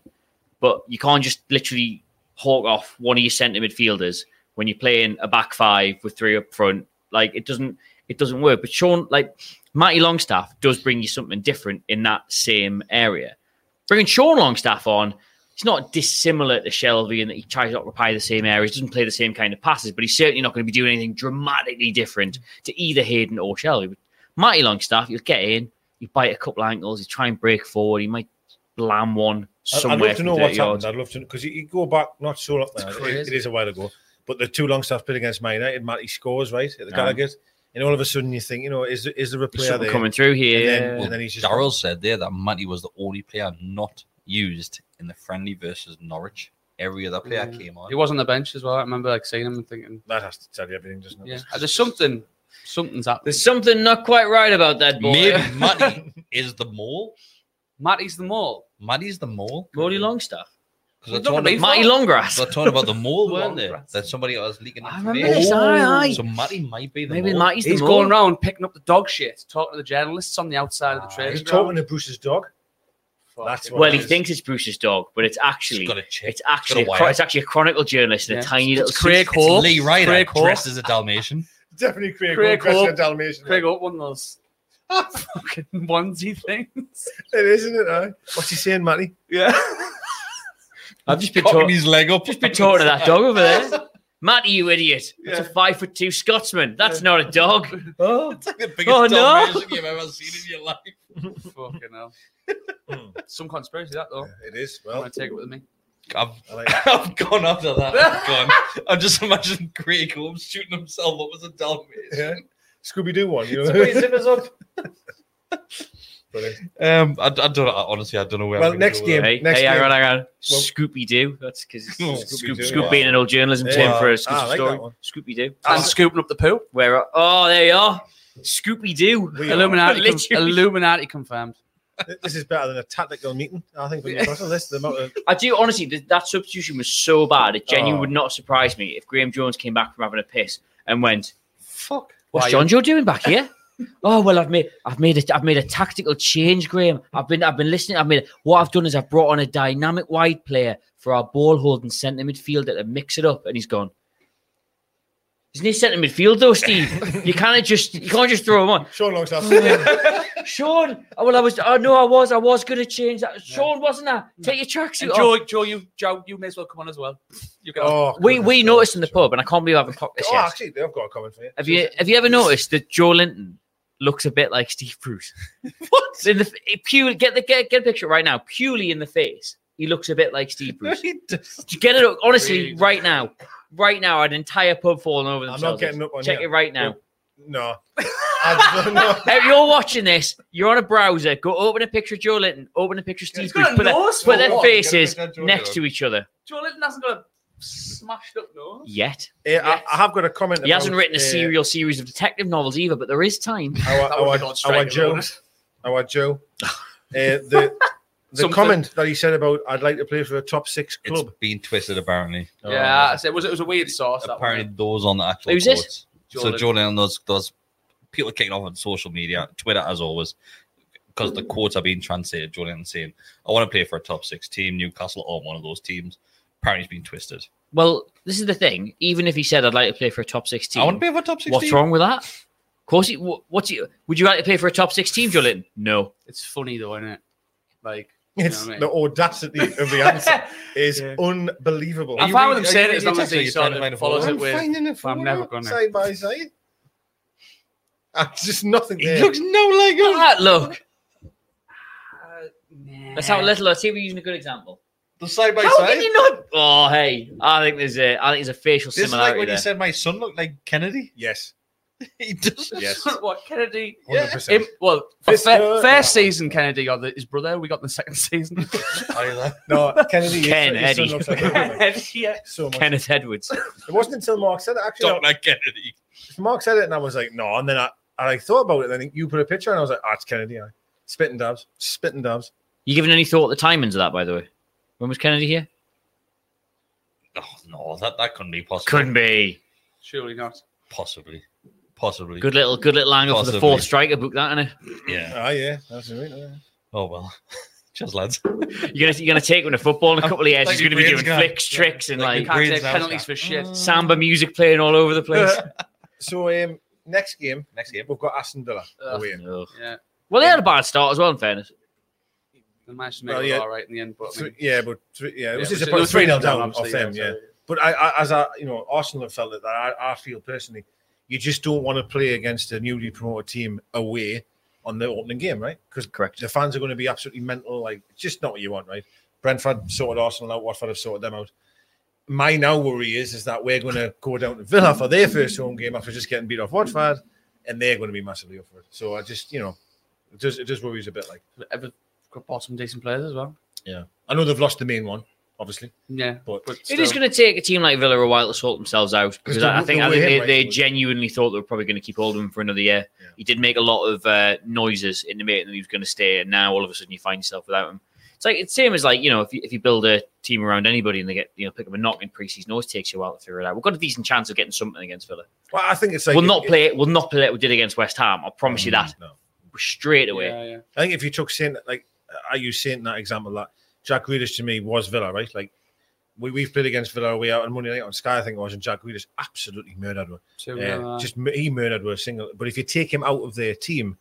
Speaker 8: but you can't just literally hawk off one of your centre midfielders when you're playing a back five with three up front. Like it doesn't. It doesn't work. But Sean, like Matty Longstaff, does bring you something different in that same area bringing Sean Longstaff on, he's not dissimilar to Shelby in that he tries to occupy the same areas, doesn't play the same kind of passes, but he's certainly not going to be doing anything dramatically different to either Hayden or Shelby. But Mighty Longstaff, you'll get in, you bite a couple ankles, you try and break forward, he might blam one
Speaker 7: I'd,
Speaker 8: somewhere
Speaker 7: I'd love to
Speaker 8: from
Speaker 7: know
Speaker 8: 30
Speaker 7: what's
Speaker 8: yards.
Speaker 7: happened. I'd love to because you, you go back not so long. now, It,
Speaker 9: crazy.
Speaker 7: it is a while ago, but the two long stuff played against Man United, Matty scores right at the Gallagher, and all of a sudden you think, you know, is there- is there a
Speaker 8: There's
Speaker 7: player
Speaker 8: something
Speaker 7: there?
Speaker 8: coming through
Speaker 7: and,
Speaker 8: here.
Speaker 7: then, and then he's just
Speaker 6: Darrell said there that Matty was the only player not used in the friendly versus Norwich. Every other player
Speaker 9: Yeah.
Speaker 6: came on.
Speaker 9: He was on the bench as well. I remember like seeing him and thinking,
Speaker 7: that has to tell you everything, doesn't it?
Speaker 9: yeah, Uh, there's something, something's happening.
Speaker 8: There's something not quite right about that boy.
Speaker 6: Maybe Matty is the mole.
Speaker 9: Matty's the mole.
Speaker 6: Matty's the mole.
Speaker 8: Morty Longstaff.
Speaker 6: Because
Speaker 9: Not
Speaker 6: they're,
Speaker 9: gonna be
Speaker 6: talking-
Speaker 9: fun.
Speaker 8: Matty Longgrass.
Speaker 6: they're talking about the mole, weren't they?
Speaker 9: Longgrass.
Speaker 6: That somebody was leaking
Speaker 8: I remember
Speaker 6: information.
Speaker 8: this. Aye, aye.
Speaker 6: So Matty might be the
Speaker 8: Maybe
Speaker 6: mole.
Speaker 8: Matty's the
Speaker 9: He's
Speaker 8: mole.
Speaker 9: going around picking up the dog shit, talking to the journalists on the outside of the
Speaker 7: Ah, He's
Speaker 9: training
Speaker 7: talking
Speaker 9: ground.
Speaker 7: to Bruce's dog. That's what
Speaker 8: Well,
Speaker 7: it
Speaker 8: he
Speaker 7: is.
Speaker 8: thinks it's Bruce's dog, but it's actually
Speaker 6: He's got a chip.
Speaker 8: it's actually
Speaker 6: He's
Speaker 8: a
Speaker 6: got a
Speaker 8: chro-
Speaker 6: wire.
Speaker 8: it's actually a Chronicle journalist in a
Speaker 9: Yeah.
Speaker 8: tiny little
Speaker 9: It's Craig
Speaker 8: suit.
Speaker 6: It's
Speaker 9: Hope.
Speaker 6: Lee Ryder
Speaker 9: Craig Hope.
Speaker 6: dressed as a Dalmatian.
Speaker 7: Definitely Craig,
Speaker 9: Craig
Speaker 7: Hope, dressed
Speaker 9: Hope.
Speaker 7: in a Dalmatian.
Speaker 9: Craig up one of those fucking onesie things.
Speaker 7: It is, isn't it? eh? What's he saying, Matty?
Speaker 9: Yeah.
Speaker 8: I've just been
Speaker 6: Cocking
Speaker 8: talking.
Speaker 6: his leg up.
Speaker 8: Just been talking to that dog over there, Matty. You idiot! It's a
Speaker 9: Yeah.
Speaker 8: five foot two Scotsman. That's not a dog. Oh,
Speaker 6: It's like the biggest
Speaker 8: Oh, no.
Speaker 6: Dalmatian you've ever seen in your life.
Speaker 9: fucking hell.
Speaker 7: Hmm.
Speaker 9: Some conspiracy that though.
Speaker 7: It is.
Speaker 9: I'm
Speaker 7: Well,
Speaker 9: gonna take it with me.
Speaker 6: I've,
Speaker 7: I like that.
Speaker 6: I've gone after that. I've gone. I just imagine Craig Holmes shooting himself up as a Dalmatian.
Speaker 7: yeah. Scooby Doo one. You
Speaker 6: Somebody
Speaker 7: know? uh,
Speaker 6: zip us up.
Speaker 7: Brilliant.
Speaker 6: Um, I, I don't. know. honestly, I don't know where.
Speaker 7: Well,
Speaker 6: I'm gonna
Speaker 7: next
Speaker 6: go with
Speaker 7: game.
Speaker 6: that.
Speaker 8: hey,
Speaker 7: Next
Speaker 8: hey, hang
Speaker 7: game.
Speaker 8: on, hang on.
Speaker 7: Well- Hmm.
Speaker 8: Scooby Doo. That's because
Speaker 6: Oh,
Speaker 8: Scoop,
Speaker 7: Scooby-Doo.
Speaker 8: Scoop being an old journalism
Speaker 7: Yeah.
Speaker 8: term for
Speaker 7: Ah,
Speaker 8: a Scoop
Speaker 7: I like
Speaker 8: story.
Speaker 7: that one. Ah.
Speaker 8: Scooby Doo.
Speaker 9: And scooping up the poo.
Speaker 8: Where? Are, oh, there you are. Scooby Doo.
Speaker 7: We are.
Speaker 9: Illuminati, con-
Speaker 8: Literally.
Speaker 9: Illuminati confirmed.
Speaker 7: This is better than a tactical meeting. I think when you're across this, the amount of
Speaker 8: I do honestly. Th- that substitution was so bad. It genuinely
Speaker 7: Oh.
Speaker 8: would not surprise me if Graham Jones came back from having a piss and went,
Speaker 9: Fuck.
Speaker 8: What's John Joe doing back here? oh well, I've made I've made a, I've made a tactical change, Graham. I've been I've been listening. I've made what I've done is I've brought on a dynamic wide player for our ball holding centre midfielder to mix it up, and he's gone. Isn't he centre midfield though, Steve? you can't just you can't just throw him on.
Speaker 7: Sean
Speaker 9: Oh,
Speaker 7: Longstaff. yeah,
Speaker 8: Sean, oh, well, I was I know I was I was going to change that. Sean wasn't I? Take your tracksuit
Speaker 9: And
Speaker 8: off.
Speaker 9: Joe, Joe, you, Joe, you may as well come on as well. You can.
Speaker 7: Oh,
Speaker 8: we
Speaker 7: goodness.
Speaker 8: we noticed in the pub, and I can't believe I haven't clocked this
Speaker 7: Oh,
Speaker 8: yet.
Speaker 7: actually, I've got a comment for you.
Speaker 8: Have you have you ever noticed that Joe Linton looks a bit like Steve Bruce? what? In the f- purely get the get, get a picture right now. Purely in the face, he looks a bit like Steve Bruce. Do you get it? up? Honestly,
Speaker 9: Really?
Speaker 8: right now, right now, an entire pub falling over
Speaker 7: I'm not
Speaker 8: themselves.
Speaker 7: getting up on
Speaker 8: Check
Speaker 7: here.
Speaker 8: it right now.
Speaker 7: No. I don't know.
Speaker 8: If you're watching this, you're on a browser. Go open a picture of Joe Linton. Open a picture of
Speaker 9: He's
Speaker 8: Steve
Speaker 9: got a
Speaker 8: Bruce. Put, their-
Speaker 9: nose
Speaker 8: put
Speaker 9: for
Speaker 8: their
Speaker 9: what?
Speaker 8: faces
Speaker 6: Get a Joe
Speaker 8: next
Speaker 6: Linton.
Speaker 8: to each other.
Speaker 9: Joe Linton hasn't got a smashed up nose.
Speaker 8: Yet
Speaker 7: Eh, I, I have got a comment.
Speaker 8: he hasn't
Speaker 7: about,
Speaker 8: written a
Speaker 7: eh,
Speaker 8: serial series of detective novels either. But there is time.
Speaker 7: Our,
Speaker 9: That would
Speaker 7: our,
Speaker 9: be called
Speaker 7: our
Speaker 9: striking,
Speaker 7: Joe.
Speaker 9: wouldn't it?
Speaker 7: Our Joe. Eh, the the
Speaker 9: Something.
Speaker 7: comment that he said about I'd like to play for a top six
Speaker 6: It's
Speaker 7: club.
Speaker 6: been twisted apparently.
Speaker 7: Oh.
Speaker 9: yeah, I said, was it was a weird sauce. That
Speaker 6: apparently
Speaker 9: one.
Speaker 6: those on the actual
Speaker 8: Who's this?
Speaker 6: courts.
Speaker 9: Jordan.
Speaker 6: So Jordan on those those people are kicking off on social media, Twitter as always, because the quotes are being translated. Julian and saying, "I want to play for a top six team, Newcastle or one of those teams." Apparently, he's been twisted.
Speaker 8: Well, this is the thing. Even if he said, "I'd like to play for a top six team,"
Speaker 6: I want to play for a top six.
Speaker 8: what's
Speaker 6: team.
Speaker 8: wrong with that? Of course, he, wh- what's he, would you like to play for a top six team, Julian? No.
Speaker 9: It's funny though, isn't it? Like, you know
Speaker 7: It's,
Speaker 9: what I mean?
Speaker 7: the audacity of the answer is unbelievable.
Speaker 9: I'm
Speaker 6: you
Speaker 9: fine
Speaker 6: read-
Speaker 9: with him
Speaker 6: are
Speaker 9: saying
Speaker 6: you
Speaker 9: it as
Speaker 6: reading
Speaker 9: long
Speaker 6: your
Speaker 9: as
Speaker 6: text or
Speaker 9: he
Speaker 6: you're
Speaker 9: sort
Speaker 6: trying to find a
Speaker 9: of follows
Speaker 6: photo?
Speaker 9: it with.
Speaker 7: finding a photo
Speaker 9: never gonna-
Speaker 7: side by side. Ah, Just nothing
Speaker 6: He
Speaker 7: there.
Speaker 6: looks no like
Speaker 8: Look
Speaker 6: him.
Speaker 8: at that look.
Speaker 9: That's
Speaker 8: That's how little. I see we're using a good example.
Speaker 6: The side by
Speaker 8: How can
Speaker 6: side.
Speaker 8: you not? Oh, hey, I think there's a, I think there's a facial
Speaker 6: This is like
Speaker 8: similarity
Speaker 6: when you
Speaker 8: there.
Speaker 6: said my son looked like Kennedy.
Speaker 7: yes,
Speaker 6: He does.
Speaker 7: yes,
Speaker 9: What Kennedy?
Speaker 7: hundred percent.
Speaker 9: Him- well, for
Speaker 7: Fist
Speaker 9: fir-
Speaker 7: hurt.
Speaker 9: first season, Kennedy got the, his brother. We got in the second season.
Speaker 7: No, Kennedy. is-
Speaker 8: Ken,
Speaker 7: his son
Speaker 8: Eddie.
Speaker 7: looks like him.
Speaker 9: yeah.
Speaker 7: so much.
Speaker 8: Kenneth Edwards.
Speaker 7: It wasn't until Mark said it. Actually,
Speaker 6: Don't like Kennedy.
Speaker 7: Mark said it, and I was like, no. And then I, and I thought about it. And then you put a picture, and I was like, ah, it's Kennedy. I spitting dabs, spitting dabs.
Speaker 8: You giving any thought to the timings of that, by the way? When was Kennedy here?
Speaker 6: Oh no, that that couldn't be possible.
Speaker 8: Couldn't be.
Speaker 9: Surely not.
Speaker 6: possibly, possibly.
Speaker 8: Good little, good little angle for the
Speaker 6: Possibly.
Speaker 8: fourth striker book, that, innit?
Speaker 6: Yeah.
Speaker 7: Ah, yeah, that's right. yeah.
Speaker 6: Oh well. Just lads.
Speaker 8: You're gonna, you're gonna take him to football in a
Speaker 6: I'm-
Speaker 8: couple of years.
Speaker 6: like
Speaker 8: He's
Speaker 6: your
Speaker 8: gonna be
Speaker 6: brain's
Speaker 8: doing
Speaker 6: gone.
Speaker 8: flicks, tricks, and
Speaker 9: You
Speaker 8: like
Speaker 9: can't
Speaker 6: Brains
Speaker 9: take
Speaker 6: out,
Speaker 9: penalties
Speaker 6: Jack.
Speaker 9: for shit.
Speaker 8: samba music playing all over the place.
Speaker 7: So, um, next game,
Speaker 6: Next game.
Speaker 7: we've got Aston Villa
Speaker 9: Ugh.
Speaker 7: away.
Speaker 8: Ugh.
Speaker 9: Yeah,
Speaker 8: Well, they had a bad start as well. In fairness,
Speaker 9: they managed to make
Speaker 7: Well,
Speaker 9: it
Speaker 7: yeah.
Speaker 9: all right in the end. But I
Speaker 7: Three,
Speaker 9: mean,
Speaker 7: yeah, but three, yeah, it was
Speaker 9: yeah,
Speaker 7: just
Speaker 9: it
Speaker 7: about
Speaker 9: was
Speaker 7: three 0
Speaker 9: 3-0
Speaker 7: down
Speaker 9: down,
Speaker 7: off them.
Speaker 9: obviously,
Speaker 7: Yeah,
Speaker 9: yeah,
Speaker 7: but I, I, as I, you know, Arsenal have felt it that I, I feel personally, you just don't want to play against a newly promoted team away on the opening game, right? Because
Speaker 8: Correct.
Speaker 7: the fans are going to be absolutely mental. Like, it's just not what you want, right? Brentford sorted Arsenal out. Watford have sorted them out. My now worry is is that we're going to go down to Villa for their first home game after just getting beat off Watford, and they're going to be massively up for it. So I just, you know, it just it just worries a bit. Like,
Speaker 9: ever got bought some decent players as well.
Speaker 7: yeah, I know they've lost the main one, obviously,
Speaker 9: Yeah,
Speaker 7: but
Speaker 9: but
Speaker 8: it is
Speaker 9: still,
Speaker 8: going to take a team like Villa a while to sort themselves out because
Speaker 7: they're-
Speaker 8: I think I
Speaker 7: they're
Speaker 8: think
Speaker 7: way
Speaker 8: they,
Speaker 7: ahead,
Speaker 8: they
Speaker 7: right?
Speaker 8: genuinely thought they were probably going to keep hold of him for another year.
Speaker 7: Yeah.
Speaker 8: He did make a lot of uh, noises in the meeting that he was going to stay, and now all of a sudden you find yourself without him. It's like it's same as like you know if you, if you build a team around anybody and they get you know pick up a knock in preseason, it always takes you a while to figure it out. We've got a decent chance of getting something against Villa.
Speaker 7: Well, I think it's like
Speaker 8: we'll not
Speaker 7: if-
Speaker 8: play it. We'll not play it. We did against West Ham. I promise you that
Speaker 7: No.
Speaker 8: straight away.
Speaker 9: Yeah, yeah.
Speaker 7: I think if you took Saint, like I use Saint in that example, that Jack Grealish to me was Villa, right? Like we we've played against Villa away out on Monday night on Sky, I think it was, and Jack Grealish absolutely murdered one.
Speaker 9: Two,
Speaker 7: Yeah,
Speaker 9: uh,
Speaker 7: just mu- he murdered with a single. But if you take him out of their team,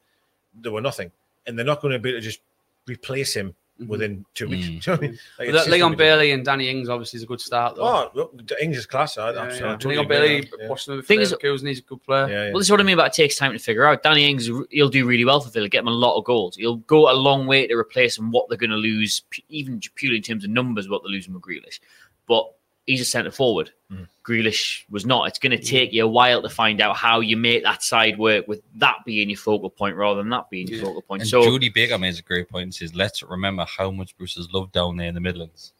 Speaker 7: they were nothing, and they're not going to be able to just replace him
Speaker 9: Mhm.
Speaker 7: within two weeks.
Speaker 6: Mm.
Speaker 7: Do you know what I mean? Like,
Speaker 9: But
Speaker 7: it's
Speaker 9: that
Speaker 7: just
Speaker 9: Leon
Speaker 7: gonna be-
Speaker 9: Bailey and Danny Ings obviously is a good start though.
Speaker 7: Oh, look, the English class. I,
Speaker 9: yeah,
Speaker 7: I'm
Speaker 9: yeah.
Speaker 7: sorry, I totally
Speaker 9: Leon
Speaker 7: agree
Speaker 9: Bailey,
Speaker 7: with that, yeah.
Speaker 9: watching him
Speaker 8: Thing
Speaker 9: for
Speaker 8: is-
Speaker 9: Leverkusen, he's a good player.
Speaker 7: Yeah, yeah.
Speaker 8: Well, this is what I mean about it takes time to figure out. Danny Ings, he'll do really well for Villa, get him a lot of goals. He'll go a long way to replace him what they're going to lose, pu- even ju- purely in terms of numbers, what they're losing with Grealish. But he's a centre forward.
Speaker 6: Hmm.
Speaker 7: Mhm.
Speaker 8: Grealish was not. It's going to take you a while to find out how you make that side work with that being your focal point rather than that being your
Speaker 9: Yeah.
Speaker 8: focal point.
Speaker 6: And
Speaker 8: so
Speaker 6: Judy Baker makes a great point and says, let's remember how much Bruce is loved down there in the Midlands.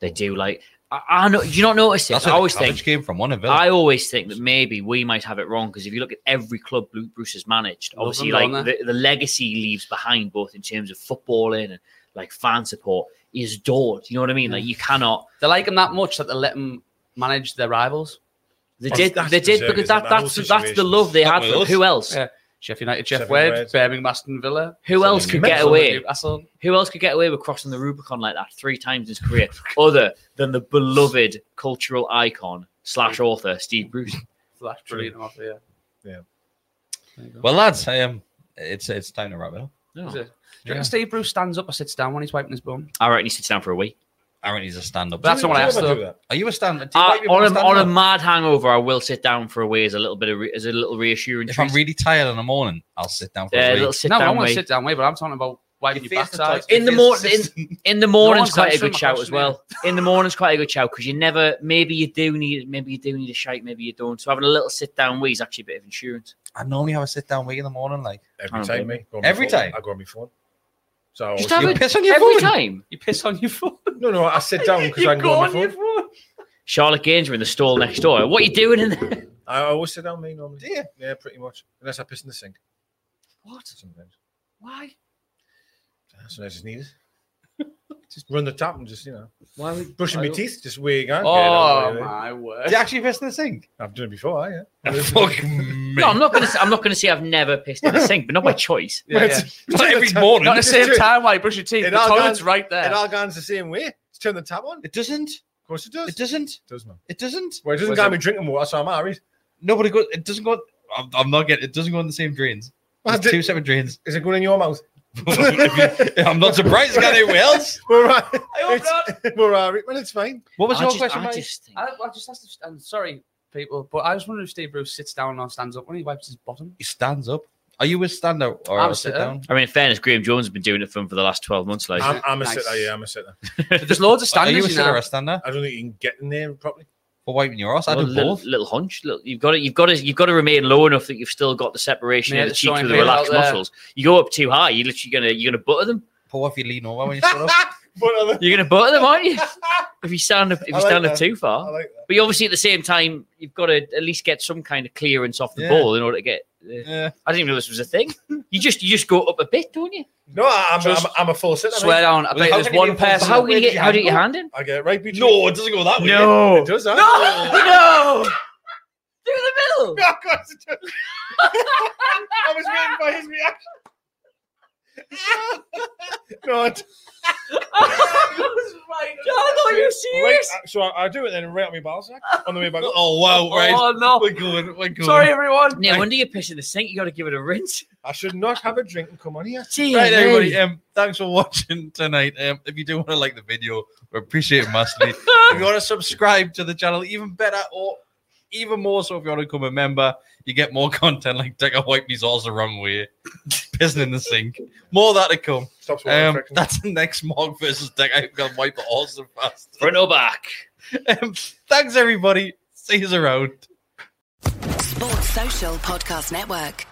Speaker 8: they do like. I, I know. Do you not notice this?
Speaker 6: That's
Speaker 8: I
Speaker 6: where
Speaker 8: always
Speaker 6: the
Speaker 8: think
Speaker 6: think, came from, one of Villa.
Speaker 8: I always think that maybe we might have it wrong because if you look at every club Bru- Bruce has managed,
Speaker 9: Love
Speaker 8: obviously,
Speaker 9: them,
Speaker 8: like
Speaker 9: don't
Speaker 8: the, the legacy he leaves behind, both in terms of footballing and like fan support, is adored. You know what I mean? Like you cannot.
Speaker 9: They like him that much that they let him manage their rivals.
Speaker 8: They
Speaker 7: That's-
Speaker 8: did.
Speaker 7: that's
Speaker 8: they did
Speaker 7: deserved,
Speaker 8: because
Speaker 7: isn't
Speaker 8: that,
Speaker 7: it?
Speaker 8: that's
Speaker 7: Those
Speaker 8: that's the
Speaker 7: situations.
Speaker 8: love they
Speaker 6: Not
Speaker 8: had
Speaker 6: with
Speaker 8: for them.
Speaker 6: us.
Speaker 8: who else?
Speaker 9: Yeah. Jeff United, Jeff
Speaker 7: Sheffield
Speaker 9: Wade,
Speaker 7: Wed.
Speaker 9: Birmingham, Aston Villa.
Speaker 8: Who else could get
Speaker 7: mental.
Speaker 8: away?
Speaker 9: Newcastle.
Speaker 8: Who else could get away with crossing the Rubicon like that three times in his career, other than the beloved cultural icon slash author Steve Bruce?
Speaker 9: So that's brilliant. off here.
Speaker 7: Yeah.
Speaker 9: There you go.
Speaker 6: well, lads, I um, it's it's time to wrap it up.
Speaker 9: Is it? Do you
Speaker 6: Yeah.
Speaker 9: reckon Steve Bruce stands up or sits down when he's wiping his bum?
Speaker 8: I reckon he sits down for a week.
Speaker 6: Aaron is a stand up.
Speaker 9: But that's not what I
Speaker 7: Do you
Speaker 9: asked
Speaker 7: ever
Speaker 9: though.
Speaker 7: do that?
Speaker 6: Are you a stand up?
Speaker 8: Uh, on, a, on a mad hangover, I will sit down for a way as a little bit of re- as a little reassuring.
Speaker 6: If I'm
Speaker 8: treat.
Speaker 6: really tired in the morning, I'll sit down for
Speaker 8: Yeah,
Speaker 6: a
Speaker 8: a
Speaker 6: week.
Speaker 8: little sit
Speaker 9: no, I
Speaker 8: down
Speaker 9: want
Speaker 8: way.
Speaker 9: to sit down way, but I'm talking about wiping
Speaker 6: You
Speaker 9: your
Speaker 6: face the
Speaker 9: backside.
Speaker 6: choice.
Speaker 8: in the
Speaker 6: If
Speaker 8: morning.
Speaker 6: it's-
Speaker 8: In, in the morning's
Speaker 9: one's
Speaker 8: quite a
Speaker 9: answering
Speaker 8: good
Speaker 9: my
Speaker 8: shout as
Speaker 9: question
Speaker 8: well. In the morning's quite a good shout because you never. Maybe you do need. Maybe you do need a shake. Maybe you don't. So having a little sit down way is actually a bit of insurance.
Speaker 6: I normally have a sit down week in the morning. Like,
Speaker 7: Every
Speaker 8: Oh,
Speaker 7: time,
Speaker 8: baby.
Speaker 7: mate. Go on my
Speaker 6: Every
Speaker 7: phone.
Speaker 6: time?
Speaker 7: I go on my phone. So I
Speaker 8: Just
Speaker 7: always-
Speaker 6: you
Speaker 8: have it
Speaker 6: piss on your
Speaker 8: every
Speaker 6: phone.
Speaker 8: time.
Speaker 9: You piss on your phone.
Speaker 7: no, no, I sit down because I can go on my phone.
Speaker 9: phone.
Speaker 8: Charlotte Gaines were in the stall next door. What are you doing in there?
Speaker 7: I always sit down, me normally.
Speaker 6: Do you?
Speaker 7: Yeah, pretty much. Unless I piss in the sink.
Speaker 8: What?
Speaker 7: Sometimes.
Speaker 8: Why?
Speaker 7: Sometimes it's needed. Just run the tap and just, you know,
Speaker 8: Why would
Speaker 7: brushing
Speaker 8: why
Speaker 7: my
Speaker 8: would-
Speaker 7: teeth just where you can.
Speaker 9: Oh
Speaker 7: Get it out of the way.
Speaker 9: my word!
Speaker 6: Did you actually piss in the sink?
Speaker 7: I've done it before, yeah.
Speaker 6: Fuck me.
Speaker 8: No, I'm not gonna. Say, I'm not gonna say I've never pissed in the sink, but not by choice.
Speaker 9: Yeah, yeah.
Speaker 6: Not every morning.
Speaker 9: Not at
Speaker 7: Just
Speaker 9: the same
Speaker 7: do it.
Speaker 9: time while you brush your teeth.
Speaker 7: It
Speaker 9: The
Speaker 7: all
Speaker 9: toilet's
Speaker 7: goes-
Speaker 9: right
Speaker 7: It
Speaker 9: there.
Speaker 7: all goes the same way. Just turn the tap on. Of
Speaker 6: It doesn't.
Speaker 7: course it does.
Speaker 6: It doesn't.
Speaker 7: does, man.
Speaker 6: It doesn't.
Speaker 7: Well, it doesn't
Speaker 9: Was
Speaker 7: go
Speaker 9: it-
Speaker 7: me drinking water, so I'm married.
Speaker 6: Nobody go. It doesn't go. I'm, I'm not getting. It doesn't go in the same drains.
Speaker 7: Well,
Speaker 6: It's two
Speaker 7: did-
Speaker 6: separate drains.
Speaker 7: Is it going in your mouth?
Speaker 6: If you- I'm not surprised. Got anywhere else?
Speaker 7: We're all right.
Speaker 9: I hope
Speaker 7: It's-
Speaker 9: not.
Speaker 7: We're all right. Well, it's fine.
Speaker 6: What was
Speaker 8: I
Speaker 6: your
Speaker 8: just,
Speaker 6: question,
Speaker 8: I
Speaker 6: Mike?
Speaker 8: just think-
Speaker 9: I, I just asked if, I'm sorry, people, but I just wonder if Steve Bruce sits down or stands up when he wipes his bottom.
Speaker 6: He stands up. Are you a stand up or
Speaker 9: I'm
Speaker 6: a
Speaker 9: a
Speaker 6: sit
Speaker 9: sitter.
Speaker 6: down?
Speaker 8: I mean, in fairness, Graham Jones has been doing it for him for the last 12 months. Like,
Speaker 7: I'm, I'm a
Speaker 9: Nice.
Speaker 7: sitter. Yeah, I'm a sitter.
Speaker 9: But there's loads of
Speaker 6: Are you a
Speaker 9: standards you
Speaker 6: sitter or
Speaker 9: know.
Speaker 6: a stander?
Speaker 7: I don't think you can get in there properly.
Speaker 6: For wiping your ass? I
Speaker 8: Well,
Speaker 6: do
Speaker 8: little,
Speaker 6: both.
Speaker 8: little hunch. Little, you've got to, you've got to, you've got to remain low enough that you've still got the separation
Speaker 9: Yeah,
Speaker 8: of the
Speaker 9: it's
Speaker 8: cheek
Speaker 9: showing
Speaker 8: through the
Speaker 9: pain out
Speaker 8: relaxed
Speaker 9: there.
Speaker 8: muscles. You go up too high, you're literally gonna, you're gonna butter them.
Speaker 6: But what if you lean over when you sit up?
Speaker 7: But I,
Speaker 8: You're gonna butter them, aren't you? If you stand up, if you
Speaker 7: I like
Speaker 8: stand up
Speaker 7: that.
Speaker 8: too
Speaker 7: I
Speaker 8: far.
Speaker 7: like that.
Speaker 8: But you obviously at the same time, you've got to at least get some kind of clearance off the
Speaker 6: Yeah.
Speaker 8: ball in order to get. uh,
Speaker 6: Yeah.
Speaker 8: I didn't even know this was a thing. You just, you just go up a bit, don't you?
Speaker 7: No, I- I'm,
Speaker 9: Just
Speaker 7: I'm, I'm a full sitter.
Speaker 9: Swear
Speaker 7: mate.
Speaker 9: down, I
Speaker 6: Well,
Speaker 9: bet
Speaker 6: how
Speaker 9: there's
Speaker 6: can you
Speaker 9: one
Speaker 6: be a full
Speaker 9: person.
Speaker 8: how do you
Speaker 6: where did
Speaker 8: get,
Speaker 6: your
Speaker 8: how
Speaker 6: hand
Speaker 8: do you get
Speaker 6: go?
Speaker 8: your hand in?
Speaker 7: I get it right between.
Speaker 6: No, it doesn't go that way.
Speaker 7: it
Speaker 8: No,
Speaker 7: does. No,
Speaker 8: no, through the middle.
Speaker 7: of course it does. I was waiting for his reaction. no, it,
Speaker 8: I thought you were serious.
Speaker 7: right, uh, so I, I do it then right on my ball sack on the way back. up.
Speaker 6: Oh wow, right.
Speaker 9: Oh no!
Speaker 6: We're going. We're going.
Speaker 9: Sorry, everyone.
Speaker 8: No wonder you're pissing the sink. You got to give it a rinse.
Speaker 7: I should not have a drink and come on here.
Speaker 6: Right, everybody. Um, thanks for watching tonight. Um, if you do want to like the video, we appreciate it massively. if you want to subscribe to the channel, even better, or even more so, if you want to become a member, you get more content like Decker White Me's all the wrong way, pissing in the sink. More of that to come.
Speaker 7: Stop
Speaker 6: Um,
Speaker 7: swallowing.
Speaker 6: that's the next Mark versus Decker. I'm gonna wipe the horse so fast.
Speaker 8: Front or back.
Speaker 6: Um, thanks everybody. See you around.
Speaker 1: Sports Social Podcast Network.